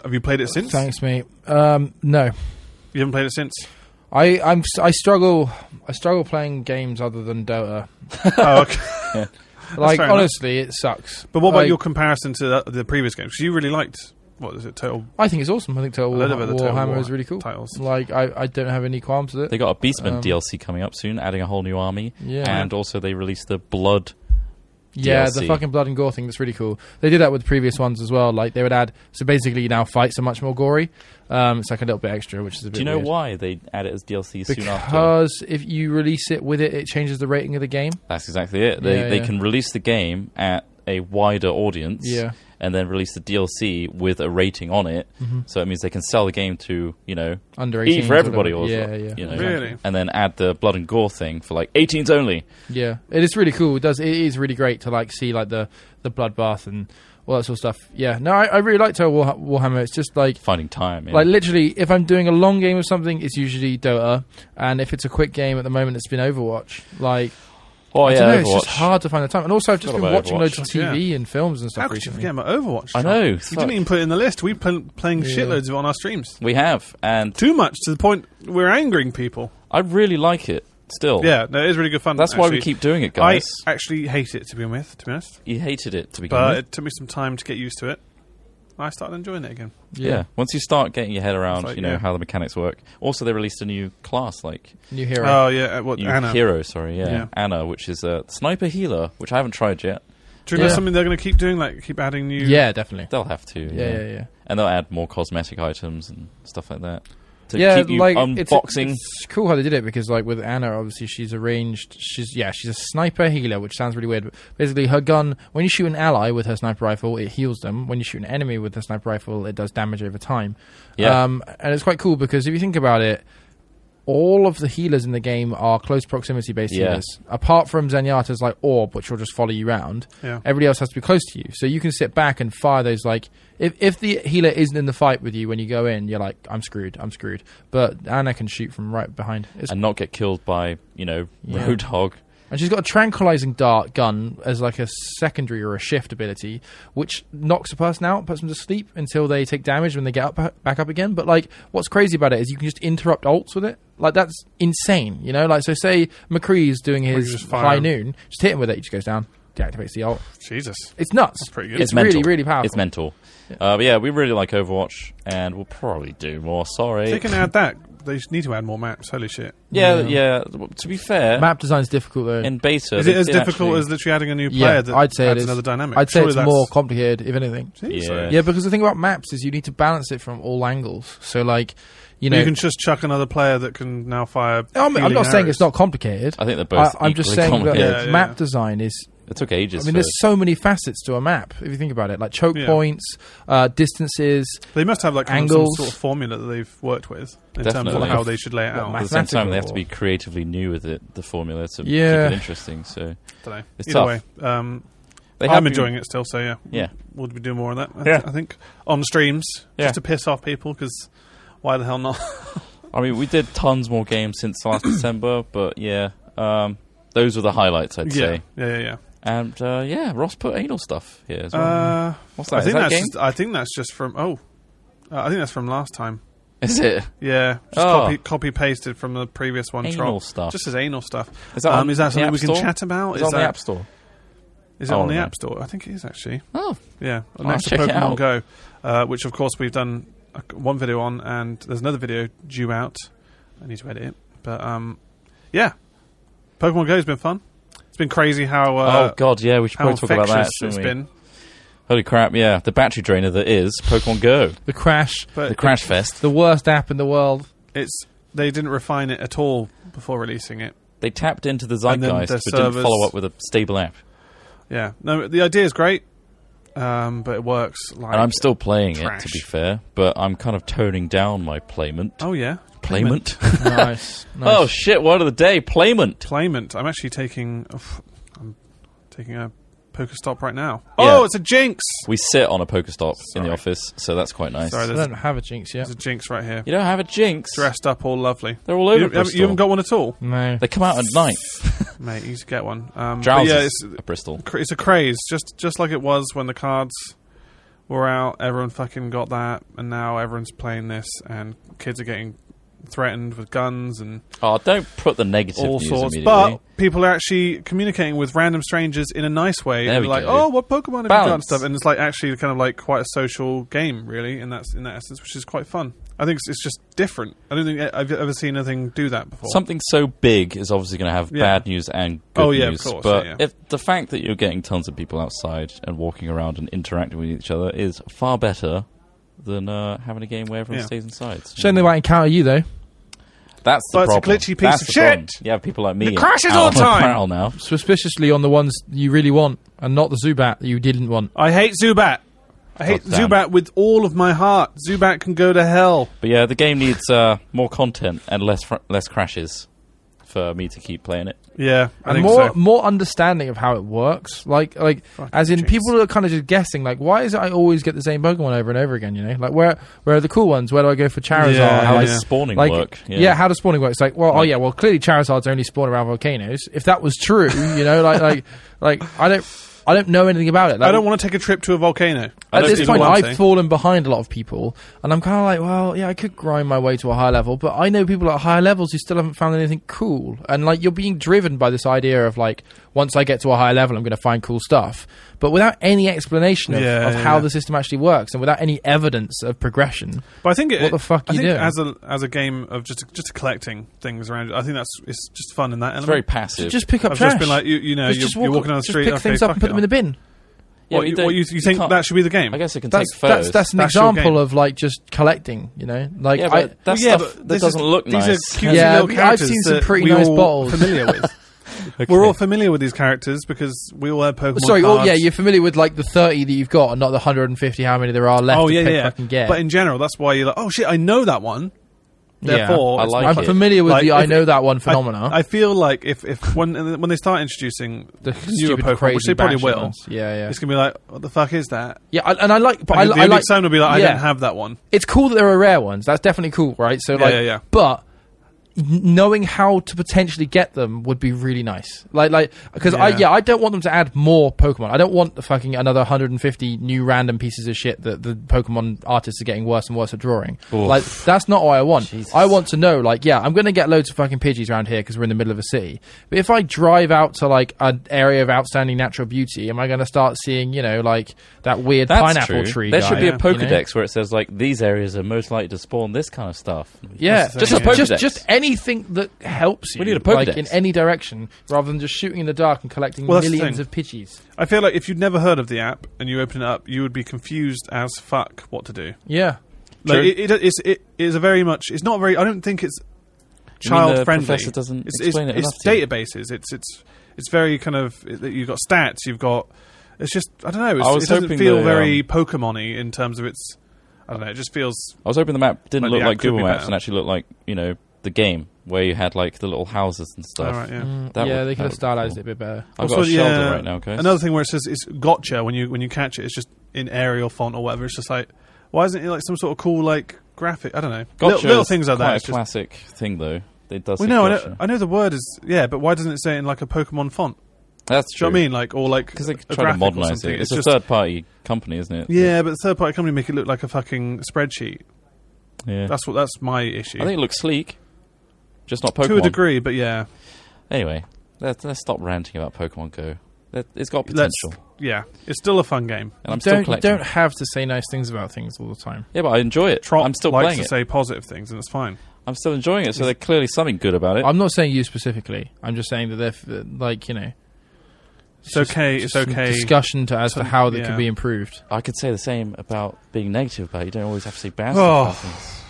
S2: Have you played it since?
S1: Thanks, mate. Um, no,
S2: You haven't played it since.
S1: I I'm I struggle I struggle playing games other than Dota.
S2: oh, okay.
S1: Like
S2: fair enough.
S1: honestly, it sucks.
S2: But what about
S1: Like,
S2: your comparison to the, the previous games? 'Cause you really liked what is it? Total
S1: I think it's awesome. I think Total
S2: A little
S1: War,
S2: bit of Total
S1: Warhammer
S2: War
S1: is really cool.
S2: titles.
S1: Like I, I don't have any qualms with it.
S3: They got a Beastman
S1: Um,
S3: DLC coming up soon, adding a whole new army,
S1: yeah.
S3: and also they released the Blood
S1: Yeah, the
S3: DLC.
S1: fucking blood and gore thing. That's really cool. They did that with previous ones as well. Like they would add. So basically, now fights are much more gory. Um, it's like a little bit extra, which is a bit.
S3: Do you know
S1: weird.
S3: why they add it as DLC soon after?
S1: Because if you release it with it, it changes the rating of the game.
S3: That's exactly it. They
S1: Yeah,
S3: they
S1: yeah.
S3: can release the game at a wider audience.
S1: Yeah.
S3: And then release the DLC with a rating on it,
S2: Mm-hmm.
S3: so it means they can sell the game to you know
S1: Under
S3: E
S1: 18s,
S3: for everybody, or
S1: whatever. Yeah, yeah.
S3: you know,
S2: Really?
S3: and then add the blood and gore thing for like 18s only.
S1: Yeah, it is really cool. It does it is really great to like see like the the bloodbath and all that sort of stuff. Yeah, no, I, I really liked her War, Warhammer. It's just like
S3: Finding time, yeah.
S1: like literally, if I'm doing a long game of something, it's usually Dota, and if it's a quick game at the moment, it's been Overwatch. Like
S3: oh
S1: I
S3: yeah,
S1: don't know, it's just
S3: Overwatch.
S1: hard to find the time. And also, I've just
S3: Forgot
S1: been
S3: about
S1: watching loads of
S2: Overwatch. Yeah.
S1: TV and films and
S2: How
S1: stuff
S2: could you
S1: recently.
S2: forget about Overwatch?
S3: I know.
S2: You
S3: fuck.
S2: didn't even put it in the list. We're pl- playing shitloads of it on our streams.
S3: We have, and
S2: Too much to the point we're angering people.
S3: I really like it still.
S2: Yeah, no, it is really good fun.
S3: That's why we
S2: actually.
S3: keep doing it, guys.
S2: I actually hate it to begin with, to be honest.
S3: you hated it to begin
S2: But
S3: with.
S2: it took me some time to get used to it. I started enjoying it again.
S3: Yeah. Once you start getting your head around,
S2: It's like,
S3: you know,
S2: yeah.
S3: how the mechanics work. Also, they released a new class, like
S1: New Hero.
S2: Oh yeah, uh, what
S3: new
S2: Anna?
S3: hero, sorry, yeah.
S2: Yeah.
S3: Anna, which is a sniper healer, which I haven't tried yet.
S2: Do you know
S1: Yeah.
S2: something they're going to keep doing? Like keep adding new.
S1: yeah, definitely.
S3: They'll have to.
S1: Yeah, yeah, yeah.
S3: And they'll add more cosmetic items and stuff like that. To
S1: yeah,
S3: keep you
S1: like it's-
S3: unboxing.
S1: It's, cool how they did it because, like, with Anna, obviously she's arranged. She's yeah, she's a sniper healer, which sounds really weird. But basically, her gun when you shoot an ally with her sniper rifle, it heals them. When you shoot an enemy with her sniper rifle, it does damage over time.
S3: Yeah.
S1: um, and it's quite cool because if you think about it. All of the healers in the game are close proximity based
S3: Yeah.
S1: healers. Apart from Zenyatta's like orb, which will just follow you around,
S2: Yeah.
S1: everybody else has to be close to you. So you can sit back and fire those like if if the healer isn't in the fight with you when you go in, you're like, I'm screwed, I'm screwed. But Anna can shoot from right behind. It's,
S3: and not get killed by, you know,
S1: Yeah.
S3: Roadhog.
S1: and she's got a tranquilizing dart gun as like a secondary or a shift ability, which knocks a person out, puts them to sleep until they take damage when they get up back up again. But like, what's crazy about it is you can just interrupt ults with it. Like that's insane, you know. Like so, say McCree's doing
S2: you
S1: his
S2: just fire
S1: high
S2: him.
S1: noon, just hit him with it, he just goes down, deactivates the ult.
S2: Jesus,
S1: It's nuts.
S2: That's pretty good.
S1: It's,
S3: It's mental.
S1: really, really powerful.
S3: It's mental. Uh, but yeah, we really like Overwatch, and we'll probably do more. Sorry.
S2: they can add that. They just need to add more maps. Holy shit!
S3: yeah, yeah. To be fair,
S1: Map design's difficult though.
S3: in beta,
S2: Is
S3: they
S2: it as
S3: did
S2: difficult
S3: actually-
S2: as literally adding a new player?
S1: yeah,
S2: that
S1: I'd say it
S2: adds
S1: is.
S2: another dynamic.
S1: I'd say
S2: Surely
S1: it's
S2: that's-
S1: more complicated, if anything.
S2: See,
S3: Yeah.
S2: so-
S3: Yeah,
S1: Yeah, because the thing about maps is you need to balance it from all angles. So, like, you know,
S2: you can just chuck another player that can now fire.
S1: I'm, I'm
S2: healing
S1: not saying
S2: arrows.
S1: it's not complicated.
S3: I think they're
S1: I,
S3: both.
S1: I'm just saying
S3: equally
S1: that
S3: complicated.
S2: Yeah, yeah,
S1: map
S2: yeah.
S1: design is.
S3: It took
S1: I
S3: ages.
S1: mean,
S3: for
S1: there's so many facets to a map if you think about it, like choke
S2: Yeah.
S1: points, uh, distances.
S2: They must have like some-
S1: Angles.
S2: some sort of formula that they've worked with in terms
S3: Definitely.
S2: of how they should lay it out.
S1: What,
S3: But at the same time, they have to
S1: mathematical.
S3: be creatively new with it, the formula to
S1: Yeah.
S3: keep it interesting. So
S2: Dunno.
S3: It's
S2: Either
S3: tough.
S2: way, um,
S3: they have
S2: I'm
S3: been-
S2: enjoying it still. So yeah,
S3: Yeah.
S2: we'll be doing more on that. I,
S3: Yeah.
S2: I think on streams
S3: Yeah.
S2: just to piss off people because why the hell not?
S3: I mean, we did tons more games since last December, but yeah, um, those were the highlights, I'd
S2: yeah.
S3: say.
S2: yeah, yeah,
S3: And uh, yeah, Ross put anal stuff here as
S2: yeah.
S3: well.
S2: Uh,
S3: What's that?
S2: I
S3: Is
S2: think
S3: that a
S2: that's
S3: game?
S2: just, I think that's just from oh, uh, I think that's from last time.
S3: Is it
S2: Yeah, just
S3: Oh.
S2: copy copy pasted from the previous one.
S3: anal
S2: troll.
S3: stuff?
S2: Just as anal stuff.
S3: Is that
S2: um,
S3: on
S2: is that
S3: the
S2: something
S3: App
S2: we can
S3: Store?
S2: chat about?
S3: It's
S2: Is
S3: on
S2: that,
S3: the App Store.
S2: Is it
S3: Oh,
S2: on the
S3: no.
S2: App Store? I think it is actually.
S3: Oh,
S2: Yeah,
S3: I'll
S2: next to
S3: check it
S2: Pokemon
S3: out.
S2: Go, uh, which of course we've done uh, one video on, and there's another video due out. I need to edit it, but um, yeah, Pokemon Go has been fun. It's been crazy how uh,
S3: oh God, yeah, we should
S2: how
S3: probably talk about
S2: infectious
S3: that. shouldn't
S2: it's
S3: we?
S2: been.
S3: Holy crap, yeah, the battery drainer that is Pokemon Go,
S1: The crash,
S2: But
S3: the crash fest.
S1: the worst app in the world.
S2: it's they didn't refine it at all before releasing it.
S3: They tapped into the
S2: And then
S3: zeitgeist,
S2: the
S3: but
S2: servers-
S3: didn't follow up with a stable app.
S2: Yeah, no, the idea is great, um, but it works. Like,
S3: And I'm still playing it, to
S2: Trash.
S3: be fair, but I'm kind of toning down my playment.
S2: oh yeah,
S3: Playment?
S1: nice, nice.
S3: Oh shit, word of the day, playment.
S2: Claimant. I'm actually taking. oof, I'm taking a poker stop right now.
S3: Yeah.
S2: Oh, it's a jinx.
S3: We sit on a poker stop in
S2: Sorry.
S3: the office, so that's quite nice.
S2: Sorry,
S1: I
S2: there's,
S1: don't have a jinx yet.
S2: there's a jinx right here.
S3: You don't have a jinx.
S2: dressed up all lovely.
S3: They're all
S2: You,
S3: over
S2: haven't-
S3: Bristol.
S2: you haven't got one at all,
S1: No,
S3: They come out at night.
S2: mate. You should get one. Um, but
S3: Drowsers
S2: yeah, it's,
S3: at Bristol.
S2: cra- it's a craze, just just like it was when the cards were out. Everyone fucking got that, and now everyone's playing this, and kids are getting threatened with guns and
S3: Oh, don't put the negative
S2: all
S3: news
S2: sorts.
S3: immediately.
S2: But people are actually communicating with random strangers in a nice way,
S3: There
S2: and
S3: we
S2: like,
S3: go.
S2: oh, what Pokemon have you got and
S3: Balance.
S2: stuff, and it's like actually kind of like quite a social game, really, in that in that essence, which is quite fun. I think it's, it's just different. I don't think I- I've ever seen anything do that before.
S3: Something so big is obviously going to have
S2: Yeah.
S3: bad news and good
S2: Oh, yeah, of
S3: news.
S2: course,
S3: but
S2: yeah, yeah.
S3: If the fact that you're getting tons of people outside and walking around and interacting with each other is far better than uh, having a game where everyone
S2: Yeah.
S3: stays inside. So
S1: Shame they might encounter you though.
S3: that's the
S2: Well, it's a
S3: problem.
S2: glitchy piece
S3: That's
S2: of
S3: the problem.
S2: shit.
S3: You have people like me.
S2: It crashes
S3: out
S2: all
S3: on
S2: the time.
S3: barrel now.
S1: Suspiciously on the ones you really want, and not the Zubat that you didn't want.
S2: I hate Zubat. I hate
S3: God damn.
S2: Zubat with all of my heart. Zubat can go to hell.
S3: But yeah, the game needs uh, more content and less fr- less crashes for me to keep playing it.
S2: Yeah, I
S1: and
S2: think
S1: more
S2: so.
S1: more understanding of how it works. Like like as in
S2: jeez.
S1: people are kind of just guessing. Like why is it I always get the same Pokemon over and over again? You know, like where where are the cool ones? Where do I go for Charizard?
S2: Yeah,
S1: How
S3: How
S1: I-
S3: does
S2: Uh, yeah.
S3: spawning
S1: like
S3: work?
S1: yeah. how does spawning work? It's like well oh yeah well clearly Charizards only spawn around volcanoes. If that was true, you know like like like I don't I don't know anything about it. Like,
S2: I don't want to take a trip to a volcano.
S3: I
S1: at
S3: don't
S1: this
S3: even
S1: point,
S2: want
S1: I've
S2: to.
S1: fallen behind a lot of people, and I'm kind of like, well, yeah, I could grind my way to a higher level, but I know people at higher levels who still haven't found anything cool, and like you're being driven by this idea of like, once I get to a higher level, I'm going to find cool stuff, but without any explanation of,
S2: Yeah,
S1: of
S2: yeah,
S1: how
S2: yeah.
S1: the system actually works, and without any evidence of progression.
S2: But I think it,
S1: What the fuck
S2: I
S1: you
S2: think
S1: doing?
S2: as a as a game of just just collecting things around. I think that's it's just fun in that.
S3: It's
S2: element.
S3: very passive.
S1: Just pick up
S2: I've
S1: trash.
S2: just been like you, you know,
S1: Just-
S2: you're,
S1: just
S2: you're
S1: walk-
S2: walking down the
S1: just
S2: street.
S1: pick
S2: okay,
S1: things up and
S2: fuck
S1: put
S2: it,
S1: them in the bin.
S3: Yeah,
S2: what,
S3: but
S2: you,
S3: don't-
S2: what you, you think
S3: can't-
S2: that should be the game?
S3: I guess it can
S1: That's
S3: take
S1: that's
S3: photos.
S1: that's an
S2: That's your
S1: example
S2: game.
S1: of like just collecting, you know, like
S3: yeah,
S1: I,
S3: but that's
S2: Well, yeah,
S3: stuff
S2: but
S3: that
S2: this is-
S3: doesn't look
S2: these are
S3: nice.
S2: cutesy
S1: Yeah,
S2: little
S1: I've
S2: characters
S1: seen some
S2: that
S1: pretty
S2: we
S1: nice
S2: all
S1: bottles.
S2: Familiar with. We're all familiar with these characters because we all have Pokemon.
S1: Sorry,
S2: cards.
S1: oh, yeah, you're familiar with like the 30 that you've got and not the 150 how many there are left
S2: Oh
S1: to
S2: yeah,
S1: pick
S2: yeah.
S1: fucking get.
S2: But in general, that's why you're like, oh shit, I know that one. Therefore,
S3: I
S2: it's
S3: like
S2: my
S1: I'm
S3: it.
S2: fun.
S1: familiar with
S2: Like,
S1: the I
S2: if-
S1: know that one
S2: I-
S1: phenomena.
S2: I, feel like if, if when when they start introducing
S1: the
S2: newer
S1: stupid
S2: Pokemon,
S1: crazy
S2: which they probably
S1: batshit
S2: will,
S1: ones. Yeah, yeah.
S2: it's gonna be like, what the fuck is that?
S1: Yeah, I- and I like but I,
S2: And
S1: li-
S2: the
S1: I
S2: only
S1: like
S2: excitement will be like, I
S1: yeah.
S2: don't have that one.
S1: It's cool that there are rare ones. That's definitely cool, right? So
S2: Yeah,
S1: like
S2: yeah, yeah.
S1: but n- knowing how to potentially get them would be really nice. Like like because I
S2: Yeah.
S1: yeah, I don't want them to add more Pokemon. I don't want the fucking another 150 new random pieces of shit that the Pokemon artists are getting worse and worse at drawing.
S3: Oof.
S1: Like that's not what I want.
S3: Jesus.
S1: I want to know, like, yeah, I'm going to get loads of fucking Pidgeys around here because we're in the middle of a city. But if I drive out to like an area of outstanding natural beauty, am I going to start seeing, you know, like that weird
S3: That's
S1: pineapple
S3: true.
S1: tree?
S3: There
S1: guy,
S3: should be
S2: yeah.
S3: a
S1: you know?
S3: Pokedex where it says like these areas are most likely to spawn this kind of stuff.
S1: Yeah,
S2: That's the
S1: just,
S2: thing, yeah.
S1: just
S3: Pokedex.
S1: just anything that helps you.
S3: We need a
S1: like
S3: Pokedex.
S1: in any direction, rather than just shooting in the dark and collecting
S2: Well, that's the
S1: millions
S2: thing.
S1: of Pidgeys.
S2: I feel like if you'd never heard of the app and you open it up, you would be confused as fuck what to do.
S1: Yeah,
S2: Like
S3: True.
S2: it, it, it's, it is a very much. It's not very. I don't think it's child
S3: the
S2: friendly.
S3: professor doesn't
S2: it's,
S3: explain
S2: it's,
S3: it
S2: It's databases. It's it's it's very kind of. it- You've got stats. You've got. It's just I don't know. It's,
S3: was
S2: it doesn't
S3: hoping
S2: feel
S3: the,
S2: very
S3: um,
S2: Pokemon-y in terms of its. I don't know. It just feels.
S3: I was hoping the map didn't
S2: Like,
S3: look
S2: the app
S3: like
S2: could
S3: Google
S2: be
S3: Maps
S2: better.
S3: and actually look like you know the game where you had like the little houses and
S2: All
S3: stuff.
S2: right. Yeah.
S3: That
S1: Mm, yeah, they
S3: would- that
S1: could
S3: would
S1: have
S3: be
S1: stylized
S3: cool.
S1: it a bit better.
S3: I've got a
S2: Also,
S3: shelter
S2: yeah,
S3: right now, guys.
S2: Another thing where it says it's gotcha when you when you catch it, it's just in Arial font or whatever. It's just like why isn't it like some sort of cool like graphic? I don't know.
S3: gotcha
S2: little, little
S3: is
S2: things like
S3: quite
S2: that.
S3: A
S2: It's just,
S3: classic thing though. It does.
S2: well,
S3: say
S2: no, I
S3: gotcha.
S2: know, I know the word is yeah, but why doesn't it say it in like a Pokemon font?
S3: That's
S2: Do
S3: true.
S2: you know what I mean? Like or like
S3: Because they
S2: a
S3: try to
S2: graphic or
S3: modernize
S2: something.
S3: it. It's, a
S2: just
S3: third party company, isn't it?
S2: yeah, but the third party company make it look like a fucking spreadsheet.
S3: Yeah.
S2: That's what that's my issue.
S3: I think it looks sleek, just not Pokemon.
S2: to a degree, but yeah,
S3: Anyway, let's, let's stop ranting about Pokemon Go. That- It's got potential,
S2: let's yeah, it's still a fun game.
S3: and I'm
S1: you
S3: still
S1: don't, you
S3: collecting.
S1: don't have to say nice things about things all the time.
S3: Yeah, but I enjoy it.
S2: Trot
S3: I'm still
S2: likes
S3: playing
S2: to
S3: it.
S2: say positive things, and it's fine.
S3: I'm still enjoying it. So there's clearly something good about it.
S1: I'm not saying you specifically. I'm just saying that they're f- like you know.
S2: It's okay. It's
S1: some
S2: okay.
S1: Discussion to, as to
S2: Some-
S1: how that
S2: yeah.
S1: could be improved.
S3: I could say the same about being negative about it. You don't always have to say bad
S2: Oh.
S3: stuff about things.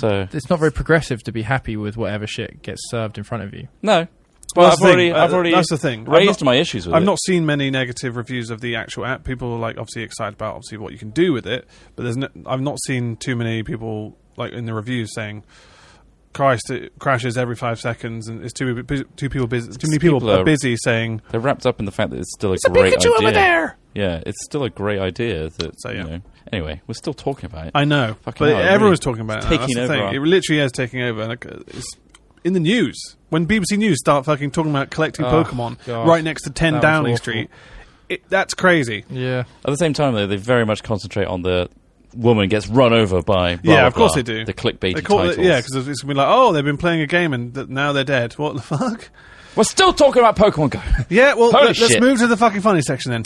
S3: So
S1: It's not very progressive to be happy with whatever shit gets served in front of you.
S3: no,
S2: Well,
S3: well, I've
S2: that's the thing.
S3: already, I've
S2: Uh,
S3: already
S2: that's the thing. I'm
S3: raised
S2: not-
S3: my issues with
S2: I've
S3: it.
S2: not seen many negative reviews of the actual app. People are like obviously excited about obviously what you can do with it, but there's no, I've not seen too many people like in the reviews saying, "Christ, it crashes every five seconds," and it's too bu- too people busy. Too many people,
S3: people
S2: are
S3: are-
S2: busy saying,
S3: They're wrapped up in the fact that it's still a great idea. Yeah, it's still a great idea. That
S2: So, yeah.
S3: you know. Anyway, we're still talking about it.
S2: "I know,"
S3: Fucking
S2: but
S3: hell, it
S2: everyone's
S3: really
S2: talking about it.
S3: it's
S2: Now. That's
S3: taking
S2: the
S3: over
S2: thing.
S3: our-
S2: It literally is taking over, and like, uh, it's in the news when BBC News start fucking talking about collecting
S1: Oh,
S2: Pokemon
S1: God.
S2: right next to Ten
S1: That was
S2: Downing
S1: awful.
S2: Street. It, that's crazy.
S1: Yeah,
S3: At the same time, though, they very much concentrate on the woman gets run over by. Blah,
S2: Yeah,
S3: blah,
S2: of course
S3: blah,
S2: they do.
S3: The clickbaity
S2: They call
S3: titles.
S2: it, yeah, because it's gonna be like, oh, they've been playing a game and th- now they're dead. What the fuck?
S3: we're still talking about Pokemon Go.
S2: Yeah, well,
S3: Holy
S2: let, us
S3: shit.
S2: move to the fucking funny section then.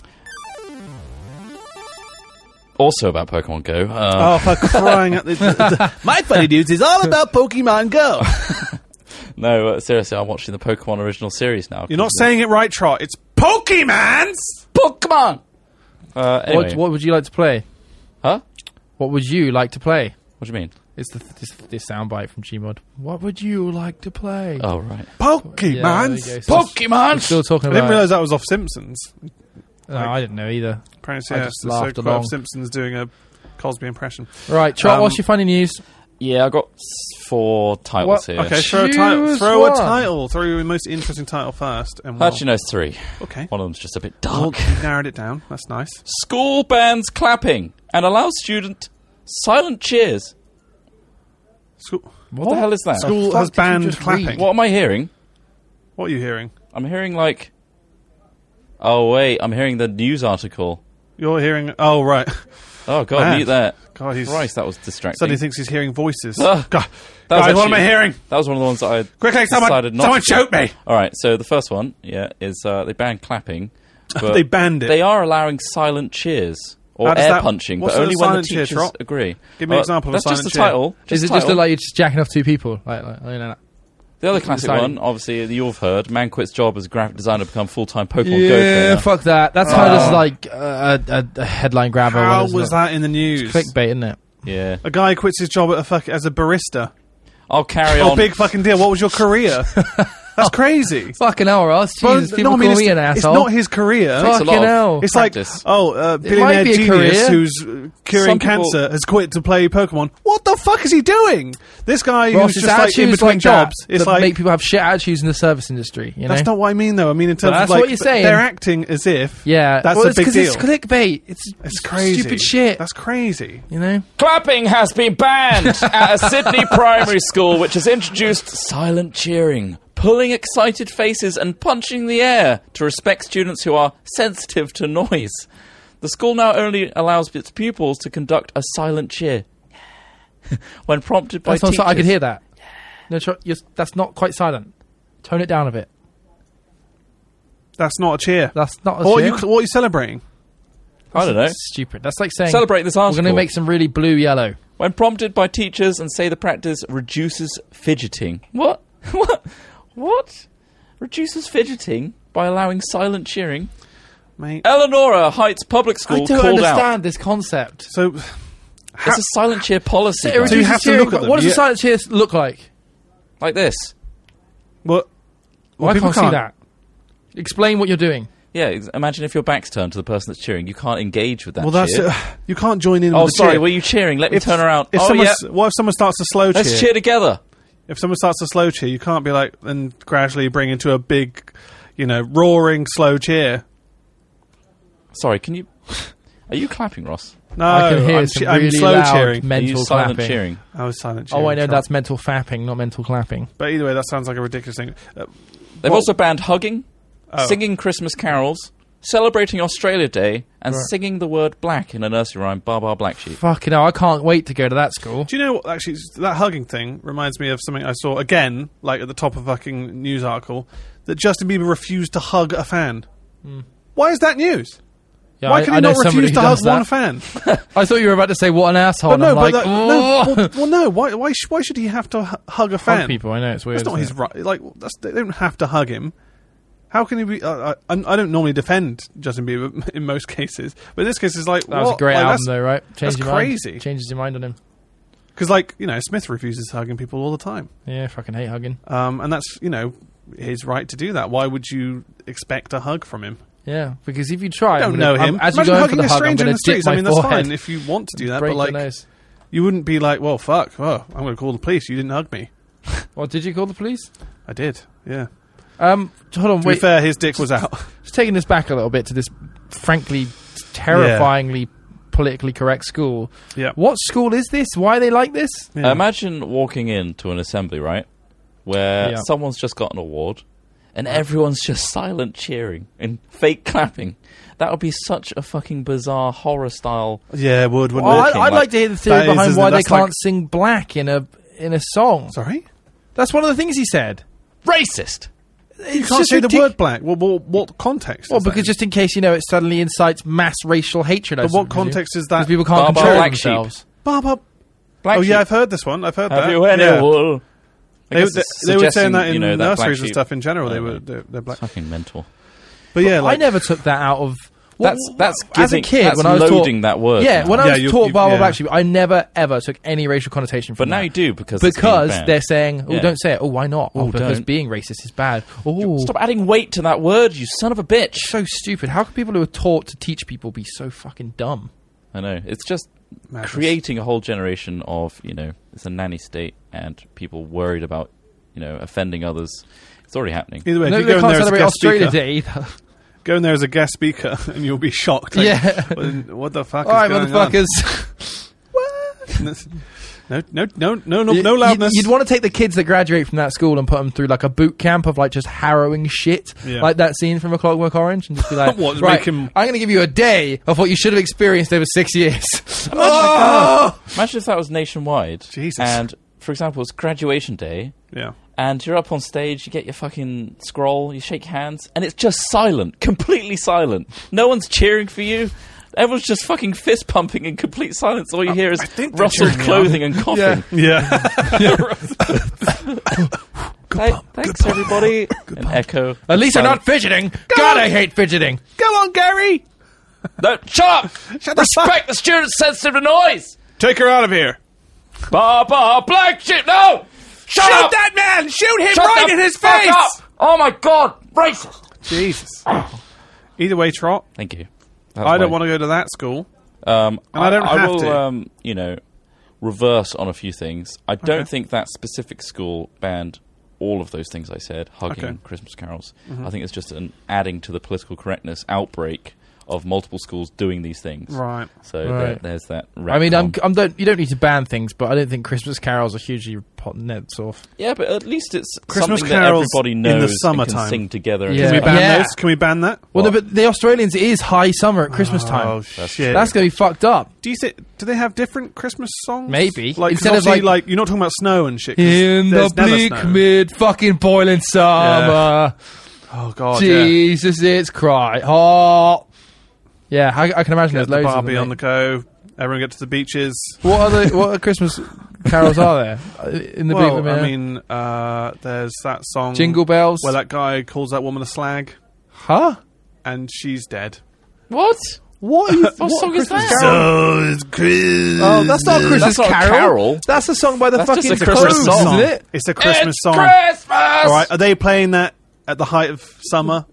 S3: also about Pokemon Go. Um,
S2: Oh, for crying out the. My funny news is all about Pokemon Go.
S3: No, uh, seriously, I'm watching the Pokemon original series now.
S2: You're not saying it right, Trot. It's Pokemons.
S4: Pokemon!
S3: Uh, anyway.
S1: What, what would you like to play?
S3: Huh?
S1: What would you like to play?
S3: What do you mean?
S1: It's the this, this soundbite from Gmod. What would you like to play?
S3: Oh, right.
S1: Yeah, there you
S2: Pokemons.
S1: go. Still-
S4: Pokemon!
S1: Still talking
S2: I
S1: about.
S2: didn't realize that was off Simpsons.
S1: No, I didn't know either.
S2: Apparently,
S1: I
S2: yeah,
S1: just
S2: so-
S1: laughed
S2: so quite
S1: along.
S2: off Simpsons doing a Cosby impression.
S1: Right, Trot.
S2: Um,
S1: what's your funny news?
S3: Yeah, I got s- four titles
S1: What?
S3: here.
S2: Okay, throw a
S1: Choose
S2: title. Throw
S1: one.
S2: a title. Throw your most interesting title first. And we'll,
S3: How'd you know it's three?
S2: Okay.
S3: One of them's just a bit
S2: Well,
S3: dark.
S2: you narrowed it down. That's nice.
S3: School bans clapping and allows student silent cheers.
S2: School,
S3: What, the hell is that?
S2: School
S1: fuck
S2: has
S1: did you
S2: banned
S1: just
S2: clapping.
S1: read?
S3: What am I hearing?
S2: What are you hearing?
S3: I'm hearing like. Oh wait, I'm hearing the news article.
S2: You're hearing. Oh right.
S3: Oh god,
S2: Man.
S3: mute that.
S2: God, he's
S3: Christ, that was distracting.
S2: suddenly thinks he's hearing voices.
S3: Ah.
S2: God,
S3: That was
S2: guys, what am
S3: actually-
S2: I hearing?
S3: That was one of the ones that I
S2: Quickly, someone-
S3: decided not
S2: someone
S3: to-
S2: shoot me!
S3: All right, so the first one, yeah, is uh, they banned clapping. But
S2: They banned it.
S3: They are allowing silent cheers
S2: How
S3: or
S2: does
S3: air
S2: that-
S3: punching, but
S2: what's a
S3: only when the
S2: silent cheer,
S3: teachers
S2: Trot?
S3: agree.
S2: Give me an example of a
S3: That's just
S2: silent
S3: the
S2: cheer.
S3: title.
S1: Is it just
S3: the title.
S1: look like you're just jacking off two people? Like, like you know,
S3: the other classic
S1: deciding-
S3: one? Obviously, that you've heard. Man quits job as graphic designer to become full time Pokemon Go
S1: yeah,
S3: player.
S1: fuck that. That's kind of just like uh, a, a, a headline grabber.
S2: How
S1: one, isn't
S2: was
S1: it?
S2: that in the news?
S1: clickbait, isn't it?
S3: yeah,
S2: A guy quits his job at a fuck as a barista.
S3: I'll carry
S2: Oh,
S3: on.
S2: big fucking deal. What was your career? That's crazy.
S1: Fucking hell, Ross.
S2: Well,
S1: Jesus,
S2: no,
S1: people
S2: I mean,
S1: call
S2: it's,
S1: me an
S2: it's
S1: asshole.
S2: not his career.
S3: Takes a lot
S1: Fucking
S3: of
S1: hell.
S2: It's
S3: practice.
S2: like, oh, uh, billionaire
S1: be a
S2: genius
S1: career.
S2: who's uh, curing
S3: Some people-
S2: cancer has quit to play Pokemon. What the fuck is he doing? This guy
S1: Ross,
S2: who's
S1: it's
S2: just like in
S1: attitudes
S2: between
S1: like that
S2: jobs. It's
S1: that
S2: like
S1: make people have shit attitudes in the service industry. You know,
S2: that's not what I mean though. I mean in terms of
S1: that's
S2: like
S1: what you're saying.
S2: they're acting as if
S1: yeah,
S2: that's
S1: well,
S2: a big
S1: it's
S2: deal.
S1: it's clickbait. It's,
S2: It's crazy.
S1: stupid shit.
S2: That's crazy.
S1: you know,
S3: Clapping has been banned at a Sydney primary school, which has introduced silent cheering, pulling excited faces, and punching the air to respect students who are sensitive to noise. The school now only allows its pupils to conduct a silent cheer when prompted by
S1: that's not.
S3: teachers.
S1: So I could hear that. No, tr- you're, that's not quite silent. Tone it down a bit.
S2: That's not a cheer.
S1: That's not. A
S2: what,
S1: shit.
S2: Are you, what are you celebrating?
S3: I don't know.
S1: That's Stupid. That's like saying
S3: Celebrate this
S1: We're
S3: article.
S1: going to make some really blue yellow.
S3: When prompted by teachers and say the practice reduces fidgeting. What? what? What? Reduces fidgeting by allowing silent cheering?
S2: Mate.
S3: Eleanor Heights Public School
S1: I don't
S3: called
S1: understand
S3: out.
S1: this concept.
S2: So
S3: It's a silent cheer policy.
S1: It
S3: guys.
S2: you
S1: reduces
S2: have to
S1: cheering,
S2: look at
S1: but What
S2: them,
S1: does a
S2: yeah.
S1: silent cheer look like?
S3: like this.
S1: Well,
S2: what Well,
S1: I
S2: people
S1: can't, see
S2: can't.
S1: that. Explain what you're doing.
S3: Yeah, ex- imagine if your back's turned to the person that's cheering. You can't engage with that
S2: well that's
S3: cheer.
S2: uh, you can't join in
S3: oh,
S2: with the
S3: sorry,
S2: cheer.
S3: were you cheering? Let me
S2: if,
S3: turn around.
S2: If
S3: oh,
S2: someone,
S3: yeah.
S2: s- what if someone starts a slow
S3: Let's
S2: cheer?
S3: cheer together.
S2: If someone starts a slow cheer, you can't be like and gradually bring into a big, you know, roaring slow cheer.
S3: Sorry, can you... Are you clapping, Ross?
S2: No,
S1: I can hear
S2: am
S1: some really
S2: slow
S1: loud
S2: cheering.
S3: Are you
S1: mental
S3: silent
S1: clapping.
S3: cheering?
S2: I was silent cheering.
S1: Oh, I know
S2: sure.
S1: that's mental fapping, not mental clapping.
S2: But either way, that sounds like a ridiculous thing. Uh,
S3: They've
S2: Well-
S3: also banned hugging,
S2: Oh.
S3: singing Christmas carols, celebrating Australia Day, and singing the word black in a nursery rhyme, Bar Bar Black Sheep.
S1: Fucking hell, I can't wait to go to that school.
S2: do you know what? Actually, s- that hugging thing reminds me of something I saw again, like at the top of fucking news article, that Justin Bieber refused to hug a fan. Why is that news?
S1: Yeah,
S2: Why
S1: Hmm. I,
S2: can
S1: I
S2: he
S1: know
S2: not
S1: somebody
S2: refuse
S1: who
S2: to hug
S1: does
S2: one
S1: that.
S2: fan?
S1: I thought you were about to say what an asshole.
S2: But
S1: and
S2: no,
S1: I'm like,
S2: but that,
S1: "Oh."
S2: no, well, well, no. Why? Why, sh- why should he have to hu- hug a fan?
S1: Hug people. I know it's weird.
S2: That's not
S1: isn't
S2: his
S1: it?
S2: right. Like that's, they don't have to hug him. How can he be? Uh, I, I don't normally defend Justin Bieber in most cases, but in this case, it's like
S1: That was a great album, though, right? Changed
S2: that's
S1: your mind.
S2: crazy.
S1: Changes your mind on him.
S2: Because like you know, Smith refuses hugging people all the time,
S1: Yeah, I fucking hate hugging.
S2: um, and that's you know his right to do that. Why would you expect a hug from him?
S1: Yeah, because if you try,
S2: I
S1: I'm
S2: don't
S1: gonna-
S2: know him.
S1: I'm, as you go
S2: Imagine
S1: in for
S2: hugging
S1: the
S2: a
S1: hug, I'm
S2: stranger in
S1: going
S2: the
S1: to dip
S2: streets.
S1: my
S2: I mean, that's
S1: forehead.
S2: fine if you want to do that,
S1: break
S2: but like
S1: your nose.
S2: you wouldn't be like, well, fuck, oh, I'm going to call the police. You didn't hug me.
S1: Well, did you call the police?
S2: I did. Yeah.
S1: Um, hold on,
S2: To be
S1: wait.
S2: fair, his dick was out.
S1: Just taking this back a little bit to this, frankly, terrifyingly politically correct school.
S2: yeah.
S1: What school is this? Why are they like this?
S2: Yeah.
S3: Imagine walking into an assembly, right? Where
S1: Yeah.
S3: someone's just got an award and everyone's just silent cheering and fake clapping. That would be such a fucking bizarre horror style.
S2: Yeah, it would wouldn't
S1: Well,
S2: it?
S1: Oh, I'd, I'd like to hear the theory
S2: That is,
S1: behind
S2: isn't
S1: why
S2: it?
S1: they
S2: That's like-
S1: can't sing black in a in a song.
S2: Sorry.
S1: That's one of the things he said.
S3: Racist!
S2: You
S1: it's
S2: can't
S1: just
S2: say the
S1: ridic-
S2: word black. Well, well what context?
S1: Well,
S2: is that
S1: because
S2: in?
S1: just in case you know, it suddenly incites mass racial hatred. I
S2: But what
S1: suppose, you.
S2: context is
S1: Because
S2: that?
S1: people can't
S3: Barbara
S1: control
S3: Black Sheep.
S1: themselves.
S2: Barbara-
S3: Black
S2: oh yeah,
S3: sheep.
S2: I've heard this one. I've heard
S3: have
S2: that.
S3: you any
S2: Yeah.
S3: wool? I
S2: They,
S3: guess
S2: they,
S3: it's
S2: they were saying
S3: suggesting,
S2: that in
S3: you know, that black
S2: nurseries and
S3: sheep-
S2: stuff in general. They
S3: Oh,
S2: were
S3: right.
S2: they're, they're black.
S3: Fucking mental.
S2: But yeah,
S1: I
S2: like,
S1: never took that out of. Well,
S3: That's that's giving,
S1: as a kid
S3: that's
S1: when I was taught-
S3: loading that word.
S1: yeah,
S3: now.
S1: when I
S2: Yeah,
S1: was
S2: you-
S1: taught
S2: you-
S1: Bible
S2: yeah.
S1: Black Sheep, I never ever took any racial connotation from
S3: but now
S1: that.
S3: you do because it's
S1: because
S3: being banned.
S1: they're saying, "Oh,
S3: Yeah.
S1: don't say it." Oh, why not? Oh,
S3: Oh,
S1: because
S3: don't.
S1: being racist is bad. Oh,
S3: Stop adding weight to that word, you son of a bitch.
S1: so stupid. How can people who are taught to teach people be so fucking dumb?
S3: I know. It's just
S2: Madness.
S3: creating a whole generation of, you know, it's a nanny state and people worried about, you know, offending others. It's already happening.
S2: Either way,
S1: no,
S2: if you
S1: they
S2: go in
S1: can't
S2: there as a
S1: celebrate
S2: guest
S1: Australia
S2: speaker,
S1: Day either.
S2: go in there as a guest speaker, and you'll be shocked. Like,
S1: Yeah.
S2: what, what the fuck?
S1: All right,
S2: is going
S1: motherfuckers.
S2: On? no, no, no, no, no,
S1: You-
S2: no
S1: you'd-
S2: loudness.
S1: You'd, want to take the kids that graduate from that school and put them through like a boot camp of like just harrowing shit,
S2: Yeah.
S1: like that scene from A Clockwork Orange, and just be like,
S2: What, make
S1: right,
S2: him-
S1: I'm going to give you a day of what you should have experienced over six years. Oh!
S3: Imagine if that was nationwide.
S2: Jesus.
S3: And, for example, it's graduation day
S2: yeah.
S3: and you're up on stage, you get your fucking scroll, you shake hands, and it's just silent, completely silent. No one's cheering for you. Everyone's just fucking fist pumping in complete silence. All you hear is
S2: I think they're
S3: rustled
S2: cheering me
S3: clothing and coughing.
S1: Yeah.
S2: Yeah.
S3: Th- thanks, everybody. An echo.
S1: At least I'm
S3: Silent-
S1: not fidgeting. God, I hate fidgeting.
S2: Come on, Gary.
S3: No, shut up!
S2: Shut the fuck.
S3: Respect the student's sensitive to noise!
S2: Take her out of here.
S3: Ba ba black shit, no! Shut
S2: Shoot
S3: up!
S2: that man! Shoot him
S3: Shut
S2: right
S3: the
S2: in his
S3: fuck
S2: face!
S3: up! Oh my god, racist!
S2: Jesus. Either way, Trot.
S3: Thank you.
S2: I don't want to go to that school.
S3: to. Um,
S2: and I don't have
S3: will,
S2: to.
S3: Um, you know, reverse on a few things. I don't think that specific school banned all of those things I said, hugging
S2: Okay. Mm-hmm.
S3: Christmas carols. I think it's just an adding to the political correctness outbreak of multiple schools doing these things.
S2: Right.
S3: So There,
S1: Right.
S3: there's that.
S1: I mean, I'm,
S3: retcon.
S1: I'm don't, you don't need to ban things, but I don't think Christmas carols are hugely pot nets off.
S3: Yeah, but at least it's
S2: Christmas
S3: something
S2: carols
S3: that everybody
S2: in
S3: knows
S2: the
S3: and
S2: summertime.
S3: can sing together. and
S1: Yeah.
S2: Can we
S3: stuff.
S2: ban
S1: Yeah.
S2: those? Can we ban that?
S1: Well, no,
S3: What?
S1: but the Australians it is high summer at Christmas time.
S2: Oh shit!
S1: That's going to be fucked up.
S2: do you think? Do they have different Christmas songs?
S1: Maybe.
S2: Like
S1: Instead
S2: instead
S1: of,
S2: of like,
S1: like-
S2: you're not talking about snow and shit. 'cause
S1: In the
S2: there's never
S1: bleak
S2: snow.
S1: mid fucking boiling summer,
S2: Oh god! yeah.
S1: Jesus, it's cry hot. Yeah, I, I can imagine there's
S2: Get the
S1: loads of
S2: Barbie
S1: them.
S2: on the go. Everyone get to the beaches.
S1: What are the what are Christmas carols are there Uh, in the
S2: well,
S1: bleak mid?
S2: I mean, uh, there's that song
S1: Jingle bells.
S2: where that guy calls that woman a slag,
S1: huh?
S2: and she's dead.
S3: What?
S1: What? Are you, what,
S3: song is
S1: Christmas
S3: that?
S1: Carol?
S2: So it's Christmas.
S1: Oh, that's not a Christmas
S3: That's not a
S1: carol.
S3: carol.
S1: That's a song by the
S3: That's
S1: fucking
S3: just a Christmas
S1: Cloves,
S3: song.
S1: isn't it?
S2: It's a Christmas
S3: it's
S2: song.
S3: Christmas!
S2: All right, are they playing that at the height of summer?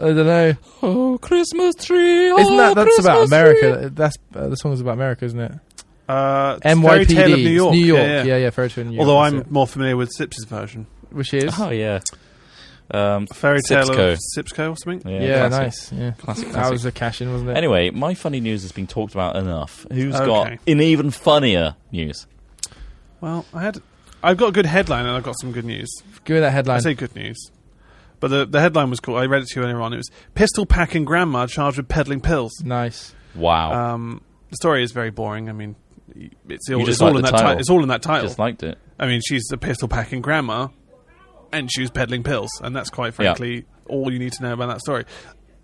S1: I don't know.
S3: Oh, Christmas tree. Oh,
S1: Isn't that that's about America? That's uh, the song is about America, isn't it?
S2: Uh, it's Fairy
S1: NYPD,
S2: Tale of New
S1: It's
S2: York.
S1: New York.
S2: Yeah, yeah.
S1: yeah, Fairy Tale of New York.
S2: Although
S1: that's
S2: I'm
S1: it.
S2: more familiar with Sips's version.
S1: which is
S3: Oh, yeah. Um,
S2: Fairy Tale
S3: Sipsco.
S2: of Sipsco or something.
S3: yeah,
S1: yeah,
S3: classic.
S1: nice. Yeah,
S3: Classic,
S1: that
S3: classic.
S1: was a cash in, wasn't it?
S3: Anyway, my funny news has been talked about enough. Who's
S2: Okay.
S3: got an even funnier news?
S2: Well, I had, I've got a good headline and I've got some good news.
S1: give me that
S2: I
S1: headline.
S2: say good news, but the the headline was cool. I read it to you earlier on. It was pistol packing grandma charged with peddling pills.
S1: nice.
S3: Wow.
S1: Uh,
S2: Um, the story is very boring. I mean, it's all,
S3: You just
S2: it's all
S3: like
S2: in
S3: the
S2: that title.
S3: title.
S2: it's all in that title.
S3: Just liked it.
S2: I mean, she's a pistol packing grandma, and she was peddling pills, and that's quite frankly all you need to know about that story.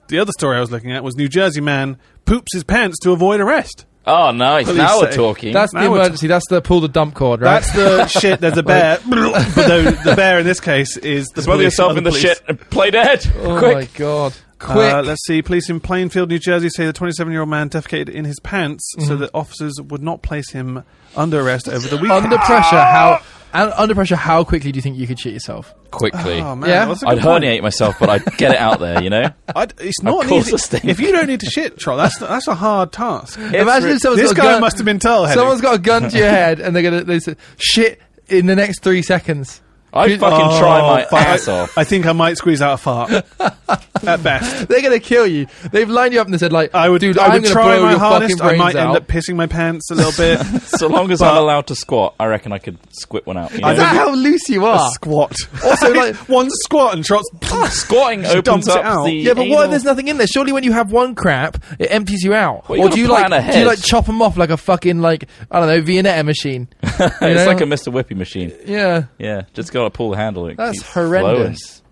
S2: The other story I was looking at was New Jersey man poops his pants to avoid arrest.
S3: Oh, nice.
S2: Police
S3: Now we're
S2: say-
S3: talking.
S1: That's the
S2: Now we're
S1: emergency. That's the pull the dump cord, right?
S2: That's the shit. There's a bear, but the, the bear in this case is the
S3: Put
S2: police,
S3: yourself
S2: other
S3: in the
S2: police.
S3: shit and play dead.
S1: oh my
S3: Quick.
S1: god! Quick.
S2: Uh, let's see. Police in Plainfield, New Jersey, say the 27-year-old man defecated in his pants,
S3: Mm-hmm.
S2: so that officers would not place him under arrest over the weekend.
S1: under pressure, how and under pressure, how quickly do you think you could shit yourself?
S3: Quickly.
S2: Oh man,
S1: Yeah.
S2: that's a good
S3: I'd
S2: point.
S3: herniate myself, but I'd get it out there, you know?
S2: I'd, it's not an
S3: course
S2: easy.
S3: I stink.
S2: If you don't need to shit, Troll, that's that's a hard task.
S1: Imagine
S3: re-
S1: if someone's got
S2: this
S1: a
S2: guy
S1: gun,
S2: must have been tall.
S1: someone's got a gun to your head, and they're gonna they say shit in the next three seconds.
S3: I'd fucking try
S1: Oh,
S3: my
S2: fuck.
S3: ass off.
S2: Oh, I think I might squeeze out a fart at best.
S1: They're gonna kill you. They've lined you up and they said like,
S2: I would.
S1: dude,
S2: I
S1: am
S2: would
S1: gonna
S2: try
S1: blow
S2: my
S1: your
S2: hardest.
S1: fucking
S2: I might
S1: brains
S2: end
S1: out."
S2: up pissing my pants a little bit.
S3: So long as I'm allowed to squat, I reckon I could squat one out. You
S1: Is
S3: know?
S1: that how loose you are?
S2: squat.
S1: Also, like-
S2: one squat and trots.
S3: Squatting opens
S2: dumps it
S3: up
S2: out.
S3: the.
S1: Yeah, but what if
S3: anal-
S1: there's nothing in there? Surely when you have one crap, it empties you out.
S3: Well, you
S1: or
S3: gotta
S1: do you
S3: plan
S1: like do you
S3: ahead.
S1: like chop them off like a fucking like I don't know Viennetta machine? You
S3: It's
S1: know?
S3: like a Mr. Whippy machine.
S1: yeah,
S3: Yeah, just got to pull the handle. It
S1: that's
S3: keeps flowing.
S1: horrendous.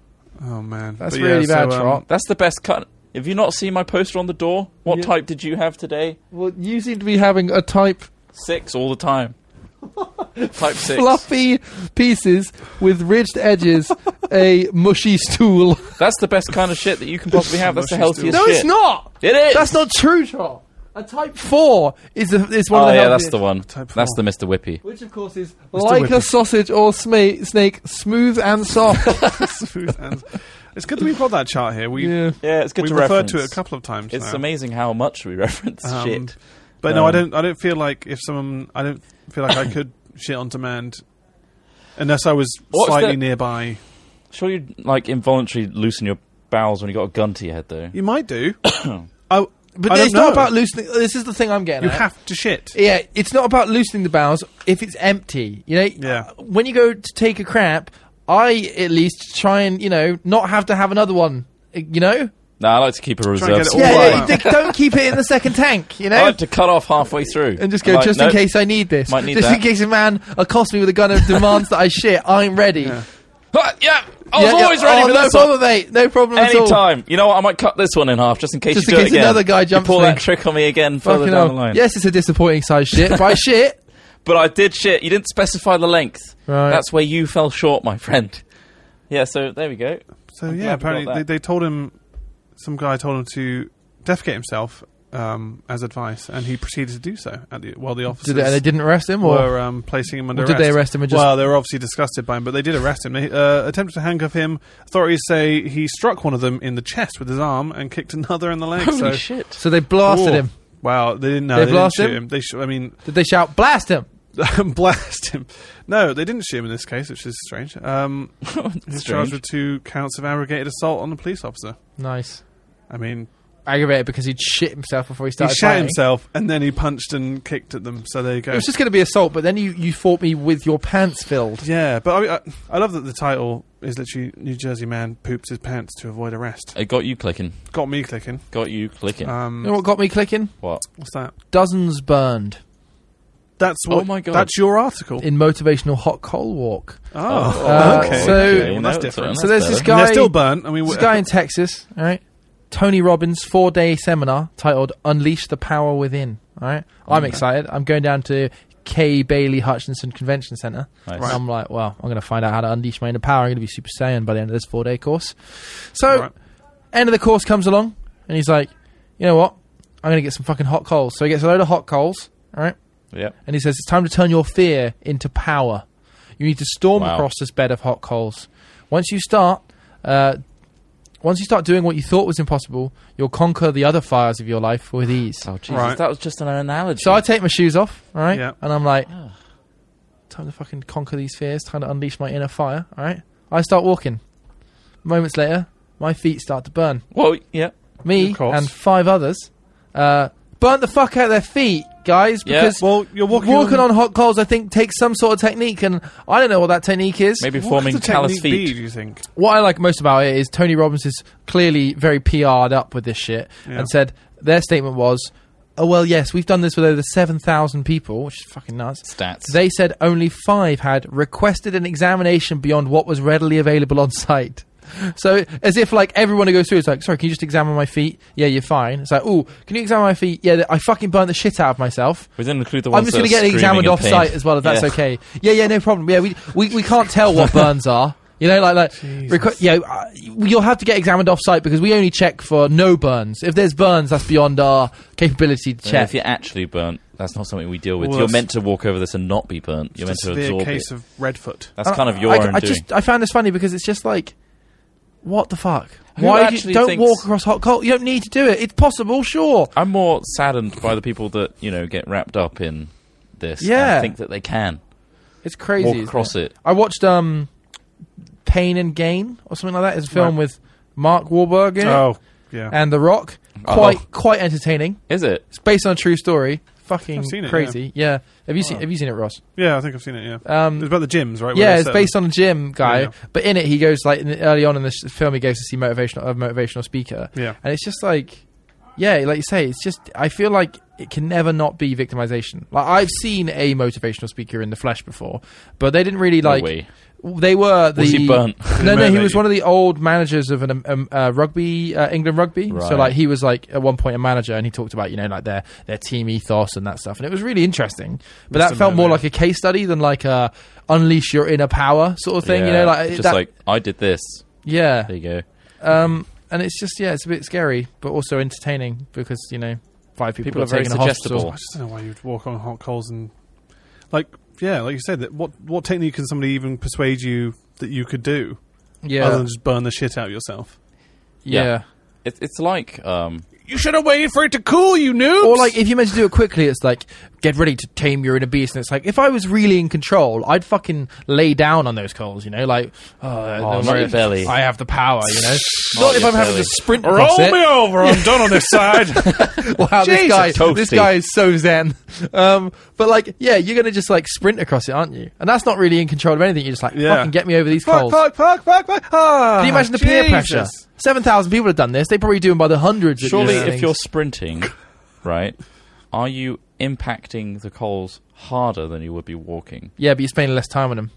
S2: Oh man,
S1: That's
S2: But yeah,
S1: really bad,
S2: so, um,
S1: Trot.
S3: That's the best cut. Have you not seen my poster on the door? What
S1: Yeah.
S3: type did you have today?
S1: Well, you seem to be having a type
S3: Six all the time. type six.
S1: fluffy pieces with ridged edges, a mushy stool.
S3: That's the best kind of shit that you can possibly have. That's the
S2: Mushy
S3: healthiest
S2: stool.
S1: No,
S3: shit.
S1: it's not.
S3: It is.
S1: That's not true, Trot. A type four is the, is one
S3: Oh
S1: of the
S3: yeah,
S1: healthiest.
S3: that's the one.
S2: Type four.
S3: That's the Mr. Whippy.
S1: Which, of course, is like a
S2: Whippy.
S1: sausage or sma- snake, smooth and soft.
S2: Smooth hands. it's good that we've got that chart here. We
S1: yeah.
S3: Yeah, it's good
S2: we
S3: to
S2: referred
S3: reference.
S2: to it a couple of times.
S3: It's
S2: now.
S3: amazing how much we reference
S2: Um,
S3: shit.
S2: But no, I
S3: Um,
S2: don't. I don't feel like if someone, I don't feel like I could shit on demand unless I was
S3: What's
S2: slightly
S3: the-
S2: nearby.
S3: Sure, you like involuntarily loosen your bowels when you got a gun to your head, though.
S2: You might do. I,
S1: But
S2: I don't
S1: it's not
S2: know.
S1: about loosening. This is the thing I'm getting
S2: You
S1: at.
S2: have to shit.
S1: Yeah, it's not about loosening the bowels if it's empty. You know, Uh,
S2: Yeah.
S1: when you go to take a crap, I at least try and, you know, not have to have another one, uh, you know?
S3: No, I like to keep a
S2: and
S3: reserve.
S2: get it all
S3: supply.
S2: out.
S1: Yeah, yeah
S2: Wow.
S1: d- don't keep it in the second tank, you
S3: I
S1: know?
S3: like to cut off halfway through
S1: uh, And just go,
S3: I'm like,
S1: just in
S3: nope.
S1: case I need this.
S3: Might need
S1: just in
S3: that.
S1: case a man accosts me with a gun and demands that I shit, I'm ready. Yeah.
S3: Ah, yeah, I was
S1: yeah.
S3: always ready
S1: Oh,
S3: for
S1: no
S3: that.
S1: problem, mate. No problem at all.
S3: Anytime. You know what? I might cut this one in half just in case
S1: Just
S3: you
S1: in
S3: do
S1: case
S3: it again.
S1: another guy
S3: You
S1: jumps
S3: pull
S1: me.
S3: that trick on me again further
S1: Fucking
S3: down the
S1: hell.
S3: line.
S1: Yes, it's a disappointing size shit, but I shit.
S3: But I did shit. You didn't specify the length.
S1: Right.
S3: That's where you fell short, my friend. Yeah, so there we go.
S2: So
S3: I'm glad we
S2: yeah,
S3: got
S2: apparently
S3: that.
S2: they, they told him some guy told him to defecate himself um, as advice, and he proceeded to do so. At the, while the officers
S1: Did it, and they didn't arrest him, or
S2: were um, placing him under
S1: Or did
S2: arrest.
S1: they arrest him and just-
S2: Well, they were obviously disgusted by him, but they did arrest him. They uh, attempted to handcuff him. Authorities say he struck one of them in the chest with his arm and kicked another in the leg.
S3: Holy
S2: so,
S3: shit.
S1: so they blasted
S2: Ooh.
S1: him.
S2: Wow, they didn't know.
S1: They
S2: They, didn't
S1: blasted
S2: shoot
S1: him?
S2: him. They, sh- I mean,
S1: Did they shout blast him?
S2: blast him. No, they didn't shoot him in this case, which is strange. Um, he was
S3: Strange.
S2: charged with two counts of aggravated assault on a police officer.
S1: Nice.
S2: I mean,
S1: Aggravated because he'd shit himself before he
S2: he
S1: started.
S2: shot
S1: fighting.
S2: himself and then he punched and kicked at them. So there you
S1: It
S2: go.
S1: was just going to be assault, but then you, you fought me with your pants filled.
S2: yeah, but I, mean, I, I love that the title is literally New Jersey man poops his pants to avoid arrest.
S3: It got you clicking.
S2: Got me clicking.
S3: Got you clicking.
S1: You know
S2: Um,
S1: what got me clicking?
S3: what?
S2: what's that?
S1: Dozens burned
S2: That's
S3: Oh
S2: what.
S3: my God.
S2: That's your article.
S1: in motivational hot coal walk.
S2: oh,
S1: Uh,
S2: okay.
S1: so-
S2: Well, that's
S3: no,
S2: different.
S1: So there's
S3: better.
S1: this guy-
S2: they're still burnt. I mean,
S1: This
S2: wh-
S1: guy in Texas, all right? Tony Robbins' four day seminar titled Unleash the Power Within. All right? I'm
S2: Mm.
S3: Okay.
S1: excited. I'm going down to K. Bailey Hutchinson Convention Center.
S3: Nice.
S1: And I'm like, well, I'm going to find out how to unleash my inner power. I'm going to be Super Saiyan by the end of this four day course. So,
S2: Right.
S1: end of the course comes along, and he's like, you know what? I'm going to get some fucking hot coals. So he gets a load of hot coals, all right?
S3: Yep.
S1: And he says, it's time to turn your fear into power. You need to storm
S3: Wow.
S1: across this bed of hot coals. Once you start, uh, once you start doing what you thought was impossible, you'll conquer the other fires of your life with ease.
S3: Oh, Jesus.
S2: Right.
S3: That was just an analogy.
S1: So I take my shoes off, all right?
S2: Yeah.
S1: And I'm like,
S3: Ah.
S1: time to fucking conquer these fears, time to unleash my inner fire, all right? I start walking. Moments later, my feet start to burn.
S3: well, yeah.
S1: Me
S2: Of course.
S1: and five others uh, burnt the fuck out of their feet, guys,
S3: Yeah.
S1: because
S2: Well, you're walking,
S1: walking on hot coals, I think, takes some sort of technique, and I don't know what that technique is.
S3: Maybe
S2: What
S3: forming
S2: could the
S3: callous
S2: technique be,
S3: feet.
S2: do you think?
S1: What I like most about it is Tony Robbins is clearly very PR'd up with this shit
S2: Yeah.
S1: and said their statement was, "Oh well, yes, we've done this with over seven thousand people, which is fucking nuts."
S3: Stats.
S1: They said only five had requested an examination beyond what was readily available on site. So as if like everyone who goes through is like, sorry, can you just examine my feet? Yeah, you're fine. It's like, oh, can you examine my feet? Yeah, th- I fucking burnt the shit out of myself.
S3: we didn't include the ones
S1: I'm just
S3: going to
S1: get it examined off site as well, if that's
S3: Yeah.
S1: okay. Yeah, yeah, no problem. Yeah, we we, we can't tell what burns are. You know, like like requ- yeah, uh, you'll have to get examined off site because we only check for no burns. If there's burns, that's beyond our capability to check.
S3: If you're actually burnt, that's not something we deal with.
S2: Well,
S3: you're
S2: that's-
S3: meant to walk over this and not be burnt. You're meant
S2: It's
S3: to
S2: a severe
S3: absorb it.
S2: case of Redfoot.
S3: That's
S1: And
S3: kind of your
S1: I,
S3: own
S1: I
S3: doing.
S1: just I found this funny because it's just like, what the fuck?
S3: Who
S1: Why do you,
S3: actually
S1: don't
S3: thinks-
S1: walk across hot coal? You don't need to do it. It's possible, sure.
S3: I'm more saddened by the people that you know get wrapped up in this. and
S1: Yeah.
S3: think that they can
S1: It's crazy.
S3: walk
S1: isn't
S3: across it.
S1: I watched um, Pain and Gain or something like that. It's a film
S2: Right.
S1: with Mark Wahlberg in it
S2: Oh, yeah.
S1: and The Rock.
S3: Oh.
S1: Quite quite entertaining.
S3: Is it?
S1: It's based on a true story. Fucking
S2: I've seen it, Oh.
S1: crazy. Yeah. Have you seen Have you seen it, Ross?
S2: yeah, I think I've seen it, yeah.
S1: Um,
S2: it was about the gyms, right?
S1: yeah, it's based on a gym guy,
S2: Yeah.
S1: but in it he goes like in the- early on in this film he goes to see motivational a motivational speaker,
S2: Yeah.
S1: and it's just like, yeah, like you say, it's just I feel like it can never not be victimization. Like I've seen a motivational speaker in the flesh before, but they didn't really
S3: No
S1: like
S3: way.
S1: They were the
S3: Was he burnt?
S1: No, no, he was
S2: Maybe.
S1: one of the old managers of an um, um, uh, rugby uh, England rugby. So
S3: Right.
S1: like he was like at one point a manager, and he talked about you know like their their team ethos and that stuff, and it was really interesting. But that
S2: Mr.
S1: felt more
S2: Mermaid.
S1: like a case study than like a unleash your inner power sort of thing. You
S3: Yeah,
S1: know, like
S3: just
S1: that,
S3: like I did this.
S1: yeah,
S3: There you go.
S1: um, and it's just yeah, it's a bit scary, but also entertaining because you know five people,
S3: People
S1: got
S3: are very
S1: taken to hospital.
S3: suggestible.
S2: I just don't know why you'd walk on hot coals and like yeah, like you said, that what what technique can somebody even persuade you that you could do
S1: Yeah,
S2: other than just burn the shit out of yourself?
S1: yeah.
S3: Yeah. It, it's like um,
S2: You should have waited for it to cool, you noobs.
S1: Or like if you're meant to do it quickly, it's like get ready to tame your inner beast, and it's like if I was really in control, I'd fucking lay down on those coals, you know, like oh, don't
S3: not
S1: worry,
S3: your belly.
S1: I have the power, you know.
S3: Not
S1: Not if
S3: your
S1: I'm having to
S3: belly.
S1: sprint across
S2: roll
S1: it.
S2: me over. I'm done on this side.
S1: Wow, this
S2: Jesus,
S1: guy,
S3: toasty.
S1: this guy is so zen. Um, but like, yeah, you're gonna just like sprint across it, aren't you? And that's not really in control of anything. You're just like,
S2: Yeah.
S1: fucking get me over these
S2: fuck,
S1: coals.
S2: fuck, fuck, fuck, fuck. Ah,
S1: Can you imagine the peer
S2: Jesus.
S1: pressure? Seven thousand people have done this. They probably do them by the hundreds. at
S3: surely
S1: these
S3: if
S1: things.
S3: you're sprinting, right, are you impacting the coals harder than you would be walking?
S1: yeah, but you're spending less time on them.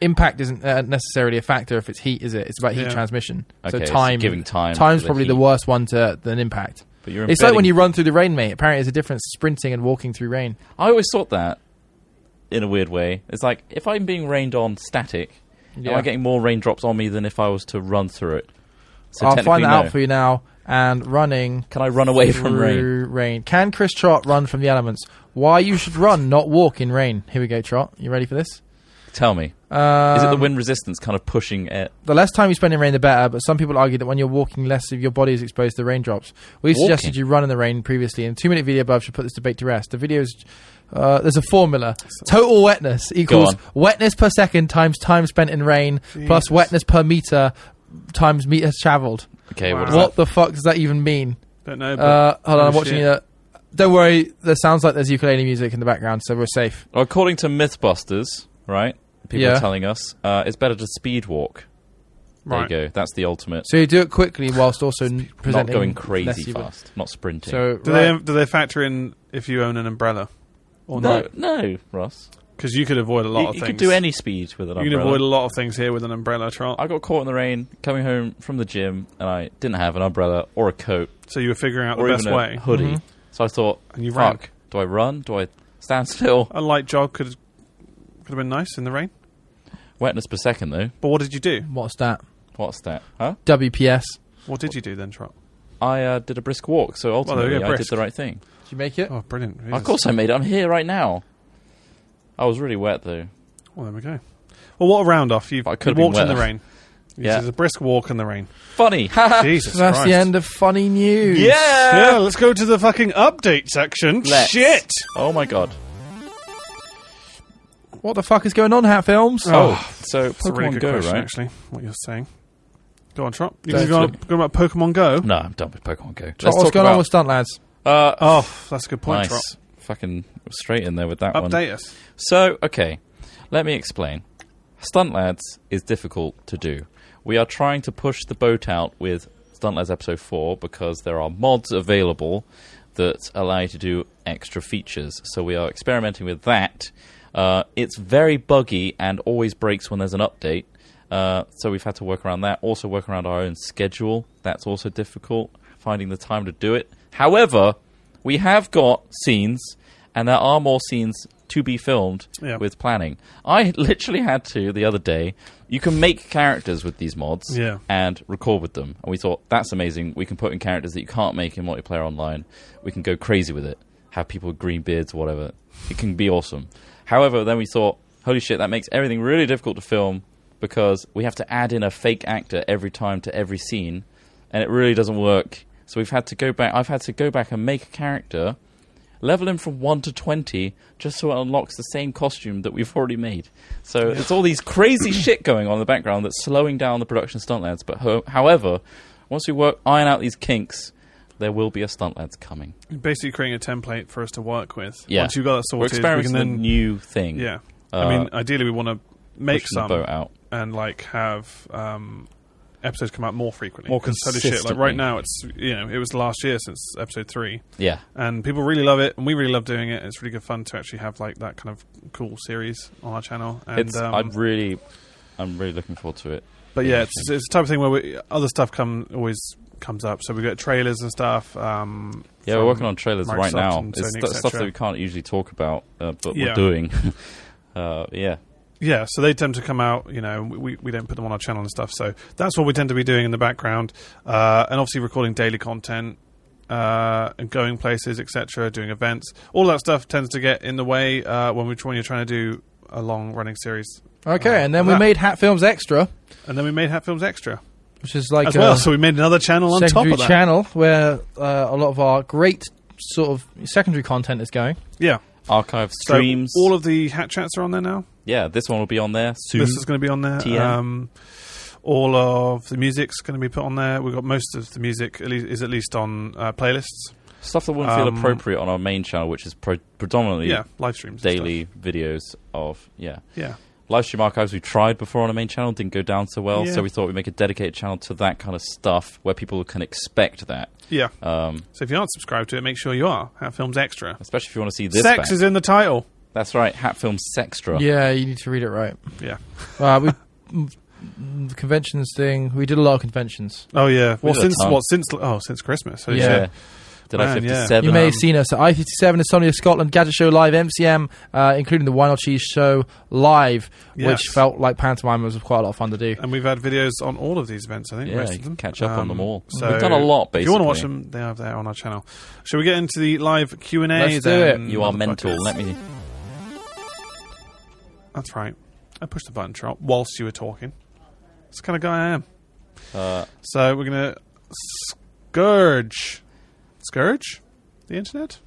S1: Impact isn't uh, necessarily a factor if it's heat, is it? It's about heat
S2: Yeah.
S1: transmission.
S3: Okay,
S1: so
S3: it's
S1: time,
S3: giving time
S1: Time's
S3: for the
S1: probably the
S3: heat.
S1: worst one to than impact.
S3: But you're
S1: It's like when
S3: embedding-
S1: you run through the rain, mate. Apparently, there's a difference sprinting and walking through rain.
S3: I always thought that in a weird way. It's like if I'm being rained on static, am
S1: Yeah.
S3: I getting more raindrops on me than if I was to run through it? So
S1: I'll
S3: technically,
S1: find that
S3: no.
S1: out for you now. And running
S3: Can I run away from rain?
S1: through rain. Can Chris Trot run from the elements? Why you should run, not walk in rain. Here we go, Trot. You ready for this?
S3: Tell me.
S1: Um,
S3: Is it the wind resistance kind of pushing it?
S1: the less time you spend in rain, the better. But some people argue that when you're walking, less of your body is exposed to raindrops. We suggested
S3: Walking?
S1: you run in the rain previously, and a two-minute video above should put this debate to rest. The videos, uh, there's a formula: total wetness equals
S3: on.
S1: wetness per second times time spent in rain plus
S2: Jesus.
S1: wetness per meter times meter travelled.
S3: Okay,
S2: Wow.
S3: what is
S2: Wow.
S3: that?
S1: What the fuck does that even mean?
S2: Don't know. But
S1: Uh, hold on, I'm
S2: Oh,
S1: watching
S2: shit.
S1: you. Don't worry, there sounds like there's ukulele music in the background, so we're safe.
S3: Well, According to MythBusters, right? People
S1: Yeah.
S3: are telling us uh, it's better to speed walk. There
S2: Right.
S3: you go. That's the ultimate.
S1: So you do it quickly whilst also n-
S3: not
S1: presenting.
S3: going
S1: less
S3: crazy
S1: you-
S3: fast, not sprinting.
S1: So
S2: do
S1: right.
S2: they do they factor in if you own an umbrella or
S3: no,
S2: not?
S3: no, Ross.
S2: Because you could avoid a lot
S3: You,
S2: of
S3: you
S2: things.
S3: could do any speed with an
S2: You can
S3: umbrella.
S2: avoid a lot of things here with an umbrella trot.
S3: I got caught in the rain coming home from the gym, and I didn't have an umbrella or a coat
S2: So you were figuring out the
S3: or
S2: best
S3: even a
S2: way.
S3: hoodie.
S1: Mhm.
S3: So I thought,
S2: And you ran.
S3: fuck, do I run? Do I stand still?
S2: A light jog could could have been nice in the rain.
S3: Wetness per second, though.
S2: But what did you do?
S1: What's that?
S3: What's that? Huh?
S1: WPS.
S2: What did you do then, Trot?
S3: I uh, did a brisk walk, so
S2: there you
S3: ultimately
S2: go,
S3: I did
S2: brisk.
S3: the right thing.
S1: Did you make it?
S2: Oh, brilliant! Jesus.
S3: Of course I made it. I'm here right now. I was really wet, though.
S2: Well, there we go. Well, what a round off! You've
S3: I could've
S2: you walked
S3: been
S2: in the
S3: wetter.
S2: rain. You
S3: Yeah.
S2: did a brisk walk in the rain.
S3: Funny!
S2: Jesus
S1: So that's
S2: Christ.
S1: the end of funny news.
S3: yeah!
S2: Yeah, let's go to the fucking update section.
S3: Let's.
S2: Shit!
S3: Oh my god.
S1: What the fuck is going on, Hat Films?
S3: Oh, so
S2: That's a
S3: Pokemon
S2: really good
S3: Go,
S2: question,
S3: right?
S2: actually. What you're saying? Go on, Trot. You
S1: Don't
S2: can go on, go about Pokemon Go.
S3: No, I'm done with Pokemon Go.
S1: Trot, what's going on with stunt lads?
S3: Uh,
S2: Oh, that's a good point,
S3: nice.
S2: Trot.
S3: Fucking straight in there with that one.
S2: Update us.
S3: So, okay, let me explain. Stunt Lads is difficult to do. We are trying to push the boat out with Stunt Lads Episode 4 because there are mods available that allow you to do extra features. So, we are experimenting with that. Uh, it's very buggy and always breaks when there's an update. Uh, so, we've had to work around that. Also, work around our own schedule. That's also difficult, finding the time to do it. However, we have got scenes, and there are more scenes to be filmed
S2: Yeah.
S3: with planning. I literally had to the other day. You can make characters with these mods
S2: Yeah.
S3: and record with them, and we thought that's amazing. We can put in characters that you can't make in multiplayer online. We can go crazy with it. Have people with green beards or whatever. It can be awesome. However, then we thought, holy shit, that makes everything really difficult to film because we have to add in a fake actor every time to every scene and it really doesn't work. So we've had to go back. I've had to go back and make a character, level him from one to twenty, just so it unlocks the same costume that we've already made. So it's all these crazy shit going on in the background that's slowing down the production of stunt lads. But ho- however, once we work iron out these kinks, there will be a stunt lads coming.
S2: You're basically creating a template for us to work with.
S3: Yeah.
S2: Once you've got that
S3: We're
S2: sorted, we can
S3: experimenting with a
S2: then
S3: new thing.
S2: yeah.
S3: Uh,
S2: I mean, ideally, we want to make
S3: pushing the
S2: some
S3: boat out.
S2: and like have um, episodes come out more frequently.
S3: More
S2: 'Cause holy shit, like
S3: consistently.
S2: right now, it's you know it was last year since episode three,
S3: Yeah,
S2: and people really love it, and we really love doing it. It's really good fun to actually have like that kind of cool series on our channel. And
S3: it's.
S2: um,
S3: I'm really I'm really looking forward to it.
S2: But yeah, it's, it's the type of thing where we, other stuff come always comes up. So we get trailers and stuff. Um,
S3: Yeah,
S2: from-
S3: we're working on trailers
S2: Microsoft
S3: right now.
S2: and
S3: It's
S2: Sony,
S3: stu- stuff
S2: etc..
S3: that we can't usually talk about, uh, but
S2: Yeah.
S3: we're doing. uh, yeah,
S2: Yeah, so they tend to come out. You know, we we don't put them on our channel and stuff. So that's what we tend to be doing in the background, uh, and obviously recording daily content. Uh, and going places, etc., doing events, all that stuff tends to get in the way uh, when we're when you're trying to do a long running series.
S1: Okay,
S2: Uh,
S1: and then we
S2: that-
S1: made Hat Films Extra,
S2: and then we made Hat Films Extra
S1: which is like uh,
S2: as
S1: a
S2: well. So we made another channel on top
S1: secondary
S2: of that.
S1: channel where uh, a lot of our great sort of secondary content is going.
S2: yeah,
S3: archive
S2: so
S3: streams.
S2: all of the Hat chats are on there now.
S3: yeah, this one will be on there soon.
S2: This is going to be on there.
S3: TM.
S2: Um, all of the music's going to be put on there. We've got most of the music at least, is at least on uh, playlists.
S3: stuff that wouldn't feel
S2: um,
S3: appropriate on our main channel, which is pro- predominantly
S2: yeah, live streams. and
S3: daily videos of yeah
S2: stuff. Yeah.
S3: live stream archives. We tried before on our main channel, didn't go down so well,
S2: Yeah.
S3: so we thought we'd make a dedicated channel to that kind of stuff where people can expect that.
S2: Yeah.
S3: Um,
S2: So if you aren't subscribed to it, make sure you are. Hat Films Extra.
S3: especially if you want to see this.
S2: Sex
S3: back.
S2: is in the title.
S3: That's right, Hat Film Sextra.
S1: Yeah, you need to read it right.
S2: Yeah.
S1: Uh, we mm, the conventions thing. We did a lot of conventions.
S2: Oh yeah. Well,
S3: did a
S2: since
S3: ton.
S2: what? Since oh, since Christmas. Holy
S1: Yeah.
S2: shit.
S3: Yeah. Did I Um,
S2: Man, yeah.
S1: You
S3: 57?
S1: may have seen us at I57 at Sony of Scotland Gadget Show Live MCM, uh, including the Wine or Cheese Show live, which
S2: Yes. Uh,
S1: felt like pantomime was quite a lot of fun to do.
S2: And we've had videos on all of these events. I think.
S3: Yeah,
S2: most
S3: you
S2: of
S3: can
S2: them. Um,
S3: catch up on them all.
S2: so
S3: We've done a lot,
S2: If you want to watch
S3: basically.
S2: them, they are there on our channel. Shall we get into the live Q and A?
S1: Let's do it.
S3: You are mental. Let me.
S2: That's right. I pushed the button, Trot, whilst you were talking. That's the kind of guy I am.
S3: Uh,
S2: So we're going to scourge. Scourge? The internet?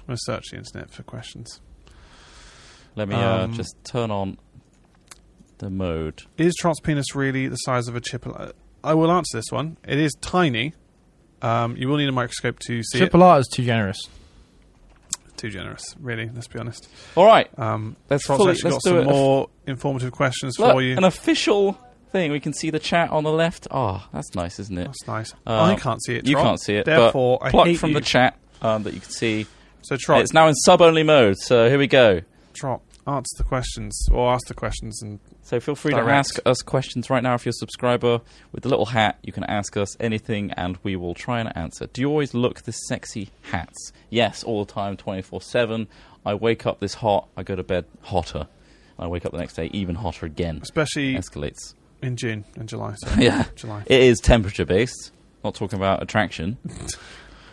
S2: I'm going to search the internet for questions.
S3: let me
S2: Um,
S3: uh, just turn on the mode.
S2: Is Trot's penis really the size of a chip? I will answer this one. It is tiny. Um, you will need a microscope to see
S1: Triple R is too generous.
S2: it. Too generous, really, let's be honest.
S3: All right,
S2: Um,
S3: Let's
S2: Trot's
S3: fully-
S2: actually
S3: let's
S2: got
S3: do
S2: some
S3: it.
S2: more informative questions
S3: look,
S2: for you.
S3: an official thing. We can see the chat on the left. Oh, that's nice, isn't it?
S2: That's nice.
S3: Uh,
S2: I can't see it,
S3: You
S2: Trot.
S3: can't see it.
S2: Therefore,
S3: but
S2: I
S3: pluck
S2: hate
S3: from
S2: you.
S3: the chat um, that you can see.
S2: So, Trot,
S3: It's now in sub-only mode. So here we go.
S2: Trot, answer the questions or ask the questions and
S3: So feel free to
S2: Direct.
S3: ask us questions right now if you're a subscriber. With the little hat, you can ask us anything and we will try and answer. Do you always look this sexy hats? Yes, all the time, 24 7. I wake up this hot, I go to bed hotter. I wake up the next day even hotter again.
S2: especially
S3: Escalates.
S2: in June and July. So
S3: Yeah.
S2: July.
S3: It is temperature based. Not talking about attraction.
S1: If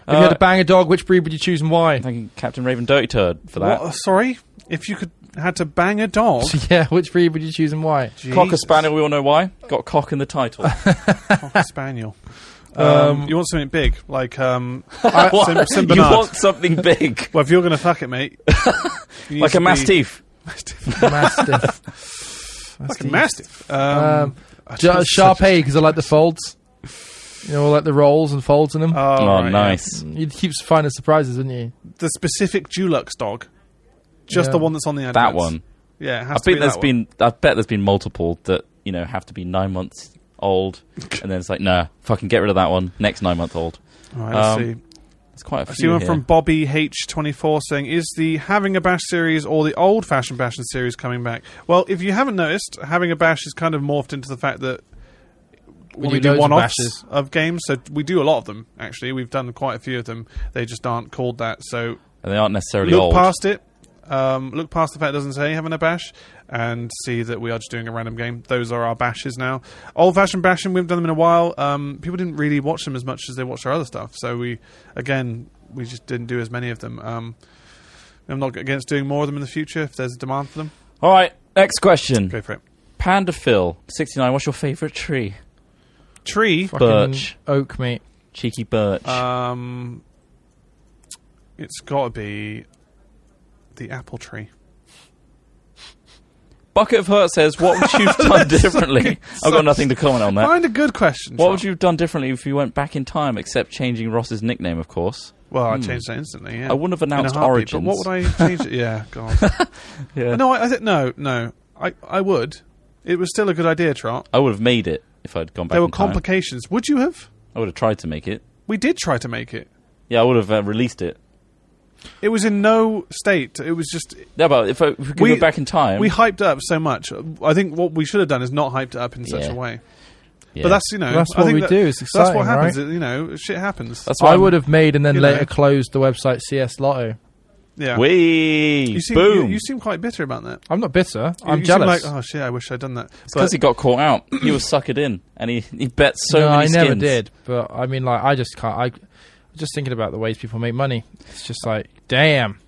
S1: you had
S3: Uh,
S1: to bang a dog, which breed would you choose and why?
S3: Thank you, Captain Raven Dirty Turd, for that.
S2: What? uh, Sorry, if you could had to bang a dog,
S1: yeah, which breed would you choose and why?
S3: Cocker
S2: Jesus.
S3: Spaniel, we all know why. Got cock in the title.
S2: cocker spaniel. Um, you want something big, like um,
S3: What?
S2: Sim, Sim
S3: you
S2: Bernard.
S3: want something big.
S2: well, if you're gonna fuck it, mate, you need
S3: like
S2: to
S3: a
S2: be-
S3: mastiff.
S2: mastiff,
S1: Mastiff.
S2: like a mastiff. Um,
S1: Um,
S2: I
S1: J-
S2: just-
S1: Sharp A, because I like the folds. You know, all like the rolls and folds in them.
S2: Oh,
S3: Oh,
S2: right, yeah.
S3: nice.
S1: You'd keep finding surprises, wouldn't you?
S2: The specific Dulux dog, just
S1: Yeah.
S2: the one that's on the adverts.
S3: That one.
S2: Yeah, it has
S3: I
S2: to be
S3: think there's
S2: that one.
S3: been. I bet there's been multiple that you know have to be nine months old, and then it's like, nah, fucking get rid of that one. Next nine month old.
S2: All right, let's
S3: um,
S2: see.
S3: It's quite a
S2: I
S3: few.
S2: see one
S3: here.
S2: from Bobby H24 saying, Is the Having a Bash series or the old fashioned Bash series coming back? Well, if you haven't noticed, Having a Bash is kind of morphed into the fact that we,
S1: do
S2: do
S1: loads of
S2: one offs
S1: bashes.
S2: of games. So we do a lot of them, actually. We've done quite a few of them. They just aren't called that. So
S3: and they aren't necessarily
S2: look
S3: old.
S2: past it. Um, look past the fact it doesn't say having a bash and see that we are just doing a random game. Those are our bashes now. Old fashioned bashing, we haven't done them in a while. Um, people didn't really watch them as much as they watched our other stuff. So we, again, we just didn't do as many of them. Um, I'm not against doing more of them in the future if there's a demand for them.
S3: All right, next question.
S2: Go for it.
S3: Panda Phil, sixty nine. What's your favorite tree?
S2: Tree.
S1: Fucking
S3: Birch.
S1: Oak, mate.
S3: Cheeky birch.
S2: Um, it's got to be the apple tree.
S3: Bucket of Hurt says, "What would you have done differently?" I've got nothing to comment on that.
S2: Find a good question.
S3: Uh, What
S2: Sean.
S3: would you have done differently if you went back in time, except changing Ross's nickname, of course?
S2: Well, I changed that instantly. Yeah.
S3: I wouldn't have
S2: In a
S3: announced
S2: heartbeat, But what
S3: Origins.
S2: would I change? It? Yeah, God.
S3: Yeah.
S2: No, I, I think no, no. I, I would. It was still a good idea, Trot.
S3: I would have made it if I'd gone back.
S2: There were
S3: in time.
S2: complications. Would you have?
S3: I would have tried to make it.
S2: We did try to make it.
S3: Yeah, I would have uh, released it.
S2: It was in no state. It was just
S3: Yeah, but if, I, if we could
S2: We-
S3: go back in time,
S2: we hyped it up so much. I think what we should have done is not hyped it up in such
S3: Yeah.
S2: a way.
S3: yeah.
S2: But that's you know
S1: That's
S2: I
S1: what
S2: think
S1: we
S2: that-
S1: do, it's
S2: that's what
S1: exciting,
S2: happens.
S1: right?
S2: You know, shit happens.
S3: that's
S1: I
S3: I'm-
S1: would have made and then
S2: you
S1: later
S2: know.
S1: closed the website CS Lotto.
S2: yeah.
S3: Wee
S2: you seem,
S3: boom.
S2: You, you seem quite bitter about that.
S1: I'm not bitter.
S2: You-
S1: I'm
S2: you seem
S1: jealous.
S2: like, oh shit! I wish I'd done that.
S3: because he got caught out, he was suckered in, and he, he bet so
S1: no,
S3: many
S1: I never
S3: skins.
S1: did. But I mean, like, I just can't. I I'm just thinking about the ways people make money. It's just like, damn.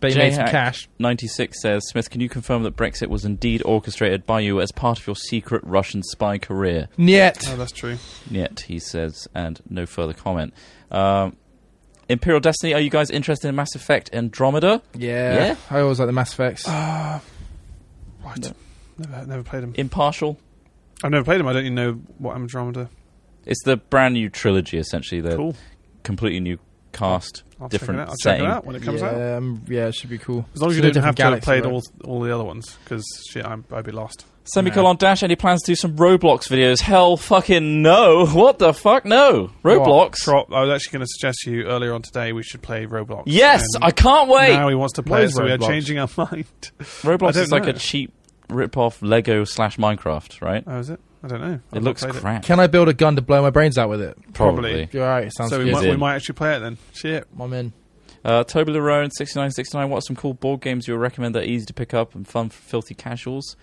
S1: But you made some
S3: J-Hack.
S1: cash.
S3: 96 says, Smith, can you confirm that Brexit was indeed orchestrated by you as part of your secret Russian spy career?
S1: Yet.
S2: oh, that's true.
S3: Yet, he says, and no further comment. Um, Imperial Destiny, are you guys interested in Mass Effect Andromeda?
S1: Yeah. Uh,
S3: Yeah?
S1: I always like the Mass Effects.
S2: Right. Never, never played him.
S3: Impartial?
S2: I've never played him. I don't even know what Andromeda.
S3: It's the brand new trilogy, essentially. The
S2: Cool.
S3: completely new cast,
S2: I'll
S3: different
S2: check it out. I'll
S3: setting.
S2: check it out when it comes
S1: yeah,
S2: out.
S1: um, yeah, it should be cool.
S2: As long as you
S1: It's in
S2: didn't
S1: a
S2: have
S1: different
S2: to have
S1: galaxy,
S2: played
S1: right?
S2: all all the other ones, because shit, I'm, I'd be lost.
S3: Semicolon dash, any plans to do some Roblox videos? Hell fucking no. What the fuck? No. Roblox?
S2: Trop, I was actually going to suggest to you earlier on today we should play Roblox.
S3: Yes,
S2: and
S3: I can't wait.
S2: Now he wants to play
S1: What
S2: it,
S1: is
S2: so we are
S1: Roblox?
S2: changing our mind. I
S3: Roblox
S2: don't
S3: is like
S2: know.
S3: a cheap rip-off Lego slash Minecraft, right?
S2: Oh, is it? I don't know. I've
S3: it
S2: not
S3: looks
S2: played
S3: crap.
S1: Can I build a gun to blow my brains out with it?
S3: Probably.
S1: You're right. Sounds
S2: So we
S1: good.
S2: might,
S3: Is
S2: we
S3: in.
S2: might actually play it then. Shit.
S1: I'm in.
S3: Uh, Toblerone sixty nine sixty nine. What are some cool board games you would recommend that are easy to pick up and fun for filthy casuals?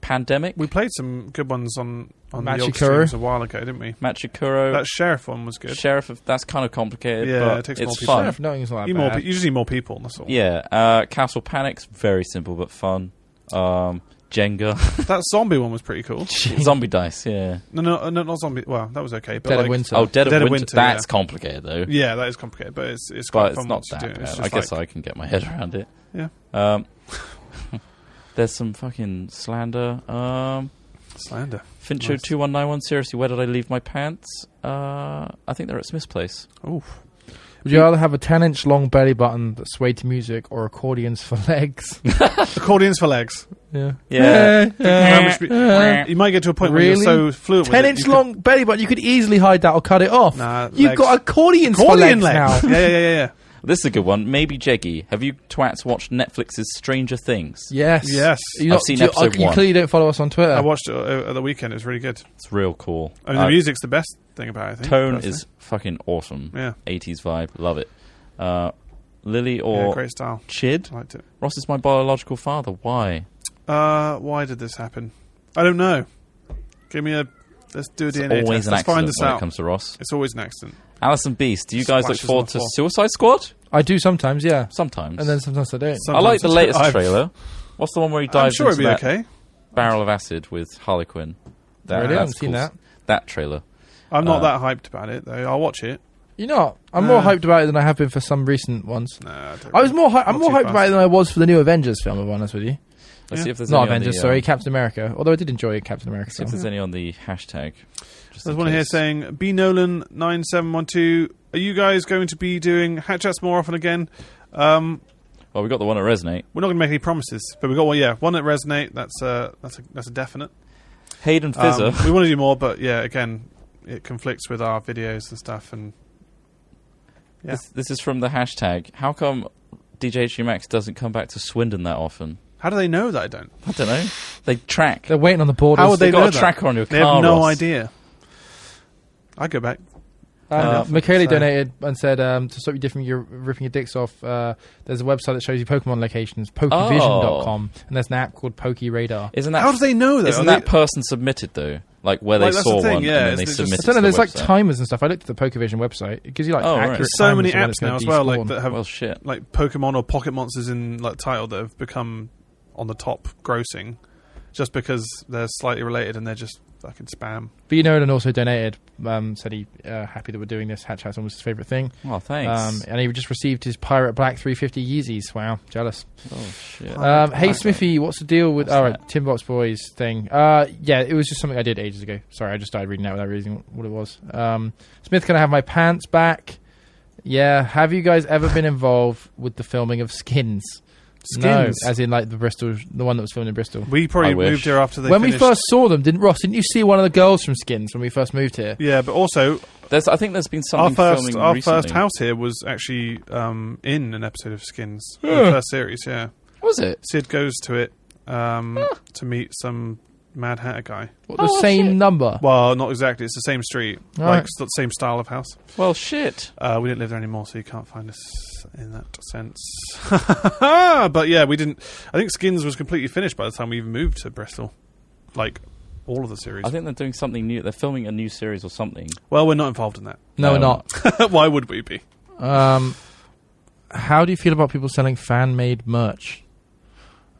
S3: Pandemic,
S2: We played some good ones on on the old
S1: Machikoro.
S2: streams a while ago, didn't we?
S3: Machikoro,
S2: That sheriff one was good.
S3: Sheriff. Of, that's kind of complicated.
S2: Yeah,
S3: but
S2: it takes more
S3: it's
S2: people.
S3: fun.
S1: Sheriff Nottingham's not that
S2: You, more,
S1: bad.
S2: pe- you just need more people. That's all.
S3: Yeah. Uh, Castle Panics, very simple but fun. Um, Jenga,
S2: That zombie one was pretty cool.
S3: Zombie Dice. Yeah.
S2: No, no, no, not zombie. Well, that was okay. But
S1: Dead
S2: like,
S1: of Winter.
S3: Oh, Dead,
S2: Dead
S3: of
S2: of
S3: Winter.
S2: Winter,
S3: That's
S2: yeah.
S3: complicated though.
S2: Yeah, that is complicated, but it's it's quite
S3: but it's
S2: fun
S3: not
S2: once you
S3: that
S2: do it.
S3: bad.
S2: It's
S3: I
S2: just
S3: guess
S2: like,
S3: I can get my head around it.
S2: Yeah.
S3: Um, there's some fucking slander. Um,
S2: slander.
S3: Fincho
S2: Nice.
S3: two one nine one. Seriously, where did I leave my pants? Uh, I think they're at Smith's place.
S2: Oh,
S1: Would you rather have a 10 inch long belly button that swayed to music or accordions for legs?
S2: accordions for legs.
S1: yeah.
S3: Yeah.
S2: How much be- you might get to a point
S1: Really?
S2: where you're so fluent. with
S1: 10
S2: it,
S1: inch
S2: you could-
S1: long belly button, you could easily hide that or cut it off.
S2: Nah,
S1: You've
S2: legs.
S1: got accordions
S2: accordion
S1: for legs,
S2: legs.
S1: now.
S2: yeah, yeah, yeah, yeah.
S3: This is a good one. Maybe Jeggy. Have you twats watched Netflix's Stranger Things?
S1: yes.
S2: Yes.
S1: You
S3: I've
S1: not-
S3: seen
S1: you-
S3: episode
S1: You
S3: one.
S1: clearly don't follow us on Twitter.
S2: I watched it uh, at the weekend. It was really good.
S3: It's real cool.
S2: I mean, the
S3: Uh,
S2: music's the best thing about it. I think,
S3: tone
S2: personally.
S3: is fucking awesome.
S2: yeah,
S3: 80s vibe. Love it. Uh, Lily or
S2: yeah, great style.
S3: Chid?
S2: I liked it.
S3: Ross is my biological father. Why?
S2: Uh, why did this happen? I don't know. Give me a. Let's do a
S3: It's
S2: DNA
S3: always
S2: test.
S3: an
S2: Let's
S3: accident
S2: find this
S3: when it
S2: out.
S3: comes to Ross.
S2: It's always an accident.
S3: Alison Beast. Do you guys look
S2: Splashes on
S3: forward
S2: the
S3: to
S2: floor.
S3: Suicide Squad?
S1: I do sometimes, yeah.
S3: Sometimes.
S1: And then sometimes I don't.
S3: I like the
S2: Sometimes
S3: latest
S2: I've-
S3: trailer. What's the one where he
S2: I'm
S3: dives
S2: sure it'd
S3: into
S2: be
S3: that
S2: okay.
S3: barrel of acid with Harlequin?
S1: Really? I haven't
S3: that's
S1: seen that.
S3: That trailer.
S2: I'm not
S3: Uh,
S2: that hyped about it though. I'll watch it.
S1: You're not. I'm more
S2: Uh,
S1: hyped about it than I have been for some recent ones.
S2: No, I, don't
S1: I was more. Hy-
S2: Not
S1: I'm more
S2: too
S1: hyped
S2: fast.
S1: about it than I was for the new Avengers film. I'll be honest with you.
S3: Let's
S2: Yeah.
S3: see if there's
S1: Not
S3: any on
S1: Avengers,
S3: the, uh,
S1: sorry, Captain America. Although I did enjoy Captain America.
S3: See if
S1: film.
S3: there's any on the hashtag. Just
S2: There's
S3: in
S2: one here
S3: case.
S2: saying B Nolan nine seven one two. Are you guys going to be doing hatchats more often again? Um,
S3: Well, we got the one at Resonate.
S2: we're not going to make any promises, but we got one. Yeah, one that resonate. That's a that's a that's a definite.
S3: Hayden
S2: Um,
S3: Fizzer.
S2: we want to do more, but yeah, again, it conflicts with our videos and stuff. And yeah.
S3: this, this is from the hashtag. How come DJHU Max doesn't come back to Swindon that often?
S2: how do they know that I don't?
S3: I don't know. They track.
S1: They're waiting on the borders.
S2: How would they
S3: got
S2: know
S3: a
S2: that?
S3: tracker on your
S2: They
S3: car,
S2: have no
S3: Ross.
S2: idea. I go back.
S1: Uh,
S3: Uh,
S1: Michele
S2: so-
S1: donated and said um, to stop you different, you're ripping your dicks off. Uh, there's a website that shows you Pokemon locations, PokeVision.com,
S3: Oh.
S1: and there's an app called Poke Radar.
S3: Isn't that
S2: How do they know that?
S3: isn't
S2: Are
S3: that
S2: they-
S3: person submitted though? Like where
S2: Like,
S3: they
S2: that's the
S3: saw
S2: thing,
S3: one
S2: yeah,
S3: and then
S2: is
S3: they
S2: it just-
S1: I
S3: submitted.
S1: don't know.
S3: to the
S1: There's like
S3: website.
S1: timers and stuff. I looked at the PokeVision website. It gives you like
S3: Oh, right.
S1: accurate
S2: There's so many
S1: timers of when
S2: apps
S1: it's gonna
S2: now as well, like
S1: despawn.
S2: that have
S3: Well, shit.
S2: like Pokemon or Pocket Monsters in like title that have become on the top grossing, just because they're slightly related and they're just fucking spam.
S1: B Nolan also donated. Um, said he uh, happy that we're doing this. Hatch Hat's was his favorite thing.
S3: Oh, thanks.
S1: Um, and he just received his Pirate Black 350 Yeezys. Wow, jealous.
S3: oh shit.
S2: Uh,
S1: Um,
S2: Pirate
S1: hey
S2: Black.
S1: Smithy, what's the deal with
S3: What's
S1: all right
S3: that?
S1: Timbox Boys thing? Uh, yeah, it was just something I did ages ago. Sorry, I just started reading that without reading what it was. Um, Smith, can I have my pants back? Yeah. Have you guys ever been involved with the filming of Skins?
S2: Skins.
S1: No, as in like the Bristol, the one that was filmed in Bristol.
S2: we
S3: I
S2: probably
S3: wish.
S2: moved here after they
S1: when
S2: finished.
S1: we first saw them, didn't Ross? Didn't you see one of the girls from Skins when we first moved here?
S2: Yeah, but also
S3: There's, I think there's been
S2: our
S3: something
S2: first
S3: filming
S2: our
S3: recently.
S2: first house here was actually um, in an episode of Skins,
S1: Yeah.
S2: the first series. Yeah,
S3: was it?
S2: Sid goes to it um, to meet some Mad Hatter guy.
S1: What, the same number.
S2: Oh, Well, not exactly. It's the same street,
S1: All
S2: like
S1: right.
S2: s- the same style of house.
S3: Well, shit.
S2: Uh, we didn't live there anymore, so you can't find us in that sense. but yeah, we didn't. I think Skins was completely finished by the time we even moved to Bristol. Like all of the series.
S3: I think they're doing something new. They're filming a new series or something.
S2: well, we're not involved in that.
S1: no, we're
S3: No.
S1: not.
S2: Why would we be?
S1: Um, how do you feel about people selling fan made merch?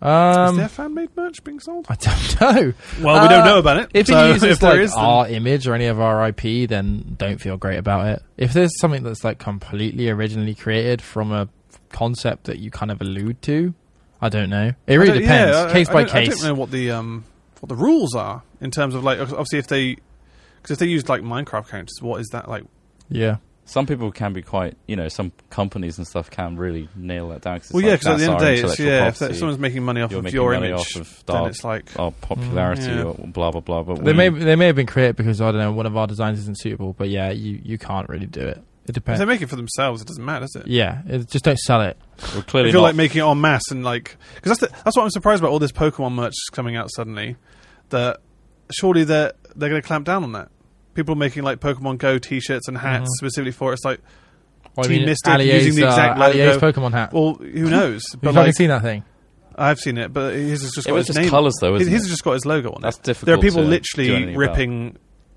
S1: Um,
S2: Is there fan made merch being sold?
S1: I don't know.
S2: Well, we don't
S1: Uh,
S2: know about it.
S1: If
S2: so
S1: it uses
S2: if there
S1: like
S2: is, then-
S3: uh,
S1: our image or any of our IP, then don't feel great about it. If there's something that's like completely originally created from a concept that you kind of allude to, I don't know. It
S2: I
S1: really
S2: don't- yeah,
S1: depends,
S2: I-
S1: case
S2: I
S1: by
S2: don't- I don't
S1: case.
S2: know what the um, what the rules are in terms of like obviously if they because if they used like Minecraft characters, what is that like?
S1: Yeah,
S3: Some people can be quite, you know, some companies and stuff can really nail that down. Cause it's
S2: Well, yeah,
S3: like,
S2: because at the end
S3: that's
S2: of the
S3: our
S2: day, it's,
S3: intellectual
S2: yeah, if that-
S3: property,
S2: someone's making money off
S3: You're
S2: of
S3: making
S2: your
S3: money
S2: image,
S3: off of
S2: then
S3: dark-
S2: it's like
S3: our popularity
S2: Mm, yeah.
S3: or blah blah blah. But
S1: they
S3: we-
S1: may they may have been created because I don't know one of our designs isn't suitable, but yeah, you you can't really do it. It
S2: if
S1: depends.
S2: they make it for themselves, it doesn't matter, does it?
S1: Yeah, it, just don't sell it.
S3: we're clearly
S2: if you're
S3: not.
S2: like making it en masse and like because that's the, that's what I'm surprised about all this Pokemon merch coming out suddenly. That surely they're they're going to clamp down on that. People are making like Pokemon Go T-shirts and hats
S3: Mm-hmm.
S1: Mhm.
S2: specifically for it. It's like,
S1: Well,
S2: Team Mystic using the
S1: uh,
S2: exact
S1: Alier's
S2: logo.
S1: Pokemon hat.
S2: well, who knows?
S1: You've
S2: but
S1: fucking
S2: like,
S1: seen that thing.
S2: I've seen it, but his has just
S3: it
S2: got
S3: was
S2: his
S3: just
S2: name.
S3: colours though,
S2: His,
S3: isn't
S2: his
S3: it?
S2: has just got his logo on
S3: That's
S2: it.
S3: difficult.
S2: There are people
S3: to do
S2: literally
S3: anything
S2: ripping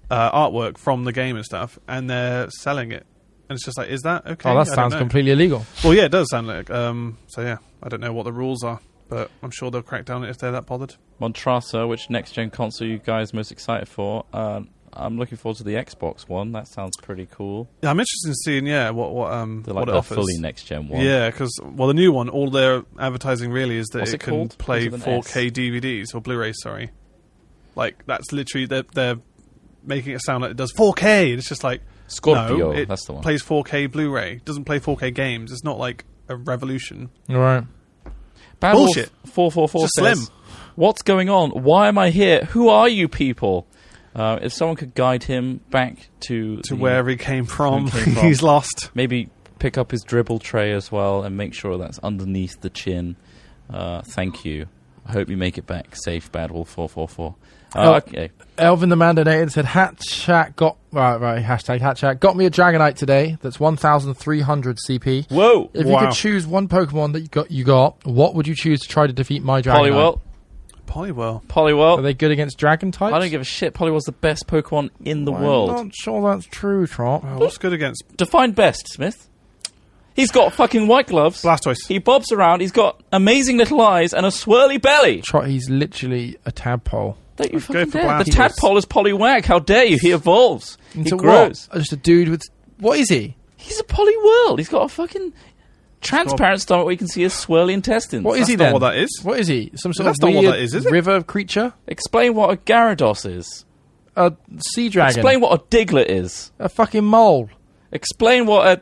S2: uh, artwork from the game and stuff, and they're selling it. And it's just like, is that okay?
S1: Oh,
S2: I
S1: that
S2: don't
S1: sounds
S2: know.
S1: completely illegal.
S2: Well, yeah, it does sound like. Um, so yeah, I don't know what the rules are, but I'm sure they'll crack down on it if they're that bothered.
S3: About. Montrasa, which next gen console you guys most excited for? Uh, I'm looking forward to the Xbox one. That sounds pretty cool.
S2: Yeah, I'm interested in seeing yeah what what um
S3: The, like
S2: what it
S3: the
S2: offers.
S3: fully next gen one.
S2: Yeah, because well, the new one, all their advertising really is that
S3: What's
S2: it,
S3: it
S2: can
S3: called?
S2: play
S3: Is it an
S2: 4K DVDs or Blu-rays. Sorry, like that's literally they're, they're making it sound like it does 4K. And it's just like
S3: Scorpio.
S2: no, it
S3: that's the one.
S2: plays 4K Blu-ray. Doesn't play 4K games. It's not like a revolution.
S1: All right.
S2: Bullshit.
S3: Four four four
S2: It's just
S3: says, "What's going on? Why am I here? Who are you people?" Uh, if someone could guide him back to the-
S2: To wherever he came from,
S3: Where Mm. he came from.
S2: he's lost.
S3: maybe pick up his dribble tray as well and make sure that's underneath the chin. Uh, thank you. I hope you make it back safe. Bad Wolf four four four. Uh,
S1: Oh.
S3: Okay,
S1: Elvin the Man donated and said, Hat Chat got. Right, right, hashtag Hat Chat. Got me a Dragonite today that's 1,300 CP.
S3: whoa,
S1: If you
S2: Wow.
S1: could choose one Pokemon that you got, you got, what would you choose to try to defeat my Dragonite?
S3: Poliwell,
S2: Polywell.
S1: Are
S3: Poliwell.
S1: they good against Dragon types?
S3: I don't give a shit. Poliwell's the best Pokemon in the
S1: I'm
S3: world.
S1: not sure that's true, Trot.
S2: Oh, what's good against
S3: Define best, Smith. He's got fucking white gloves.
S2: Blastoise?
S3: He bobs around. He's got amazing little eyes and a swirly belly.
S1: Trot, he's literally a tadpole.
S3: Don't you
S2: Let's go
S3: fucking
S2: for
S3: dare. The
S2: Blastoise.
S3: tadpole is Poliwag. How dare you? He evolves.
S1: Into
S3: he grows.
S1: what? Oh, Just a dude with. What is he?
S3: He's a Poliwhirl. He's got a fucking transparent stomach where you can see his swirly intestines.
S1: What is
S2: That's
S1: he
S2: not
S1: then?
S2: what that is.
S1: What is he? Some sort
S2: That's
S1: of
S2: not what
S1: weird
S2: that is, is it?
S1: river creature?
S3: Explain what a Gyarados is.
S1: A sea dragon?
S3: Explain what a Diglett is.
S1: a fucking mole?
S3: Explain what a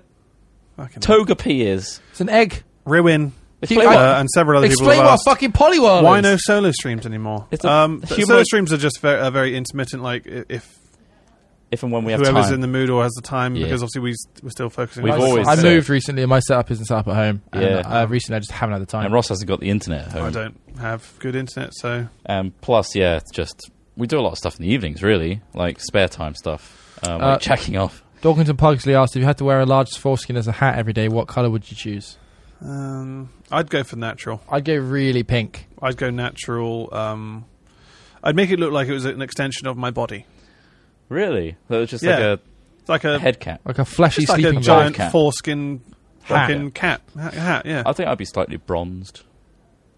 S2: Fucking
S3: Togepi is.
S1: It's an egg?
S2: Ruin.
S3: Explain
S1: I-
S3: what
S2: Uh, and several other people
S1: Explain
S2: have
S1: what
S2: asked.
S1: a fucking polywhirl
S2: Why
S1: is.
S2: no solo streams anymore?
S3: It's a
S2: Um, th-
S3: humanoid-
S2: solo streams are just very, are very intermittent. Like i- if
S3: if and when we have
S2: whoever's
S3: time.
S2: in the mood or has the time,
S3: Yeah.
S2: because obviously we s- we're still focusing.
S3: We've
S2: on
S3: always
S1: I
S3: said-
S1: moved recently, and my setup isn't set up at home.
S3: Yeah.
S1: And, uh, recently, I just haven't had the time.
S3: and Ross hasn't got the internet at
S2: I
S3: home.
S2: don't have good internet, so
S3: Um, plus, yeah, it's just we do a lot of stuff in the evenings, really, like spare time stuff, um, like
S1: Uh,
S3: checking off.
S1: Dawkinson Pugsley asked if you had to wear a large foreskin as a hat every day, what color would you choose?
S2: um, I'd go for natural.
S1: I'd go really pink.
S2: I'd go natural. Um, I'd make it look like it was an extension of my body.
S3: Really, that was just
S2: Yeah.
S3: like
S2: It's like
S3: a
S2: a
S3: head cap.
S1: Like a fleshy
S2: it's like a
S1: sleeping
S2: giant
S3: cat.
S2: foreskin
S1: Hat.
S2: fucking cat hat. hat yeah,
S3: I think I'd be slightly bronzed,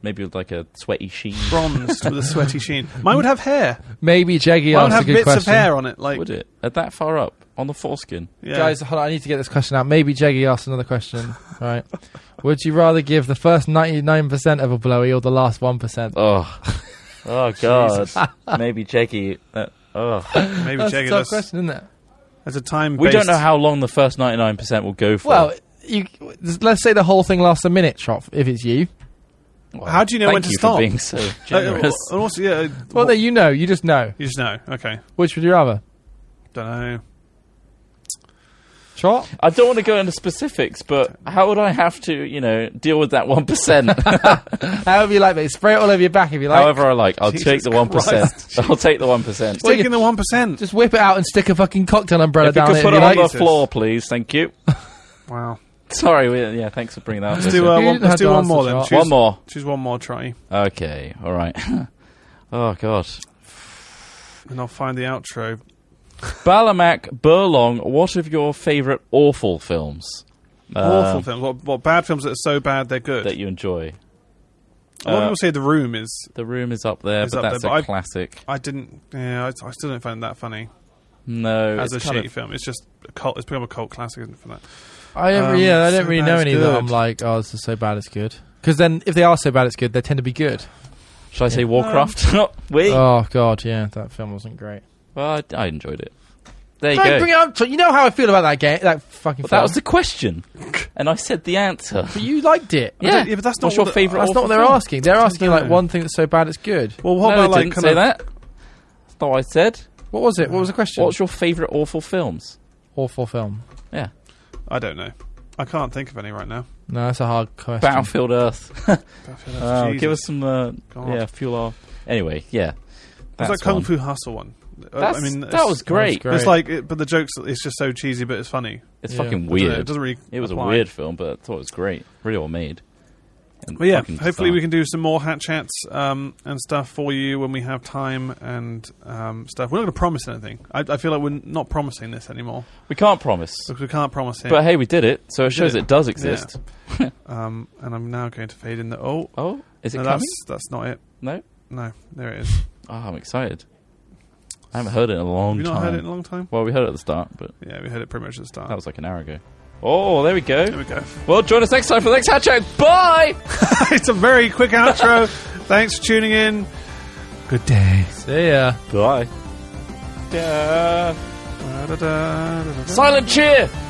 S3: maybe with like a sweaty sheen.
S2: bronzed with a sweaty sheen. Mine would have hair.
S1: bag. Maybe Jeggy
S2: Mine
S1: asked
S2: would
S1: a
S2: have
S1: good
S2: bits
S1: question.
S2: of hair on it. Like
S3: Would it at that far up on the foreskin?
S2: yeah.
S1: Guys, hold on, I need to get this question out. Maybe Jeggy asked another question. right. Would you rather give the first 99% of a blowy or the last 1%?
S3: Oh, oh god. Maybe Jackie. Uh, oh.
S2: maybe
S1: That's a tough
S2: Jagged, that's-
S1: question, isn't it?
S2: As a time,
S3: We don't know how long the first ninety nine percent will go for.
S1: Well, you, let's say the whole thing lasts a minute, Trof, if it's you.
S2: How do you know
S3: Thank
S2: when to
S3: you
S2: stop?
S3: for being so
S2: Uh,
S3: generous.
S2: and also, yeah, uh,
S1: Well,
S2: what-
S1: there you know. You just know.
S2: you just know. Okay,
S1: Which would you rather?
S2: don't know.
S1: Short?
S3: I don't want to go into specifics, but how would I have to, you know, deal with that one percent?
S1: However you like, mate. Spray it all over your back if you like.
S3: However, I like. I'll
S2: Jesus
S3: take the one percent. I'll take the one percent.
S1: Well, you-
S2: Taking the one percent.
S1: just whip it out and stick a fucking cocktail umbrella
S3: If you
S1: down
S3: could
S1: it.
S3: put
S1: if
S3: it
S1: you
S3: on
S1: like.
S3: the floor, please. Thank you.
S2: Wow.
S3: Sorry. We, yeah. Thanks for bringing that. up,
S2: Let's
S3: Lisa.
S2: do, uh,
S1: You
S2: one,
S1: didn't have
S2: let's do
S1: to
S2: one
S1: answer,
S2: more then.
S1: Charles.
S2: Choose,
S3: one more.
S2: Choose one more try,
S3: Okay. All right. oh God.
S2: and I'll find the outro.
S3: Balamac Burlong. What of your favourite awful films?
S2: Awful
S3: um,
S2: films. What, what bad films that are so bad they're good.
S3: that you enjoy.
S2: a lot of
S3: uh,
S2: people say The Room is.
S3: The Room is up there,
S2: Is
S3: but
S2: up
S3: that's
S2: there,
S3: a
S2: but I-
S3: classic.
S2: I didn't. Yeah, I, I still don't find that funny
S3: No,
S2: as a
S3: it's kind
S2: shitty
S3: of-
S2: film. It's just a cult. It's become a cult classic isn't it, for that.
S1: I don't,
S2: Um,
S1: yeah, I
S2: so
S1: don't really
S2: bad
S1: know
S2: it's
S1: any that
S2: good.
S1: I'm like, oh, this is so bad it's good. Because then, if they are so bad it's good, they tend to be good.
S3: Should I say
S2: Um,
S3: Warcraft? Wait.
S1: Oh god, yeah, that film wasn't great.
S3: well, I, I enjoyed it. There you
S1: Don't
S3: go.
S1: bring it up. To, you know how I feel about that game, that fucking
S3: Well,
S1: film.
S3: that was the question, and I said the answer.
S1: but you liked it.
S2: I
S3: Yeah,
S2: don't- yeah, but that's not
S3: What's
S2: what
S3: your
S2: the-
S3: favourite?
S1: That's not
S3: awful
S1: what they're
S3: film?
S1: asking. They're asking like
S2: know.
S1: one thing that's so bad it's good.
S2: Well, what
S3: no,
S2: about
S3: I
S2: like
S3: didn't
S2: kind
S3: say
S2: of,
S3: that. That's not what I said.
S1: What was it? What was the question?
S3: What's your favourite awful films?
S1: awful film?
S3: Yeah,
S2: I don't know. I can't think of any right now.
S1: No, that's a hard question.
S3: Battlefield Earth.
S2: I feel that's-
S3: Oh,
S2: Jesus.
S3: give us some. Uh,
S2: God.
S3: yeah, fuel our. Anyway, yeah.
S2: It's
S3: That's
S2: like Kung
S3: one.
S2: Fu Hustle one. Uh,
S3: That's,
S2: I mean,
S3: that
S2: it's-
S3: was great.
S1: great.
S2: It's like, it, but the jokes. It's just so cheesy, but it's funny.
S3: It's
S1: Yeah.
S3: fucking
S2: I don't know,
S3: weird.
S2: It doesn't really.
S3: It was a
S2: apply.
S3: weird film, but I thought it was great. Really well made. And
S2: Well, yeah.
S3: fucking
S2: Hopefully, we
S3: bizarre.
S2: can do some more hat chats um, and stuff for you when we have time and um, stuff. We're not going to promise anything. I, I feel like we're not promising this anymore
S3: We can't promise,
S2: because we can't promise it.
S3: but hey, we did it, so it shows
S2: it.
S3: it does exist.
S2: um, and I'm now going to fade in the. Oh,
S3: Oh, is it
S2: no,
S3: coming?
S2: that's that's not it.
S3: No.
S2: No, there it is.
S3: Oh, I'm excited. I haven't heard it in a long
S2: Have you
S3: time.
S2: not heard it in a long time?
S3: well, we heard it at the start, but
S2: Yeah, we heard it pretty much at the start.
S3: that was like an hour ago. Oh, there we go.
S2: there we go.
S3: Well, join us next time for the next hat check. Bye.
S2: it's a very quick outro. Thanks for tuning in. Good day.
S1: See ya.
S3: Bye.
S2: Da-da-da-da-da.
S3: Silent cheer.